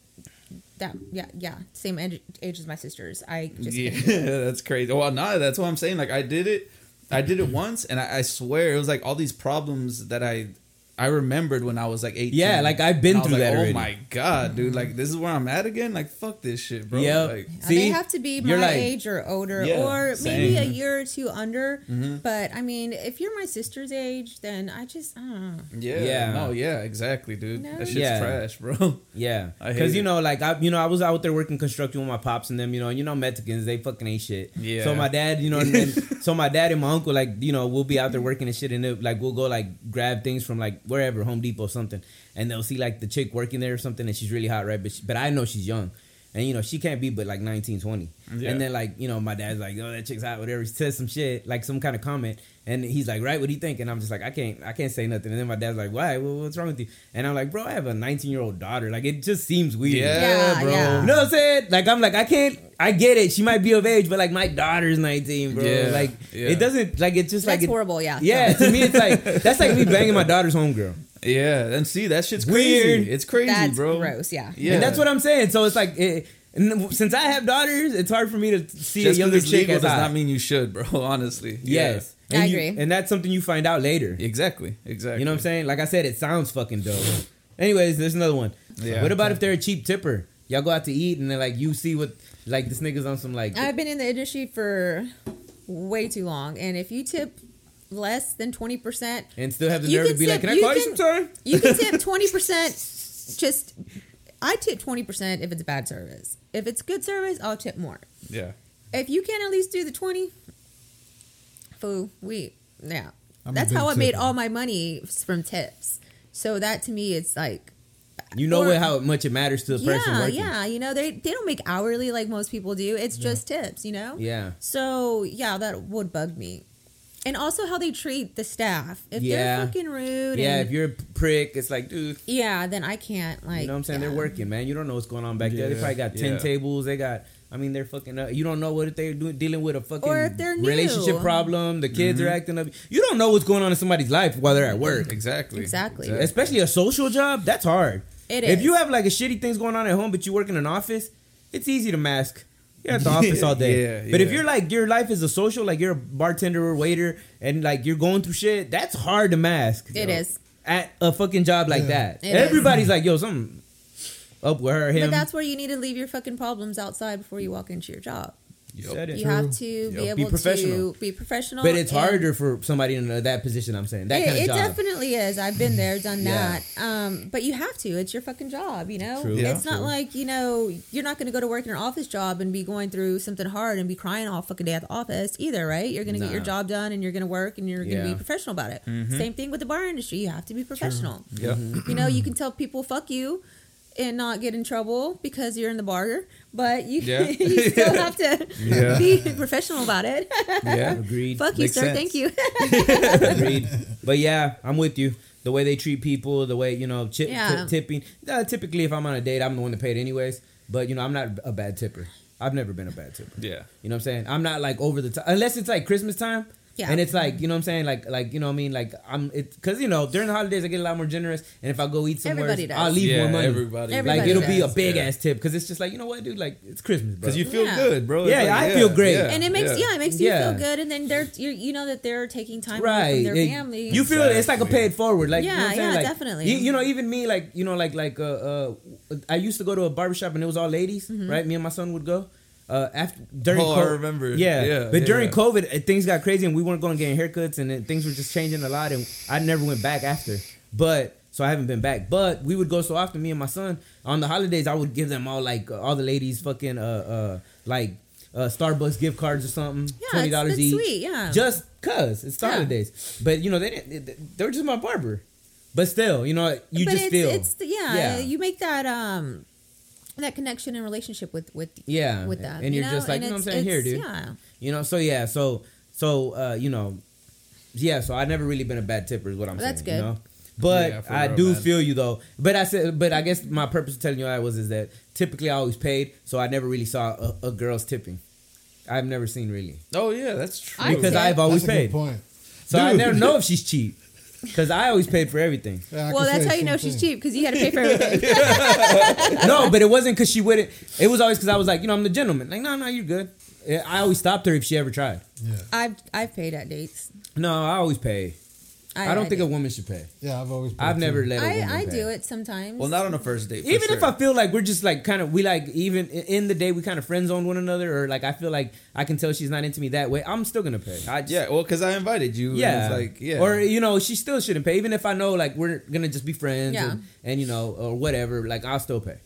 that yeah yeah same age, age as my sisters. I just
yeah,
[LAUGHS]
couldn't.
[LAUGHS] that's crazy. Well, nah, that's what I'm saying. Like I did it, I did it once, and I, I swear it was like all these problems that I I remembered when I was like 18.
Yeah, like, I've been
And I was
through
like,
that
Oh
already.
my god, dude!
Mm-hmm.
Like this is where I'm at again. Like fuck this shit, bro.
Yeah.
Like,
Uh, they
See?
have to be my
You're like-
age or older,
Yeah,
or maybe a
same.
year or two under.
Mm-hmm.
But I mean, if you're my sister's age, then I just I don't know.
yeah,
Yeah.
no, yeah, exactly, dude.
No.
That shit's
Yeah.
trash, bro. [LAUGHS]
Yeah,
I hate
because you
it.
know, like I, you know, I was out there working construction with my pops and them. You know, and you know, Mexicans they fucking ain't shit.
Yeah.
So my dad, you know, and,
[LAUGHS]
and so my dad and my uncle, like you know, we'll be out there working and shit, and it, like we'll go like grab things from like wherever Home Depot or something, and they'll see like the chick working there or something, and she's really hot, right? But she, but I know she's young. And you know she can't be but like 19, 20.
Yeah.
and then like you know my dad's like oh that chick's hot whatever he says some shit like some kind of comment and he's like right what do you think and I'm just like I can't I can't say nothing and then my dad's like why well, what's wrong with you and I'm like bro I have a 19 year old daughter like it just seems weird
Yeah,
Yeah,
bro.
yeah.
you know what I'm saying? Like I'm like I can't. I get it. She might be of age, but like my daughter's 19, bro.
Yeah,
like
yeah.
it doesn't. Like it's just
That's
like it-
horrible. Yeah.
Yeah, to me it's like that's like me banging my daughter's homegirl,
Yeah, and see that shit's
Weird.
crazy. It's crazy,
That's
bro.
gross. Yeah.
Yeah,
and that's what I'm saying. So it's like, it, and since I have daughters, it's hard for me to see
Just
a younger
because it's
chick
legal
as
does
hot.
not mean you should, bro. [LAUGHS] Honestly, Yeah.
yes,
Yeah. I
And you-
agree.
and that's something you find out later.
exactly, exactly.
You know what I'm saying? Like I said, it sounds fucking dope. Anyways, there's another one.
Yeah.
what about if they're a cheap tipper? Y'all go out to eat and then like you see what like this nigga's on some like
I've been in the industry for way too long, and if you tip less than twenty percent,
and still have the
you
nerve to
can
be like, can
tip-
I
you
call you
can-
sometime?
[LAUGHS] you can tip twenty percent. Just I tip twenty percent if it's bad service. If it's good service, I'll tip more.
Yeah,
If you can at least do the twenty, foo, we yeah.
I'm a
That's
big
how I made
tipper.
all my money from tips. So that to me, it's like
[LAUGHS] You know
Or-
what, how much it matters to the person
yeah,
working.
yeah. You know they they don't make hourly like most people do. It's just tips. You know.
Yeah.
So yeah, that would bug me. and also how they treat the staff. If
Yeah.
they're fucking rude,
Yeah,
and,
if you're a prick, it's like, dude,
yeah, then I can't like.
you know what I'm saying?
yeah.
They're working, man. You don't know what's going on back there. They
Yeah,
probably got ten
yeah.
tables. They got. I mean, they're fucking. Up. You don't know what they're doing, dealing with a fucking
Or if they're new.
relationship problem. The kids
Mm-hmm.
are acting up. You don't know what's going on in somebody's life while they're at work.
Exactly.
Exactly.
Especially a social job. That's hard.
It
If
is.
you have like a shitty things going on at home, but you work in an office, it's easy to mask. You're at the office all day.
[LAUGHS] Yeah,
But if
yeah.
you're like your life is a social, like you're a bartender or waiter, and like you're going through shit, that's hard to mask.
It
It is
is.
at a fucking job like
Yeah.
that.
It is.
Everybody's like, yo, something up with her, him.
But that's where you need to leave your fucking problems outside before you walk into your job.
Said it.
You have to be able
professional.
to be professional.
But it's
and-
harder for somebody in that position. I'm saying that
it,
kind of
it
job.
definitely is. I've been there, done
Yeah.
that. Um, but you have to. It's your fucking job, you know.
True.
it's not like you know you're not going to go to work in your office job and be going through something hard and be crying all fucking day at the office either, right? You're going to get your
Nah.
job done and you're going to work and you're going to
Yeah. Mm-hmm.
be professional about it. Same thing with the bar industry. You have to
[CLEARS THROAT]
be professional.
Yeah.
You know, you can tell people fuck you and not get in trouble because you're in the bar, but you, [LAUGHS]
Yeah.
you still
[LAUGHS]
have to
Yeah.
be professional about it. [LAUGHS]
Yeah.
Agreed.
fuck you,
Makes
sir.
sense.
Thank you.
[LAUGHS] Agreed. But yeah, I'm with you. The way they treat people, the way you know, chi-
Yeah.
ti- tipping. Uh, typically, if I'm on a date, I'm the one that paid anyways. But you know, I'm not a bad tipper. I've never been a bad tipper.
Yeah.
You know what I'm saying? I'm not like over the top unless it's like Christmas time.
Yeah.
And it's like you know what I'm saying, like like you know what I mean, like I'm it because you know during the holidays I get a lot more generous, and if I go eat somewhere,
Everybody does.
I'll leave
yeah,
more money.
Everybody.
Everybody
like it'll be a
does.
big ass tip because it's just like you know what, dude, like it's Christmas, bro.
Because you feel
Yeah.
good, bro. It's
Yeah, I
like,
feel great.
and it makes yeah, it makes you
Yeah.
feel good and then they're you you know that they're taking time away
right,
from their
It-
family
you feel it's like a
Exactly.
paid forward, like you know
Yeah,
what I'm saying?
yeah,
Like,
definitely.
You, you know, even me, like you know, like like uh, uh I used to go to a barbershop and it was all ladies,
Mm-hmm.
right? Me and my son would go. Uh, after during
Oh, I remember.
yeah,
Yeah,
but
yeah.
during COVID, uh, things got crazy and we weren't going to get haircuts and then things were just changing a lot and I never went back after. But so I haven't been back. But we would go so often, me and my son. On the holidays, I would give them all like uh, all the ladies fucking uh uh like uh Starbucks gift cards or something.
Yeah,
Twenty
it's-
dollars
that's
each.
sweet, yeah.
Just cause it's
Yeah.
holidays. But you know they didn't. They, they were just my barber. But still, you know, you
but
just
it's,
feel
it's the- yeah,
Yeah.
you make that um that connection and relationship with with
Yeah,
with them
and
you
you're
know?
just like,
And
you know what I'm
it's-
saying? Here,
it's-
dude.
yeah
you know. So yeah, so so uh, you know, yeah. So I never really been a bad tipper is what I'm
Well, that's
saying. you
good.
know? But
Yeah, for
I
real,
do
man.
feel you though. But I said, but I guess my purpose of telling you that was is that typically I always paid, so I never really saw a, a girl's tipping. I've never seen really
Oh yeah, that's true.
I
because
tip.
I've always
That's a
paid,
good point.
so I
Dude.
never know if she's cheap because I always paid for everything.
Yeah, I
well
can say
that's
the
how you
same
know she's
thing.
cheap because you had to
[LAUGHS]
pay for everything
no, but it wasn't because she wouldn't. It was always because I was like, you know, I'm the gentleman. Like, no, no, you're good. Yeah, I always stopped her if she ever tried.
Yeah,
I've I've paid at dates
No, I always pay. I, don't think
do.
a woman should pay.
yeah, I've always. Paid
I've
too.
never let. a woman
I I
pay.
do it sometimes
Well, not on a first date. for
even if
sure.
I feel like we're just like kind of we like even i- in the day we kind of friend zone one another or like I feel like I can tell she's not into me that way I'm still gonna pay
I, yeah, well, because I invited you. and
yeah
it's like yeah,
or you know she still shouldn't pay even if I know like we're gonna just be friends
Yeah.
and, and you know or whatever like I'll still pay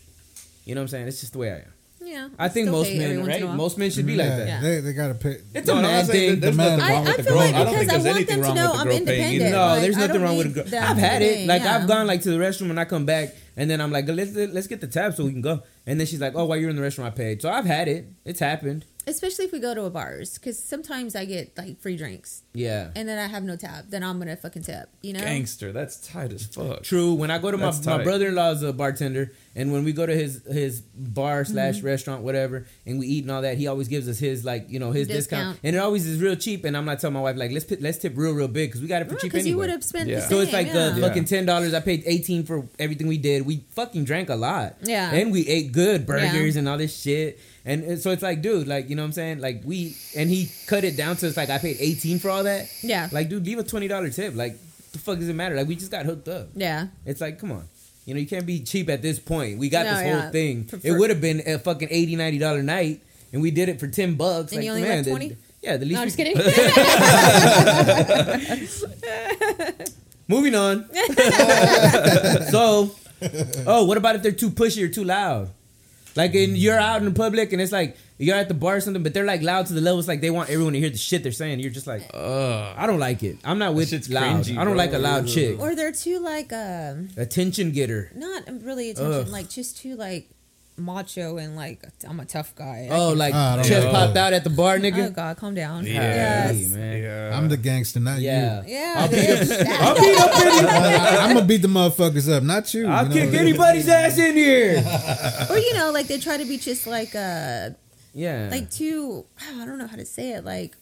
you know what I'm saying it's just the way I am
yeah
I think
still
most
pay every
men
once in
right
a while.
most men should be
Mm-hmm.
like
Yeah,
that
Yeah.
They, they gotta pay.
it's a
No, no, I'm
man
not saying
thing
that there's
The man-
nothing
I,
wrong
I
with the
feel
girl.
like
I don't
because
think
I,
there's
want
anything
them to
wrong
know
with the
I'm
girl paying
independent.
either.
No,
Like,
there's
I
nothing
don't
wrong with a
need
girl.
them
I've had
to
it.
pay,
Like
yeah.
I've gone like to the restroom and I come back and then I'm like, let's let's get the tab so we can go. And then she's like, oh, while you're in the restroom, I paid. So I've had it. It's happened.
especially if we go to a bars because sometimes I get like free drinks
Yeah.
and then I have no tab. Then I'm gonna fucking tip. You know,
Gangster, that's tight as fuck.
True. When I go to my,
That's
my
tight.
brother in law is a bartender, and when we go to his his bar
Mm-hmm.
slash restaurant, whatever, and we eat and all that, he always gives us his like you know his discount,
Discount.
and it always is real cheap. And I'm not telling my wife like let's pi- let's tip real real big because we got it for
because
cheap
Oh, you would
anyway.
have spent.
Yeah.
The same,
So it's like
yeah.
the fucking ten dollars. I paid eighteen for everything we did. We fucking drank a lot.
Yeah.
And we ate good burgers
Yeah.
and all this shit. And and so it's like, dude, like you know what I'm saying? Like we and he cut it down to it's like I paid eighteen for all that.
Yeah.
Like, dude, leave a twenty dollar tip. Like, the fuck does it matter? Like we just got hooked up.
yeah.
It's like, come on. You know, you can't be cheap at this point. We got
No,
this whole
yeah.
thing.
For-
it
for-
would have been a fucking 80 90 dollar night and we did it for 10 bucks.
And
like,
you only
man,
left
the-
20?
yeah, the least
No, I'm
we-
just kidding.
[LAUGHS]
[LAUGHS]
Moving on. so, oh, what about if they're too pushy or too loud? Like, and you're out in the public, and it's like you're at the bar or something, but they're like loud to the level it's like they want everyone to hear the shit they're saying. You're just like,
Ugh.
I don't like it. I'm not with
shit's
loud.
cringy,
I don't
bro.
like a loud chick.
or they're too like um
Attention getter.
not really attention
Ugh.
like just too like macho and like I'm a tough guy.
Oh, like
I don't
chest
know.
popped out at the bar,
oh
nigga.
God, calm down.
Yeah,
Yes.
man.
I'm the gangster,
[LAUGHS]
not
Yeah.
you.
Yeah,
I'll beat
bitch.
up,
That-
[LAUGHS] I'll beat up any,
I, am gonna beat the motherfuckers up, not you.
I'll
you know?
kick anybody's ass in here.
or you know, like they try to be just like uh
Yeah.
like too oh, I don't know how to say it, like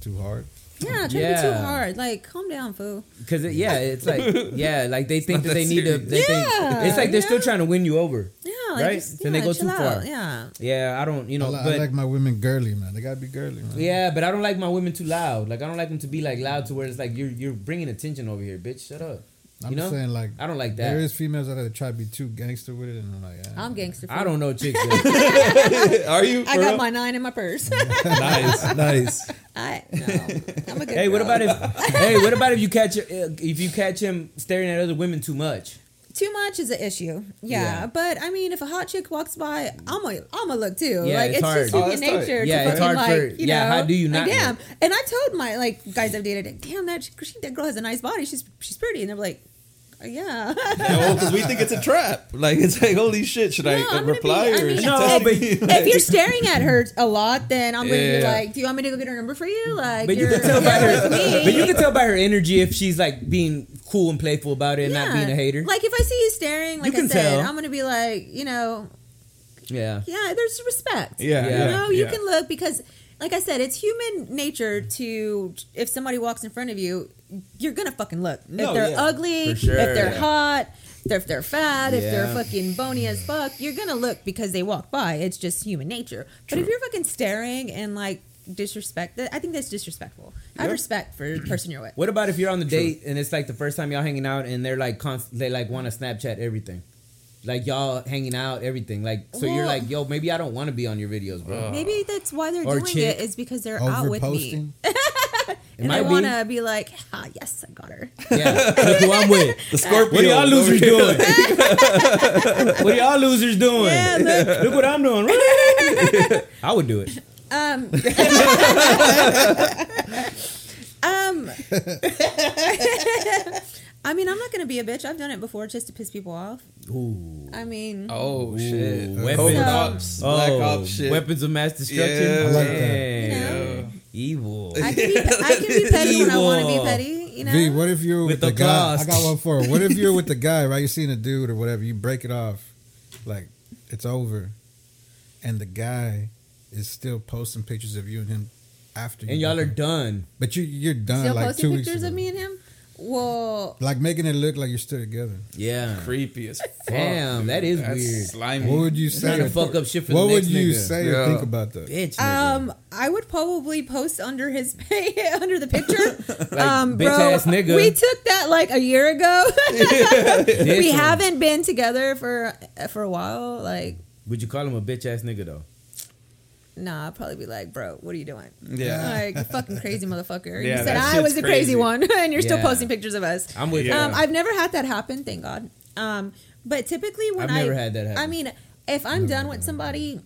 Too hard.
yeah, try to be too
Yeah.
hard. Like calm down, fool.
Cause it, yeah, it's like yeah, like they think that,
that
they need to. They
Yeah,
think it's like they're still
yeah.
trying to win you over.
Yeah, like
Right?
just,
Then they
yeah,
go
chill
too
out.
far.
Yeah.
Yeah, I don't, you
I,
know,
li- I
but
like my women girly, man. They gotta be girly, man.
yeah, but I don't like my women too loud. Like I don't like them to be like loud to where it's like you're you're bringing attention over here, bitch. Shut up.
I'm
you know,
just saying like
I don't like that.
there is females that try to be too gangster with it, and I'm like, eh.
[LAUGHS]
I'm gangster.
I don't know chicks. though.
[LAUGHS]
Are you?
I got my nine in
[LAUGHS]
my purse.
[LAUGHS] nice, nice.
I no, I'm a good
hey, what
girl.
about
[LAUGHS]
if? hey, what about if you catch uh, if you catch him staring at other women too much?
too much is an issue. Yeah,
Yeah.
but I mean, if a hot chick walks by, I'm a I'm a look too.
Yeah,
like
it's
it's,
hard.
just
Oh,
human
it's hard.
nature.
Yeah,
to
it's
fucking,
hard for-
like, you
yeah,
know,
how do you not
Like, damn.
know?
And I told my like guys I've dated, like, damn that she, that girl has a nice body. She's she's pretty, and they're like,
[LAUGHS]
uh, yeah.
No, because we think it's a trap. Like it's like holy shit. Should
No, I'm
I
gonna be-
reply
I
or?
mean,
is she
No,
texting
but-
[LAUGHS] you?
[LAUGHS] if you're staring at her a lot, then I'm gonna be
Yeah.
like, do you want me to go get her number for you? Like,
But you
you're-
can tell by
you're
her.
with me.
But you can tell by her energy if she's like being cool and playful about it and not
Yeah.
being a hater.
Like if I see you staring, like I
can
said,
tell.
I'm gonna be like, you know,
yeah.
yeah, there's respect.
Yeah,
Yeah.
You know, you
yeah.
can look because, like I said, it's human nature to if somebody walks in front of you, you're gonna fucking look.
No,
if they're
yeah.
ugly,
Oh, For sure,
if they're
yeah.
hot, if they're fat, if they're
Yeah.
fucking bony as fuck, you're gonna look because they walk by. It's just human nature. But if you're fucking staring and like disrespect, that I think that's disrespectful. Have
Yeah.
respect for the person you're with.
What about if you're on the date and it's like the first time y'all hanging out and they're like const- they like want to Snapchat everything, like y'all hanging out everything, like so you're
Well-
like yo maybe I don't want to be on your videos, bro.
Maybe that's why they're
Or
doing
chick.
it is because they're out
Over
with me.
posting.
And
might
I
be.
want to be like, ah, yes, I got
[LAUGHS]
her. [LAUGHS]
yeah, look who I'm with.
The Scorpio.
What are y'all losers
over here.
doing? what are y'all losers doing?
Yeah,
look. what I'm doing. [LAUGHS] I would do it.
Um, [LAUGHS] um, [LAUGHS] I mean, I'm not gonna be a bitch. I've done it before just to piss people off.
Ooh.
I mean,
Oh shit! Oh,
Weapons.
Covert
So-
ops, black ops shit.
Oh, weapons of mass destruction.
Yeah. I like
that.
Damn.
Yeah.
Evil.
I can be, I
[LAUGHS]
can be petty when I want to
Evil.
be petty. You know,
V, what if you're with,
With
the,
the
guy?
cost.
I got one for her. What if you're
[LAUGHS]
with the guy, right? You're seeing a dude or whatever. You break it off, like it's over, and the guy is still posting pictures of you and him after. you
And y'all are
broke up.
done.
but you you're done
still
like two
posting
weeks
pictures
ago.
of me and him. Well,
like making it look like you're still together.
Yeah.
Creepy as fuck.
Damn,
dude.
that is
That's
weird.
Slimy.
What would you say?
Trying to fuck up shit for
what
the
would
next
you
nigga.
say or
Yeah.
think about that?
Bitch. nigga.
um, I would probably post under his [LAUGHS] under the picture.
[LAUGHS]
um,
bitch
bro,
ass nigga.
we took that like a year ago. [LAUGHS]
Bitch.
we haven't been together for for a while. Like,
Would you call him a bitch ass nigga though?
nah, I'd probably be like, bro, what are you doing?
Yeah.
Like you fucking crazy motherfucker.
Yeah,
you said
that
I was the
shit's
crazy
crazy.
one, [LAUGHS] and you're still
Yeah.
posting pictures of us.
I'm with
Yeah.
Um, I've never had that happen, thank God. Um, but typically when
I've
I
never had that happen.
I mean, if I'm done with somebody,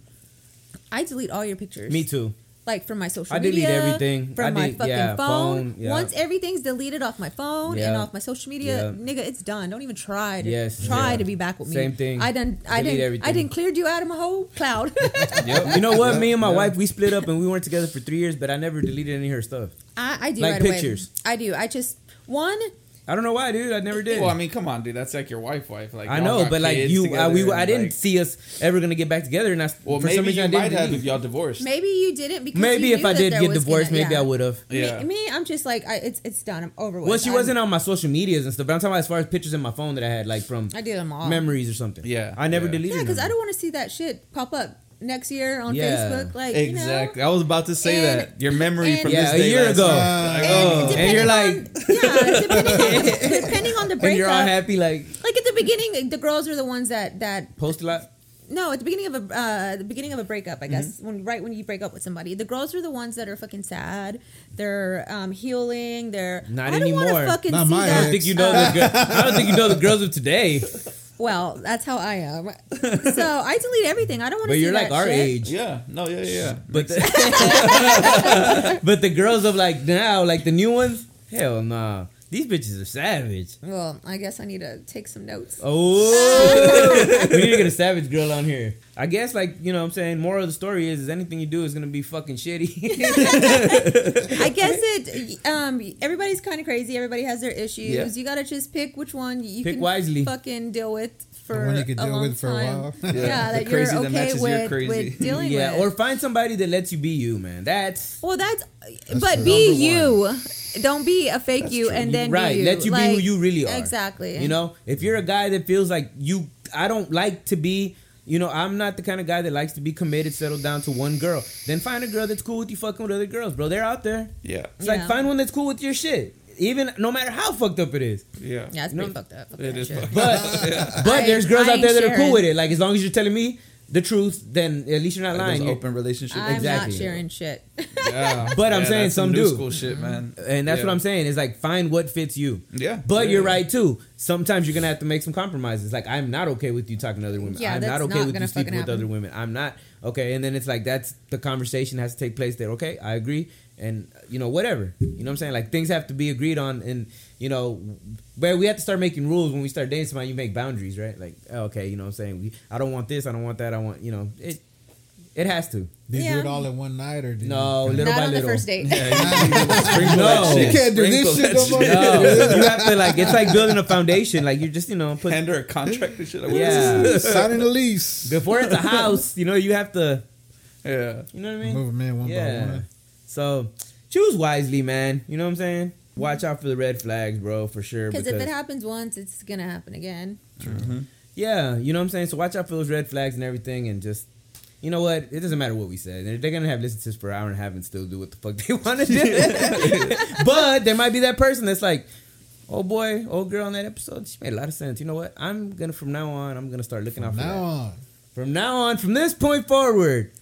I delete all your pictures.
you. Me too.
Like from my social
I delete
media,
everything.
from
I
my
delete-
fucking
yeah,
phone.
phone, yeah.
Once everything's deleted off my phone and
Yeah.
off my social media,
Yeah.
nigga, it's done. Don't even try to
Yes,
try
yeah.
to be back with me.
Same thing.
I done. I
Delete
didn't. I
everything.
didn't cleared you out of my whole
[LAUGHS]
cloud. [LAUGHS]
You know what? Me and my wife, we split up and we weren't together for three years, but I never deleted any of her stuff.
I, I do
Like
right
pictures.
away. I do. I just one.
I don't know why, dude. I never did.
Well, I mean, come on, dude. That's like your wife, wife. Like
I
y'all
know,
got
but like
kids
you, I,
together
we, I
and,
didn't
like-
see us ever gonna get back together, and I
Well,
for
maybe
some reason I
you
didn't.
might have
delete.
if y'all divorced.
Maybe you didn't because
maybe
you
if
knew
I
that
did
there
get
was
divorced,
gonna-
maybe
yeah.
I would have.
Yeah.
Me, me, I'm just like I, it's it's done. I'm over with.
Well, she
I'm-
wasn't on my social medias and stuff, but I'm talking about as far as pictures in my phone that I had, like from
I did them all.
memories or something.
Yeah,
I never
yeah.
deleted.
Yeah, because
them.
I don't want to see that shit pop up next year on
Yeah.
Facebook. Like
exactly.
You know?
I was about to say
And-
that your memory
and-
from
Yeah,
this
a
day
year
last
ago.
month.
Oh.
depending
And you're like,
on- yeah, depending
[LAUGHS]
on, depending on the
and you're all
breakup.
happy, like
Like at the beginning, the girls are the ones that that
post a lot.
no, at the beginning of a uh, the beginning of a breakup,
Mm-hmm.
I guess when right when you break up with somebody, the girls are the ones that are fucking sad. They're um, healing. They're
Not
I don't
anymore.
to fucking
Not
see
I
my
that.
don't think you know the. gir- I don't think you know the girls of today.
Well, that's how I
[LAUGHS]
am. so I delete everything. I don't want
But
to. see
you're like
that
our
shit.
age.
Yeah. No. Yeah. Yeah.
But the, but the [LAUGHS] girls of like now, like the new ones, hell nah. These bitches are savage.
Well, I guess I need to take some notes.
Oh, we need to get a savage girl on here. I guess like you know what I'm saying moral of the story is, is anything you do is gonna be fucking shitty.
I guess it. Um, everybody's kind of crazy. Everybody has their issues.
Yeah.
You gotta just pick which one you
Pick
can
wisely.
fucking deal with for
one you can
a
deal
long
with for a
time.
while.
Yeah,
Yeah,
that
the
you're
crazy that
okay
matches your
with,
crazy.
with dealing
yeah, or
with.
find somebody that lets you be you, man. That's
well, that's.
the
but be
number
you. Don't be a fake you, and then
right.
Be you.
Let you be who
Like,
you really are.
Exactly.
You know, if you're a guy that feels like you, I don't like to be. You know, I'm not the kind of guy that likes to be committed, settled down to one girl. Then find a girl that's cool with you fucking with other girls, bro. They're out there.
Yeah.
It's
Yeah.
like find one that's cool with your shit, even no matter how fucked up it is.
Yeah.
Yeah, it's
No.
pretty fucked up. Fuck
It
that
is
shit.
fucked
But but
I-
there's girls
I
out there
ain't
that are cool
sharing.
with it. Like as long as you're telling me the truth, then at least you're not
Like
lying.
those
You're-
open relationships.
[LAUGHS] I'm
Exactly.
not sharing shit.
Yeah.
But I'm
Yeah,
saying
that's
some
new
do.
school shit, man.
And that's
Yeah.
what I'm saying. Is like find what fits you.
Yeah.
But
Yeah,
you're
yeah.
right too. Sometimes you're gonna have to make some compromises. Like I'm not okay with you talking to other women.
Yeah,
I'm
that's
not okay
not
with you
gonna
sleeping
fucking
with other
happen.
women. I'm not okay. And then it's like that's the conversation has to take place there. Okay, I agree. And you know whatever. You know what I'm saying? Like things have to be agreed on. And you know, where we have to start making rules when we start dating somebody. You make boundaries, right? Like oh, okay, you know what I'm saying? We, I don't want this. I don't want that. I want you know it. It has to.
Do you
Yeah.
do it all in one night or do you-
No, little
not
by
on
little.
the first date.
No.
You can't do this
Sprinkle
shit
that
no more.
No, [LAUGHS] you have to like it's like building a foundation. Like you're just you know put
Hand her a contract and shit. Like, what is
yeah.
Signing the lease.
Before it's a house, you know you have to [LAUGHS]
this?
you know what I mean.
Move them in one by
Yeah.
one.
So choose wisely, man. You know what I'm saying. Watch out for the red flags, bro, for sure.
Because if
because-
it happens once, it's gonna happen again.
yeah, you know what I'm saying. So watch out for those red flags and everything, and just. You know what? It doesn't matter what we said. They're, they're gonna have listened to this for an hour and a half and still do what the fuck [LAUGHS] they want to
[LAUGHS]
do. but there might be that person that's like, "Oh boy, old girl on that episode, she made a lot of sense." You know what? I'm gonna from now on, I'm gonna start looking out for that.
Now on.
From now on, from this point forward,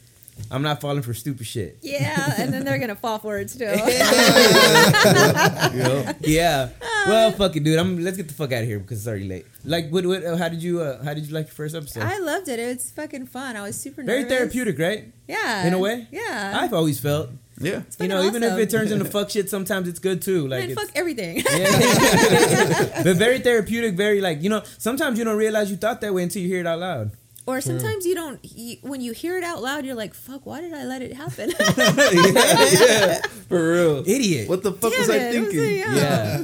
I'm not falling for stupid shit.
Yeah, and then they're gonna fall for it still.
[LAUGHS] Yeah. Well, fuck it, dude. I'm. Let's get the fuck out of here because it's already late. Like, what? What? uh, How did you? Uh, how did you like your first episode?
I loved it. It was fucking fun. I was super
Very
nervous.
therapeutic, right?
Yeah.
In a way.
Yeah.
I've always felt.
Yeah. [LAUGHS] Yeah.
You know,
fucking
even if
awesome.
it turns into fuck shit, sometimes it's good too. Like,
Man,
it's, [LAUGHS]
fuck everything. [LAUGHS]
Yeah. [LAUGHS] but very therapeutic. Very like you know. Sometimes you don't realize you thought that way until you hear it out loud.
or sometimes you don't. You, when you hear it out loud, you're like, "Fuck! Why did I let it
[LAUGHS]
happen?"
For real.
Idiot.
What the
[LAUGHS]
fuck
Damn
was I
it. It was
thinking?
a- yeah.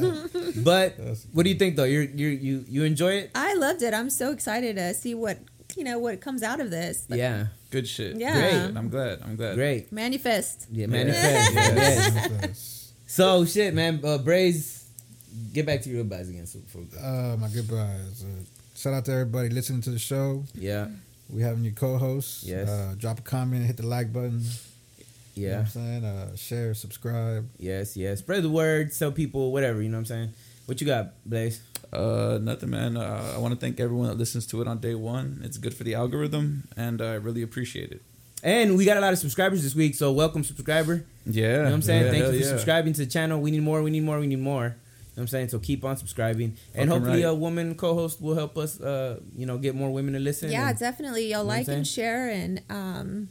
Yeah. [LAUGHS] but what do you think though? You you you you enjoy it?
I loved it. I'm so excited to see what you know what comes out of this. Like,
Yeah.
Good shit.
Yeah.
Great. I'm glad. I'm glad.
Great.
Manifest.
Yeah,
[LAUGHS]
manifest.
uh, Yeah.
yes.
Yes.
So shit, man. Uh, Braze, get back to your advice again. So, for,
Uh, my goodbyes. Uh, shout out to everybody listening to the show.
yeah,
We having your co-hosts.
Yes.
Uh, drop a comment, hit the like button. You know
yeah,
what I'm saying? Uh, share, subscribe.
yes, yes. Spread the word. Tell people whatever. You know what I'm saying. What you got, Blaze?
Uh, nothing, man. Uh, I want to thank everyone that listens to it on day one. It's good for the algorithm, and I really appreciate it.
And we got a lot of subscribers this week, so welcome subscriber.
Yeah.
You know what I'm saying? Thank you for subscribing to the channel. We need more. We need more. We need more. You know what I'm saying? So keep on subscribing, and
Fucking
hopefully
right.
a woman co-host will help us. Uh, you know, get more women to listen.
Yeah,
and-
definitely. Y'all
know what I'm
like and
saying?
share, and um,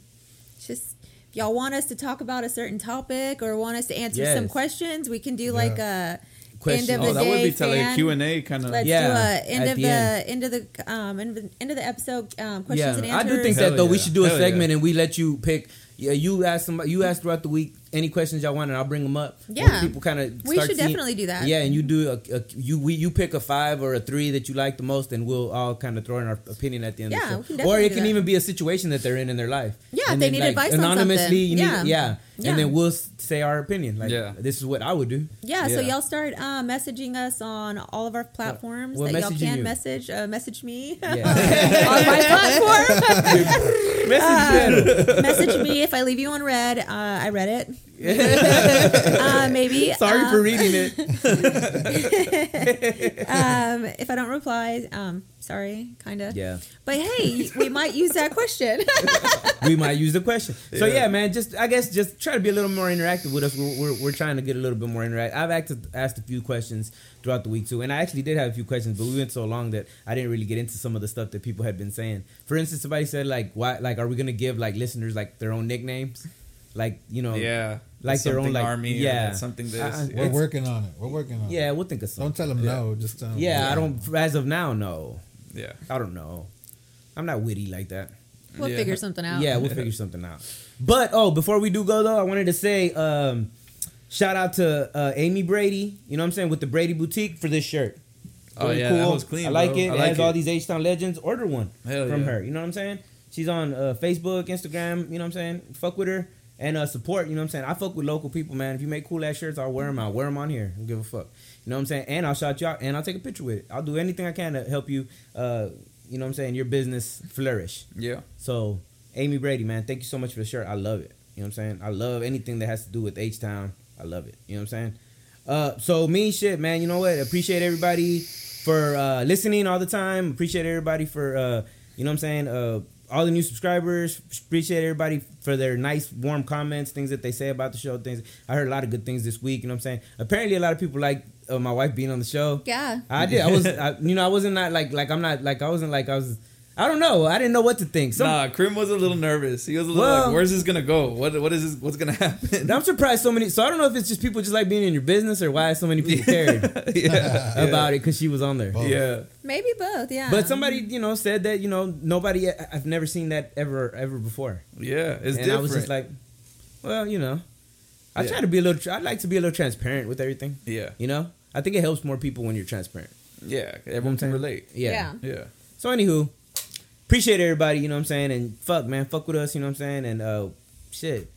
just if y'all want us to talk about a certain topic or want us to answer
Yes.
some questions, we can do like a
Question.
end of
Oh,
the
that would
day
be tele-
fan.
Q and A kind of.
Let's
Yeah,
do a end
at
of
the
the,
end.
end of the um end of, end of the episode um, questions
yeah,
and
I
answers.
do think
Hell
that though we
yeah.
should do a
Hell
segment
yeah.
and we let you pick. Yeah, you ask somebody. You ask throughout the week any questions y'all want, and I'll bring them up. Or
Yeah.
people kind of.
We should definitely do that.
Yeah, and you do a, a you we you pick a five or a three that you like the most, and we'll all kind of throw in our opinion at the end.
Yeah, we
of the show. or
can definitely
it
do
can
that.
even be a situation that they're in in their life.
Yeah,
And
if they
then,
need
like,
advice on
anonymously.
something.
You need,
Yeah.
yeah,
Yeah.
and then we'll s- say our opinion. Like,
Yeah.
this is what I would
[LAUGHS]
do.
yeah, so
Yeah.
y'all start uh, messaging us on all of our platforms
we're
that y'all
messaging
can
you.
message. Uh, message me [LAUGHS]
Yeah, [LAUGHS]
on my platform.
message
[LAUGHS]
them.
message me if I leave you on red. Uh, I read
[LAUGHS]
it. uh, maybe.
Sorry
um,
for reading it.
[LAUGHS] um, if I don't reply, um, sorry, kind of.
Yeah.
But hey, we might use that question. [LAUGHS]
we might use the question. So yeah. man, just I guess just try to be a little more interactive with us. We're, we're, we're trying to get a little bit more interactive. I've asked, asked a few questions throughout the week too, and I actually did have a few questions, but we went so long that I didn't really get into some of the stuff that people had been saying. For instance, somebody said like, "Why? Like, are we gonna give like listeners like their own nicknames? Like, you know,
Yeah.
Like their own,
Something
like-
army. or
yeah.
Something this.
Uh-uh.
We're
It's-
working on it. We're working on
yeah,
it.
we'll think of something.
Don't tell them no. Just tell them.
yeah, I don't. As of now, no,
Yeah.
I don't know. I'm not witty like that.
We'll
Yeah.
figure something out.
Yeah, we'll figure something out. But oh, before we do go though, I wanted to say um, shout out to uh, Amy Brady. You know what I'm saying with the Brady Boutique for this shirt.
Oh,
Really
yeah, that was clean,
I like
bro.
it.
I
It
like
has
it.
all these H Town legends. Order one
Hell
from
yeah.
her. You know what I'm saying? She's on uh, Facebook, Instagram. You know what I'm saying? Fuck with her and uh, support. You know what I'm saying? I fuck with local people, man. If you make cool ass shirts, I'll wear them. I'll wear them on here. I don't give a fuck. You know what I'm saying? And I'll shout you out and I'll take a picture with it. I'll do anything I can to help you. Uh, you know what I'm saying? Your business flourish.
Yeah.
So, Amy Brady, man, thank you so much for the shirt. I love it. You know what I'm saying? I love anything that has to do with H Town. I love it. You know what I'm saying? Uh, so me shit, man. You know what? Appreciate everybody for uh, listening all the time. Appreciate everybody for uh, you know what I'm saying. Uh, all the new subscribers. Appreciate everybody for their nice, warm comments, things that they say about the show. Things I heard a lot of good things this week. You know what I'm saying? Apparently, a lot of people like uh, my wife being on the show.
Yeah.
I did. I was, I, you know, I wasn't not like like I'm not like I wasn't like I was. I don't know. I didn't know what to think. Some,
nah, Krim was a little nervous. He was a little
Well-
like, "Where's this gonna go? What what is this? What's gonna happen?" [LAUGHS]
I'm surprised so many. So I don't know if it's just people just like being in your business or why so many people cared
[LAUGHS] yeah,
about it because she was on there.
yeah.
Maybe both. Yeah.
But somebody, you know, said that you know nobody. I- I've never seen that ever ever before.
Yeah,
and
it's different.
I was just like, well, you know, I
Yeah.
try to be a little. tr- I like to be a little transparent with everything.
yeah,
You know, I think it helps more people when you're transparent.
yeah. Everyone can relate.
Yeah.
Yeah.
Yeah,
So anywho, appreciate everybody. You know what I'm saying? And fuck, man, fuck with us. You know what I'm saying? And uh, shit,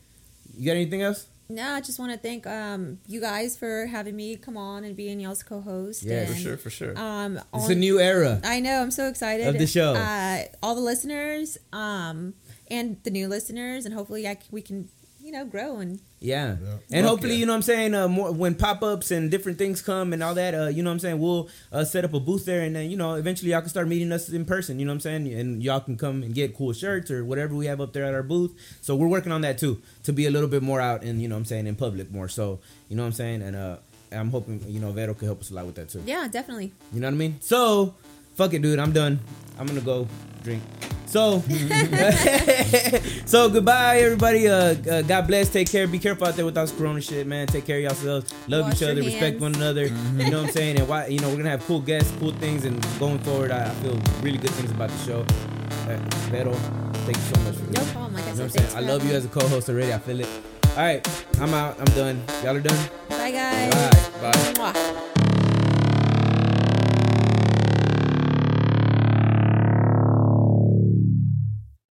you got anything else?
No, I just want to thank um, you guys for having me come on and being y'all's co-host.
Yeah,
and,
for sure, for sure.
Um,
It's
on-
a new era.
I know. I'm so excited
Of the show.
Uh, all the listeners, um, and the new listeners, and hopefully, I c- we can, you know, grow and
Yeah.
Yeah.
And
Fuck
hopefully,
yeah.
you know what I'm saying, uh, more, when pop-ups and different things come and all that, uh, you know what I'm saying, we'll uh, set up a booth there and then, you know, eventually y'all can start meeting us in person, you know what I'm saying? And y'all can come and get cool shirts or whatever we have up there at our booth. So we're working on that too, to be a little bit more out and, you know what I'm saying, in public more. So, you know what I'm saying? And uh, I'm hoping, you know, Vero could help us a lot with that too.
yeah, definitely.
You know what I mean? So, fuck it, dude. I'm done. I'm gonna go drink. So, [LAUGHS] so goodbye, everybody. Uh, uh, God bless. Take care. Be careful out there with all this Corona shit, man. Take care of yourselves. Love
Wash
each
your
other. Respect
hands.
one another. You know what I'm saying? And why? You know, we're gonna have cool guests, cool things, and going forward, I, I feel really good things about the show. Uh, Vero, thank you so much for
No
this.
problem. Like I
You know what
said,
I'm saying?
thanks
I
for
love you as
having
a co-host already. I feel it. All right, I'm out. I'm done. Y'all are done.
me. Bye, guys.
Bye.
Bye.
Mwah.